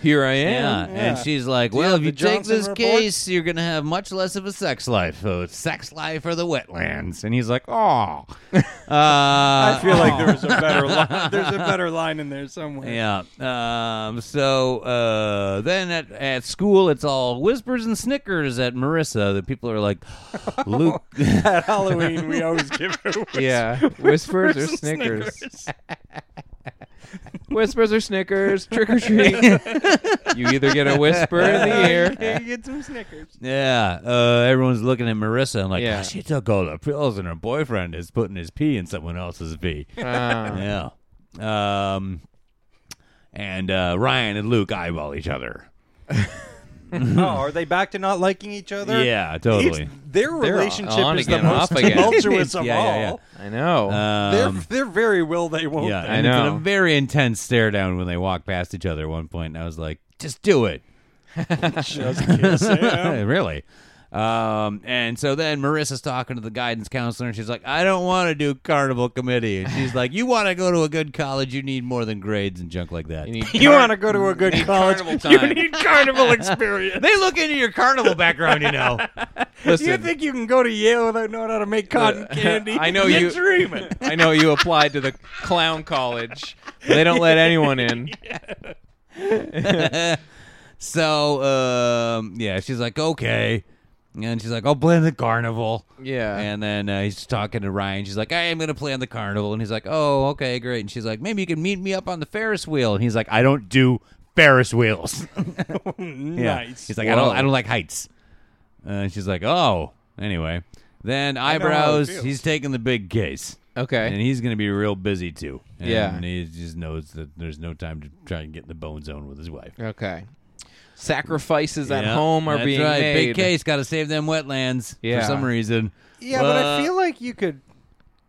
here I
Yeah.
am.
and she's like,
you
"Well,
have
if
the
you take
Johnson
this
report?"
case, you're gonna have much less of a sex life. So it's sex life or the wetlands." And he's like, "Oh." uh,
I feel like there was a better line. There's a better line in there somewhere.
Yeah. Um, so uh, then at, at school, it's all whispers and snickers at Marissa. The people are like, Luke.
At Halloween, we always give her.
Yeah, whispers or Snickers. whispers or Snickers. Trick or treat. you either get a whisper in the ear.
get some Snickers.
yeah. Uh, everyone's looking at Marissa and like,
Yeah.
"Gosh, she took all the pills, and her boyfriend is putting his pee in someone else's pee.
Uh,
yeah. Um, and uh, Ryan and Luke eyeball each other.
Oh, are they back to not liking each other?
yeah, totally.
Each- their relationship
on
is
again,
the
off
most
again.
tumultuous of
Yeah,
all.
yeah, yeah.
I know.
They're,
Um,
they're very will they won't.
Yeah,
they?
and it's
know.
a very intense stare down when they walk past each other at one point, and I was like, "Just do it."
Just kiss him.
really. Um, and so then Marissa's talking to the guidance counselor, and she's like, "I don't want to do carnival committee." And she's like, "You want to go to a good college? You need more than grades and junk like that."
need
You want to go to a good college?
time.
carnival experience.
they look into your carnival background, you know.
Listen,
You think you can go to Yale without knowing how to make cotton candy?
I know you-
You're dreaming.
I know you applied to the clown college. but They don't let anyone in.
so, um, yeah, she's like, "Okay," and she's like, "I'll blame the carnival."
Yeah.
And then uh, he's talking to Ryan. She's like, I am going to play on the carnival. And he's like, oh, okay, great. And she's like, maybe you can meet me up on the Ferris wheel. And he's like, I don't do Ferris wheels.
Nice.
He's like, I don't,
Whoa.
I don't like heights. Uh, and she's like, oh. Anyway, then eyebrows,
feels.
he's taking the big case. And
Okay.
he's going to be real busy too. And
Yeah.
he just knows that there's no time to try and get in the bone zone with his wife.
Okay. Sacrifices at
Yeah,
home are
that's
being
right.
made.
Big case, got to save them wetlands
Yeah.
for some reason.
Yeah, but I feel like you could,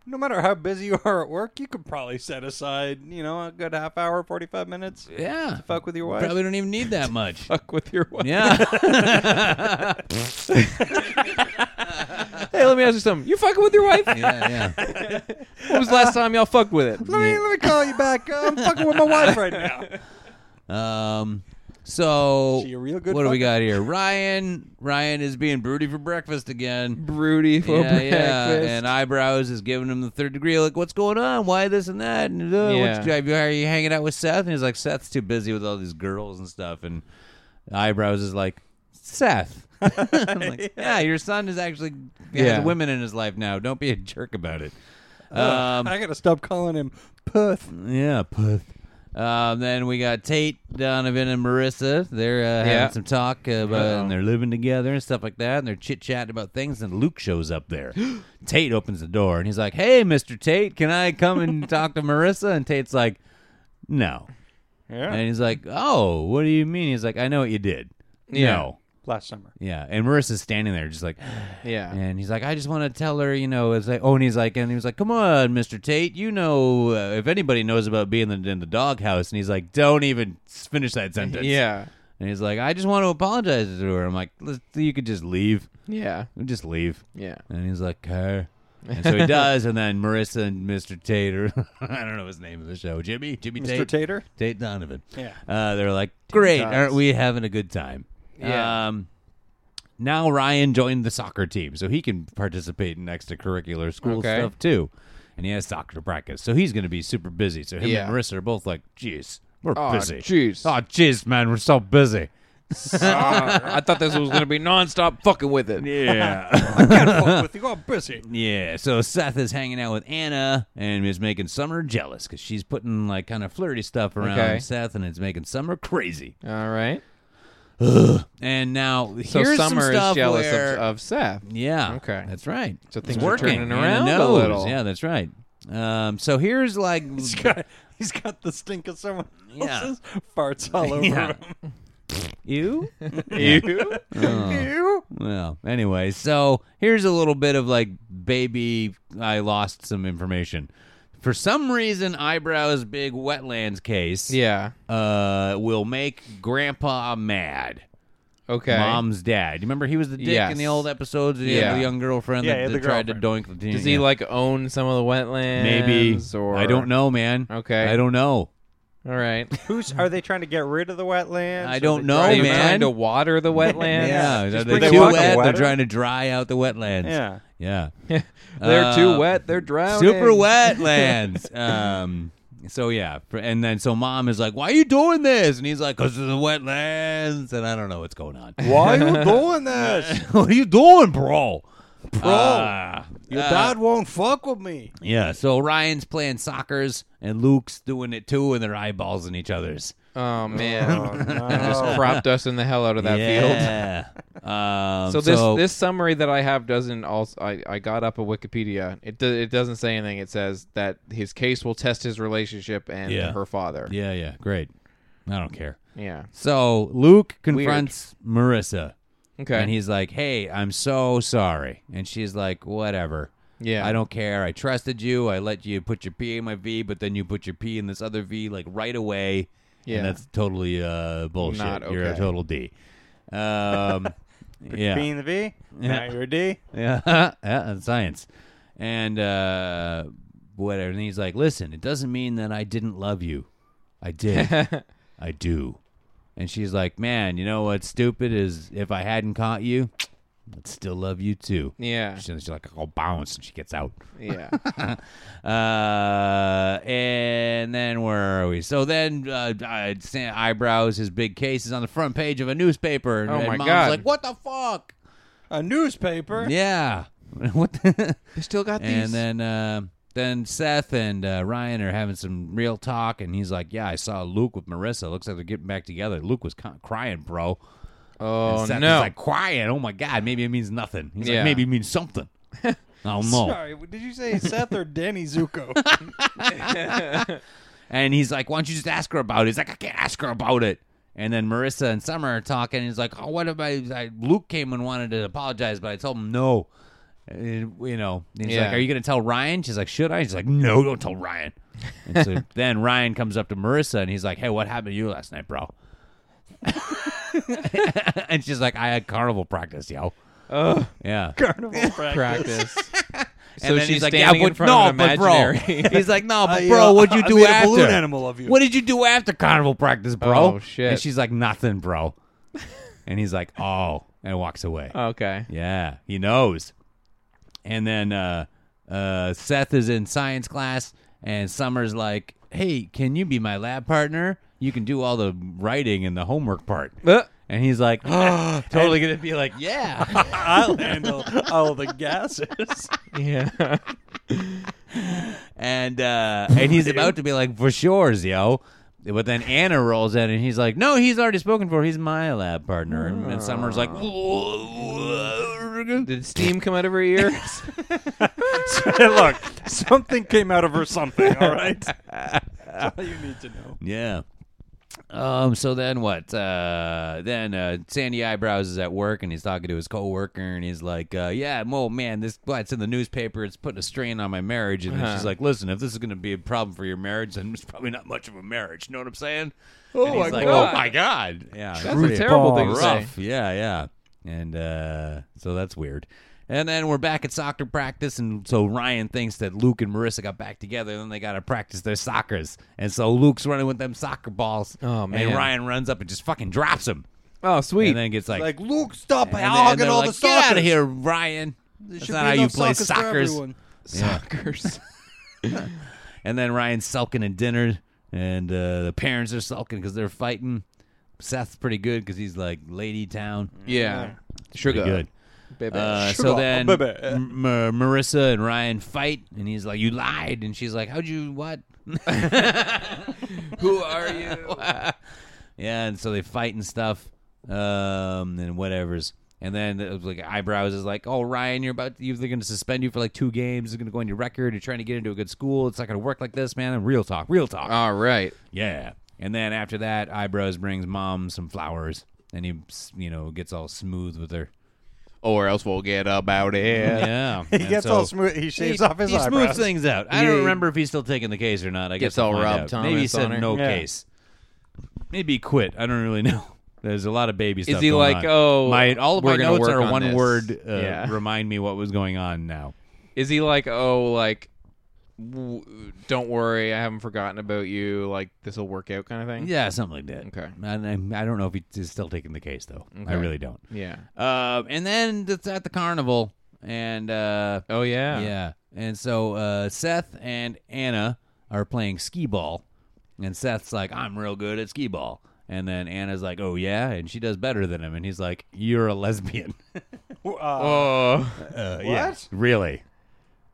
no matter how busy you are at work, you could probably set aside, you know, a good half hour, 45 minutes.
yeah,
Fuck with your wife.
probably don't even need that much.
Fuck with your wife.
Yeah.
Hey, let me ask you something. You fucking with your wife?
yeah, yeah.
When was the last time y'all fucked with it?
Let me, let me call you back. I'm fucking with my wife right now.
Um, so
She a real good
what do we
fucker.
got here? Ryan, Ryan is being broody for breakfast again.
Broody for
yeah,
breakfast.
yeah, and eyebrows is giving him the third degree. Like, what's going on? Why this and that? And uh, what's,
Yeah.
are, you, are you hanging out with Seth? And he's like, Seth's too busy with all these girls and stuff. And eyebrows is like,
Seth.
I'm like, yeah, your son is actually
Yeah.
has women in his life now. Don't be a jerk about it. Um,
I gotta stop calling him Puth.
yeah, puth. Um, then we got Tate, Donovan, and Marissa. They're
Yeah.
uh, having some talk about, and they're living together and stuff like that. And they're chit chatting about things. And Luke shows up there. Tate opens the door and he's like, "Hey, Mister Tate, can I come and talk to Marissa?" And Tate's like, "No."
Yeah.
And he's like, "Oh, what do you mean?" He's like, "I know what you did."
Yeah.
No.
Last summer.
Yeah, and Marissa's standing there, just like,
Yeah.
and he's like, I just want to tell her, you know, it's like, oh, and he's like, and he was like, come on, Mister Tate, you know, uh, if anybody knows about being in the, in the doghouse, and he's like, don't even s- finish that sentence.
Yeah.
and he's like, I just want to apologize to her. I'm like, "Let's- you could just leave,
Yeah.
just leave.
Yeah.
And he's like, okay. And so he does, and then Marissa and Mr. Tate, or I don't know his name of the show, Jimmy, Jimmy
Mr.
Tate,
Tater?
Tate Donovan.
Yeah.
Uh, they're like, great,
Tots.
aren't we having a good time?
Yeah.
Um, now Ryan joined the soccer team, so he can participate in extracurricular school
Okay.
stuff too. And he has soccer practice, so he's going to be super busy. So him
Yeah.
and Marissa are both like, jeez, we're
Aw,
busy.
jeez.
Oh, jeez, man, we're so busy.
I thought this was gonna be nonstop fucking with it.
Yeah.
with you. I'm busy.
yeah. So Seth is hanging out with Anna and is making Summer jealous because she's putting like kind of flirty stuff around
Okay.
Seth and it's making Summer crazy.
All right.
And now
So
here's some
Summer
stuff
is jealous
where-
of, of Seth.
Yeah.
Okay.
That's right.
So
It's
things are
working.
turning
Anna
around a
knows.
little.
Yeah, that's right. Um, so here's like
He's got, he's got the stink of someone
Yeah.
else's farts all over
Yeah.
him.
you. Oh.
You?
Well, anyway, so here's a little bit of like baby I lost some information. For some reason, eyebrows big wetlands case
yeah.
uh will make grandpa mad.
Okay.
Mom's dad. You remember he was the dick in the
Yes.
old episodes and he had
Yeah.
the young girlfriend
Yeah,
that,
he had
that
the
tried to doink the
Does he
yeah.
like own some of the wetlands?
maybe
Or
I don't know, man.
Okay.
I don't know.
All right.
Who's are they trying to get rid of the wetlands?
I
Are
don't
they
know,
Are
trying
you
to-
Oh, man.
trying to water the wetlands?
Yeah,
Just
they're
bring
too
the water
wet. They're
water.
trying to dry out the wetlands.
Yeah.
yeah,
They're
Uh,
too wet. They're drowning.
super wetlands. um, so yeah, fr- and then so mom is like, "Why are you doing this?" And he's like, "Cause of the wetlands." And I don't know what's going on.
Why are you doing this?
what are you doing, bro?
Bro,
Uh,
your
uh,
dad won't fuck with me.
Yeah. So Ryan's playing soccer's and Luke's doing it too, and their eyeballs in each other's.
Oh man, that just cropped us in the hell out of that field.
yeah. um,
So this this summary that I have doesn't also I, I got up a Wikipedia. It do, it doesn't say anything. It says that his case will test his relationship and
Yeah.
her father.
Yeah, yeah, great. I don't care.
Yeah.
So Luke confronts Marissa.
Okay.
And he's like, "Hey, I'm so sorry." And she's like, "Whatever.
Yeah.
I don't care. I trusted you. I let you put your P in my V, but then you put your P in this other V like right away.
Yeah.
And that's totally uh bullshit.
Not
You're a
okay.
total D. Um yeah.
Being the V, now you're a D.
Yeah, yeah, and science, and uh, whatever. And he's like, "Listen, it doesn't mean that I didn't love you. I did. I do." And she's like, "Man, you know what's stupid is if I hadn't caught you, I'd still love you too."
Yeah.
She's she's like, "I'll bounce," and she gets out.
Yeah.
Uh, and then where are we? So then, uh, uh, Sam eyebrows. His big case is on the front page of a newspaper. And,
Oh
and
my
mom's
God.
Like, what the fuck?
A newspaper.
Yeah. what? The-
they still got these.
and then uh, then Seth and uh, Ryan are having some real talk, and he's like, "Yeah, I saw Luke with Marissa. Looks like they're getting back together." Luke was con- crying, bro. And
oh
Seth
no.
is like crying. Oh my god, maybe it means nothing. He's
Yeah.
like, maybe it means something. I don't know.
Sorry, did you say Seth or Danny Zuko?
And he's like, "Why don't you just ask her about it?" He's like, "I can't ask her about it." And then Marissa and Summer are talking. And he's like, "Oh, what about I, Luke came and wanted to apologize, but I told him no." And, you know, and he's
Yeah.
like, "Are you going to tell Ryan?" She's like, "Should I?" He's like, "No, don't tell Ryan." And so then Ryan comes up to Marissa and he's like, "Hey, what happened to you last night, bro?" and she's like, "I had carnival practice, yo." Oh, yeah.
Carnival practice.
practice. so
And then
she's
he's like, "Yeah,
standing
but
in front
no,
of an
but bro."
imaginary.
He's like, "No, but
I,
bro,
uh,
what'd you
I
do
made a
after?"
balloon animal of you.
What did you do after carnival practice, bro?
Oh, shit.
And she's like, "Nothing, bro." and he's like, "Oh," and walks away.
okay.
Yeah, he knows. And then uh, uh, Seth is in science class, and Summer's like, "Hey, can you be my lab partner? You can do all the writing and the homework part."
Uh,
And he's like, totally going to be like, yeah.
I'll handle all the gases.
Yeah.
and uh, and he's about to be like, for sure, yo. But then Anna rolls in and he's like, no, he's already spoken for. He's my lab partner. And, and Summer's like, Oh.
Did steam come out of her ears?
Look, something came out of her something, all right? That's all you need to know.
Yeah. Um. So then what? Uh. Then uh, Sandy Eyebrows is at work and he's talking to his coworker and he's like, uh, "Yeah, well, man, this well, it's in the newspaper. It's putting a strain on my marriage." And then
Uh-huh.
she's like, "Listen, if this is going to be a problem for your marriage, then it's probably not much of a marriage." You know what I'm saying? Oh and he's
my
like,
God.
Oh my god! Yeah.
That's a terrible thing to say.
Rough. Yeah, yeah. And uh, so that's weird. And then we're back at soccer practice, and so Ryan thinks that Luke and Marissa got back together, and then they got to practice their soccers. And so Luke's running with them soccer balls,
Oh, man.
and Ryan runs up and just fucking drops him,
Oh, sweet.
and then gets like,
Like, Luke, stop
and then-
hogging
and they're
all
like,
the
get out
sockers.
of here, Ryan. That's not how you play soccers.
Suckers.
And then Ryan's sulking at dinner, and uh, the parents are sulking because they're fighting. Seth's pretty good because he's like lady town.
Yeah. Sugar.
Pretty good.
Baby.
Sugar,
Uh,
Oh,
so then
baby.
M- Mar- Marissa and Ryan fight, and he's like, "You lied," and she's like, "How'd you what?"
Who are you?
Yeah, and so they fight and stuff, um, and whatever's. And then it was like eyebrows is like, "Oh, Ryan, you're about to, you're going to suspend you for like two games. It's going to go on your record. You're trying to get into a good school. It's not going to work like this, man." And real talk, real talk.
All right.
Yeah. And then after that, eyebrows brings mom some flowers, and he you know gets all smooth with her.
Or else we'll get about it.
Yeah,
He gets all smooth. He shaves off his
he
eyebrows.
smooths things out. I don't remember if he's still taking the case or not. I
Gets
guess we'll
all
find
Rob
out.
Thomas
Maybe he said
on her.
no
Yeah.
case. Maybe he quit. I don't really know. There's a lot of baby stuff.
he
going
like,
on.
"Oh,
my all of
we're
my
gonna
notes
work
are
on
one
this."
word. Uh,
Yeah.
Remind me what was going on now.
Is he like, oh, like, w- don't worry, I haven't forgotten about you. Like, this will work out kind of thing?
Yeah, something like that.
Hmm. Okay.
And I, I don't know if he's still taking the case though. I really don't.
Yeah.
Uh, and then it's at the carnival, and uh,
Oh, yeah.
Yeah. And so uh, Seth and Anna are playing skee ball. And Seth's like, I'm real good at skee ball. And then Anna's like, oh, yeah. And she does better than him. And he's like, you're a lesbian.
Oh.
Uh, yeah, really?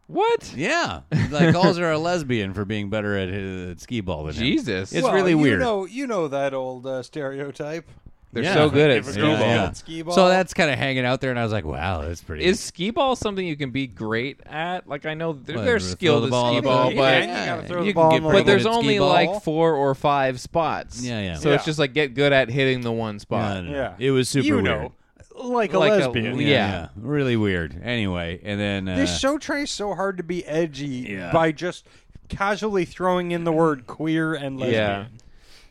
What?
Yeah. He, like, calls her a lesbian for being better at, uh, at skee ball than him.
Jesus.
It's really
you
weird.
Know, you know that old uh, stereotype.
They're
Yeah.
so good at
If a
skee
girl
ball.
can at skee ball.
So that's kind of hanging out there. And I was like, wow, that's pretty.
Is skee ball something you can be great at? Like I know they're,
Well,
they're
throw the
skilled at
ball
skee
up
ball,
and-
but
Yeah,
you gotta throw
you
the
can
ball
get
in the
pretty
but there's
good at skee
only
ball.
like four or five spots.
Yeah, yeah.
So it's
Yeah.
just like get good at hitting the one
No,
spot.
no, no.
Yeah.
It was super
you
weird.
know, like a
Like a-
lesbian.
yeah.
Really weird. Anyway, and then. Uh,
This show tries so hard to be edgy
Yeah.
by just casually throwing in the word queer and lesbian.
Yeah.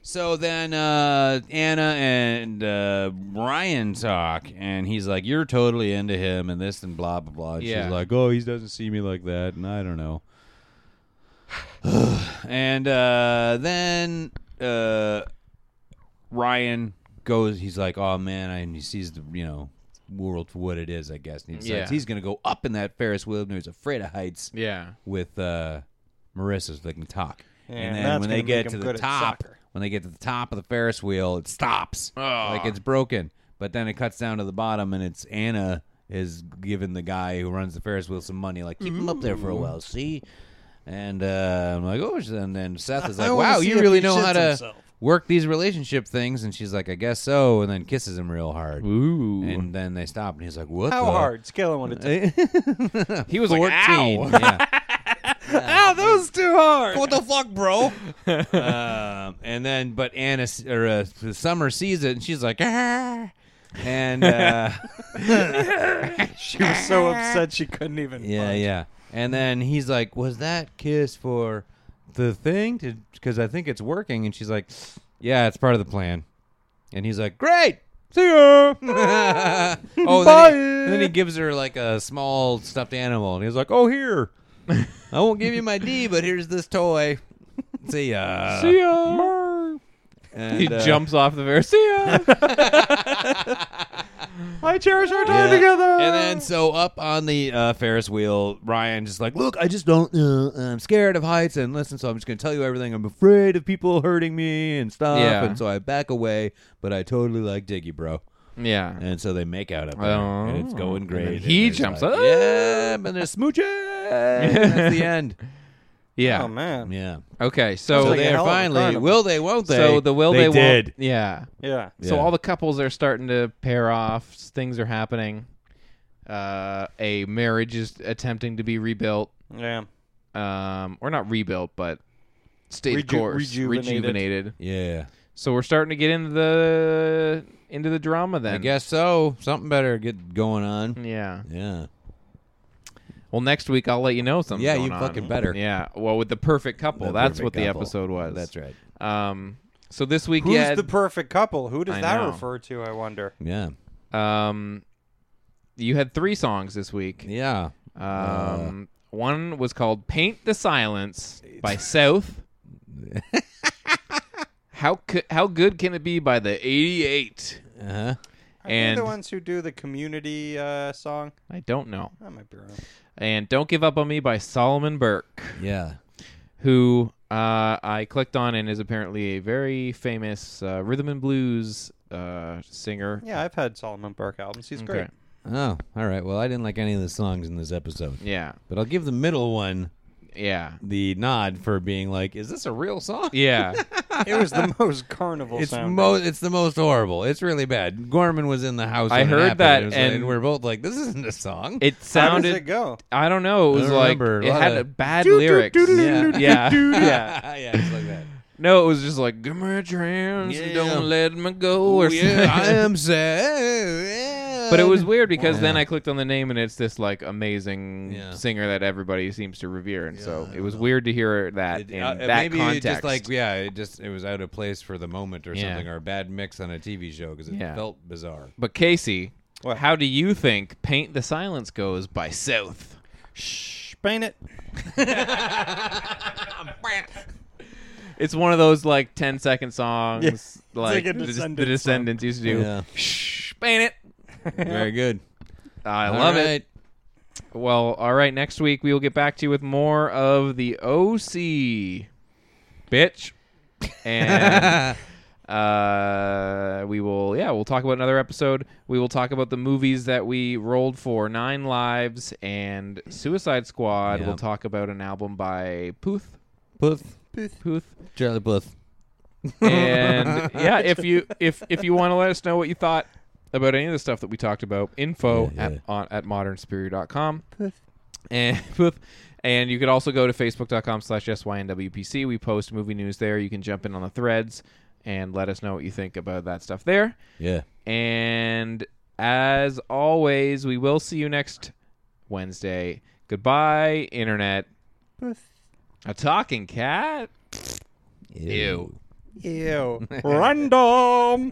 So then uh, Anna and uh, Ryan talk, and he's like, "You're totally into him, and this and blah blah blah." And
Yeah.
She's like, "Oh, he doesn't see me like that, and I don't know." and uh, then uh, Ryan goes. He's like, "Oh man," and he sees the you know world for what it is, I guess. And he decides
Yeah.
he's gonna go up in that Ferris wheel, and he's afraid of heights
Yeah.
with uh, Marissa so they can talk. and
and
then
that's
when they
gonna
get
make
to
him
the
good at
top,
soccer. Oh.
when they get to the top of the Ferris wheel, it stops like it's broken. But then it cuts down to the bottom, and it's Anna is giving the guy who runs the Ferris wheel some money, like keep him up there
Mm-hmm.
for a while, see. And uh, I'm like, oh, and then Seth is
I
like,
wanna
wow,
see
you
if
really
he
know how
shits
to
himself."
work these relationship things. And she's like, I guess so. And then kisses him real hard.
Ooh.
And then they stop, and he's like, what?
How
the?
hard? Scale of one to ten.
He was 14. like, ow.
Yeah.
Ow, that was too hard.
what the fuck, bro? um, and then, but Anna s- or uh, Summer sees it, and she's like, ah. and uh,
She was so upset she couldn't even.
yeah,
punch.
yeah. And then he's like, was that kiss for the thing? Because I think it's working. And she's like, yeah, it's part of the plan. And he's like, great. See ya. oh, and then, he, and then he gives her like a small stuffed animal, and he's like, "Oh, here, I won't give you my D, but here's this toy. See ya."
See ya.
And,
He
uh,
jumps off the Ferris. See ya.
I cherish our time
Yeah.
together.
And then so up on the uh, Ferris wheel, Ryan just like, look, I just don't, uh, I'm scared of heights and listen, so I'm just gonna tell you everything. I'm afraid of people hurting me and stuff,
Yeah.
and so I back away. But I totally like Diggy, bro.
Yeah.
And so they make out up there, and it's going
Oh.
great.
then
and
he
there's
jumps
like,
up.
yeah, and they're smooching. and that's the end.
Yeah.
oh man,
Yeah.
okay.
So
So
like a
they
hell
are
of a
finally
carnival.
will they won't they?
so the will they, won't-
did.
Yeah.
yeah.
So
Yeah.
all the couples are starting to pair off. Things are happening. Uh, a marriage is attempting to be rebuilt,
Yeah.
um, or not rebuilt, but stayed the
Reju-
course,
rejuvenated.
rejuvenated.
Yeah.
So we're starting to get into the into the drama then.
I guess so. Something better get going on.
Yeah.
Yeah.
Well, next week I'll let you know something.
Yeah,
going
you
on.
fucking better.
Yeah. Well, with the perfect couple.
The
that's
perfect
what the
couple.
episode was.
That's right.
Um. So this week,
Who's
yeah,
the perfect couple? Who does
I
that
know.
refer to? I wonder.
Yeah.
um, you had three songs this week.
Yeah.
Um, one was called "Paint the Silence" by South. how could how good can it be by the '88?
Uh-huh.
Are they
And-
the ones who do the community uh, song?
I don't know.
That might be wrong.
And "Don't Give Up on Me" by Solomon Burke,
Yeah.
who uh, I clicked on and is apparently a very famous uh, rhythm and blues uh, singer.
Yeah, I've had Solomon Burke albums. He's great.
Okay.
Oh, all right. Well, I didn't like any of the songs in this episode.
Yeah,
But I'll give the middle one
yeah,
the nod for being like, is this a real song?
yeah.
It was the most carnival
It's
sounding.
mo- it's the most horrible. It's really bad. Gorman was in the house.
I
when it
heard
happened,
that,
it was
and-
like- we're both like, "This isn't a song."
It
How does
sounded.
it go?
I don't know. It
I
was
don't
like
remember. A
it
lot
had
of-
bad lyrics.
Yeah.
yeah, yeah.
yeah, it's like that.
No, it was just like, give me a chance, and
Yeah. Oh,
don't let me go. Or
yeah, I
something.
am sad.
Oh, But it was weird because then I clicked on the name and it's this like amazing
Yeah.
singer that everybody seems to revere, and so it was weird to hear that
It-
in
uh,
that
maybe it
context.
just like yeah, it just it was out of place for the moment or
Yeah.
something, or a bad mix on a TV show because it
Yeah.
felt bizarre.
But Casey,
What?
how do you think "Paint the Silence" goes by South?
Shh, paint it.
It's one of those like 10 second songs,
Yeah. It's
like,
like a
the, Des-
Descendants
the Descendants used to do.
Yeah.
Shh, paint it.
Very good.
I
All
love it.
right.
Well, all right. Next week we will get back to you with more of the OC, bitch, and uh, we will. Yeah, we'll talk about another episode. We will talk about the movies that we rolled for Nine Lives and Suicide Squad.
Yeah.
We'll talk about an album by Puth.
Puth.
Puth.
Charlie Puth.
and yeah, if you if if you want to let us know what you thought about any of the stuff that we talked about, info
Yeah, yeah.
at on, at modernspirit.com. And poof. And you could also go to facebook.com slash synwpc. We post movie news there. You can jump in on the threads and let us know what you think about that stuff there.
Yeah.
And as always, we will see you next Wednesday. Goodbye, Internet. A talking cat? Ew.
Ew. Random.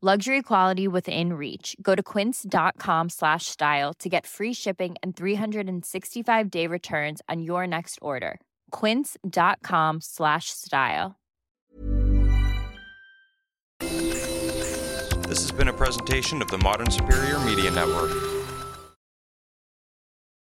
Luxury quality within reach. Go to quince.com slash style to get free shipping and 365 day returns on your next order. Quince.com slash style.
This has been a presentation of the Modern Superior Media Network.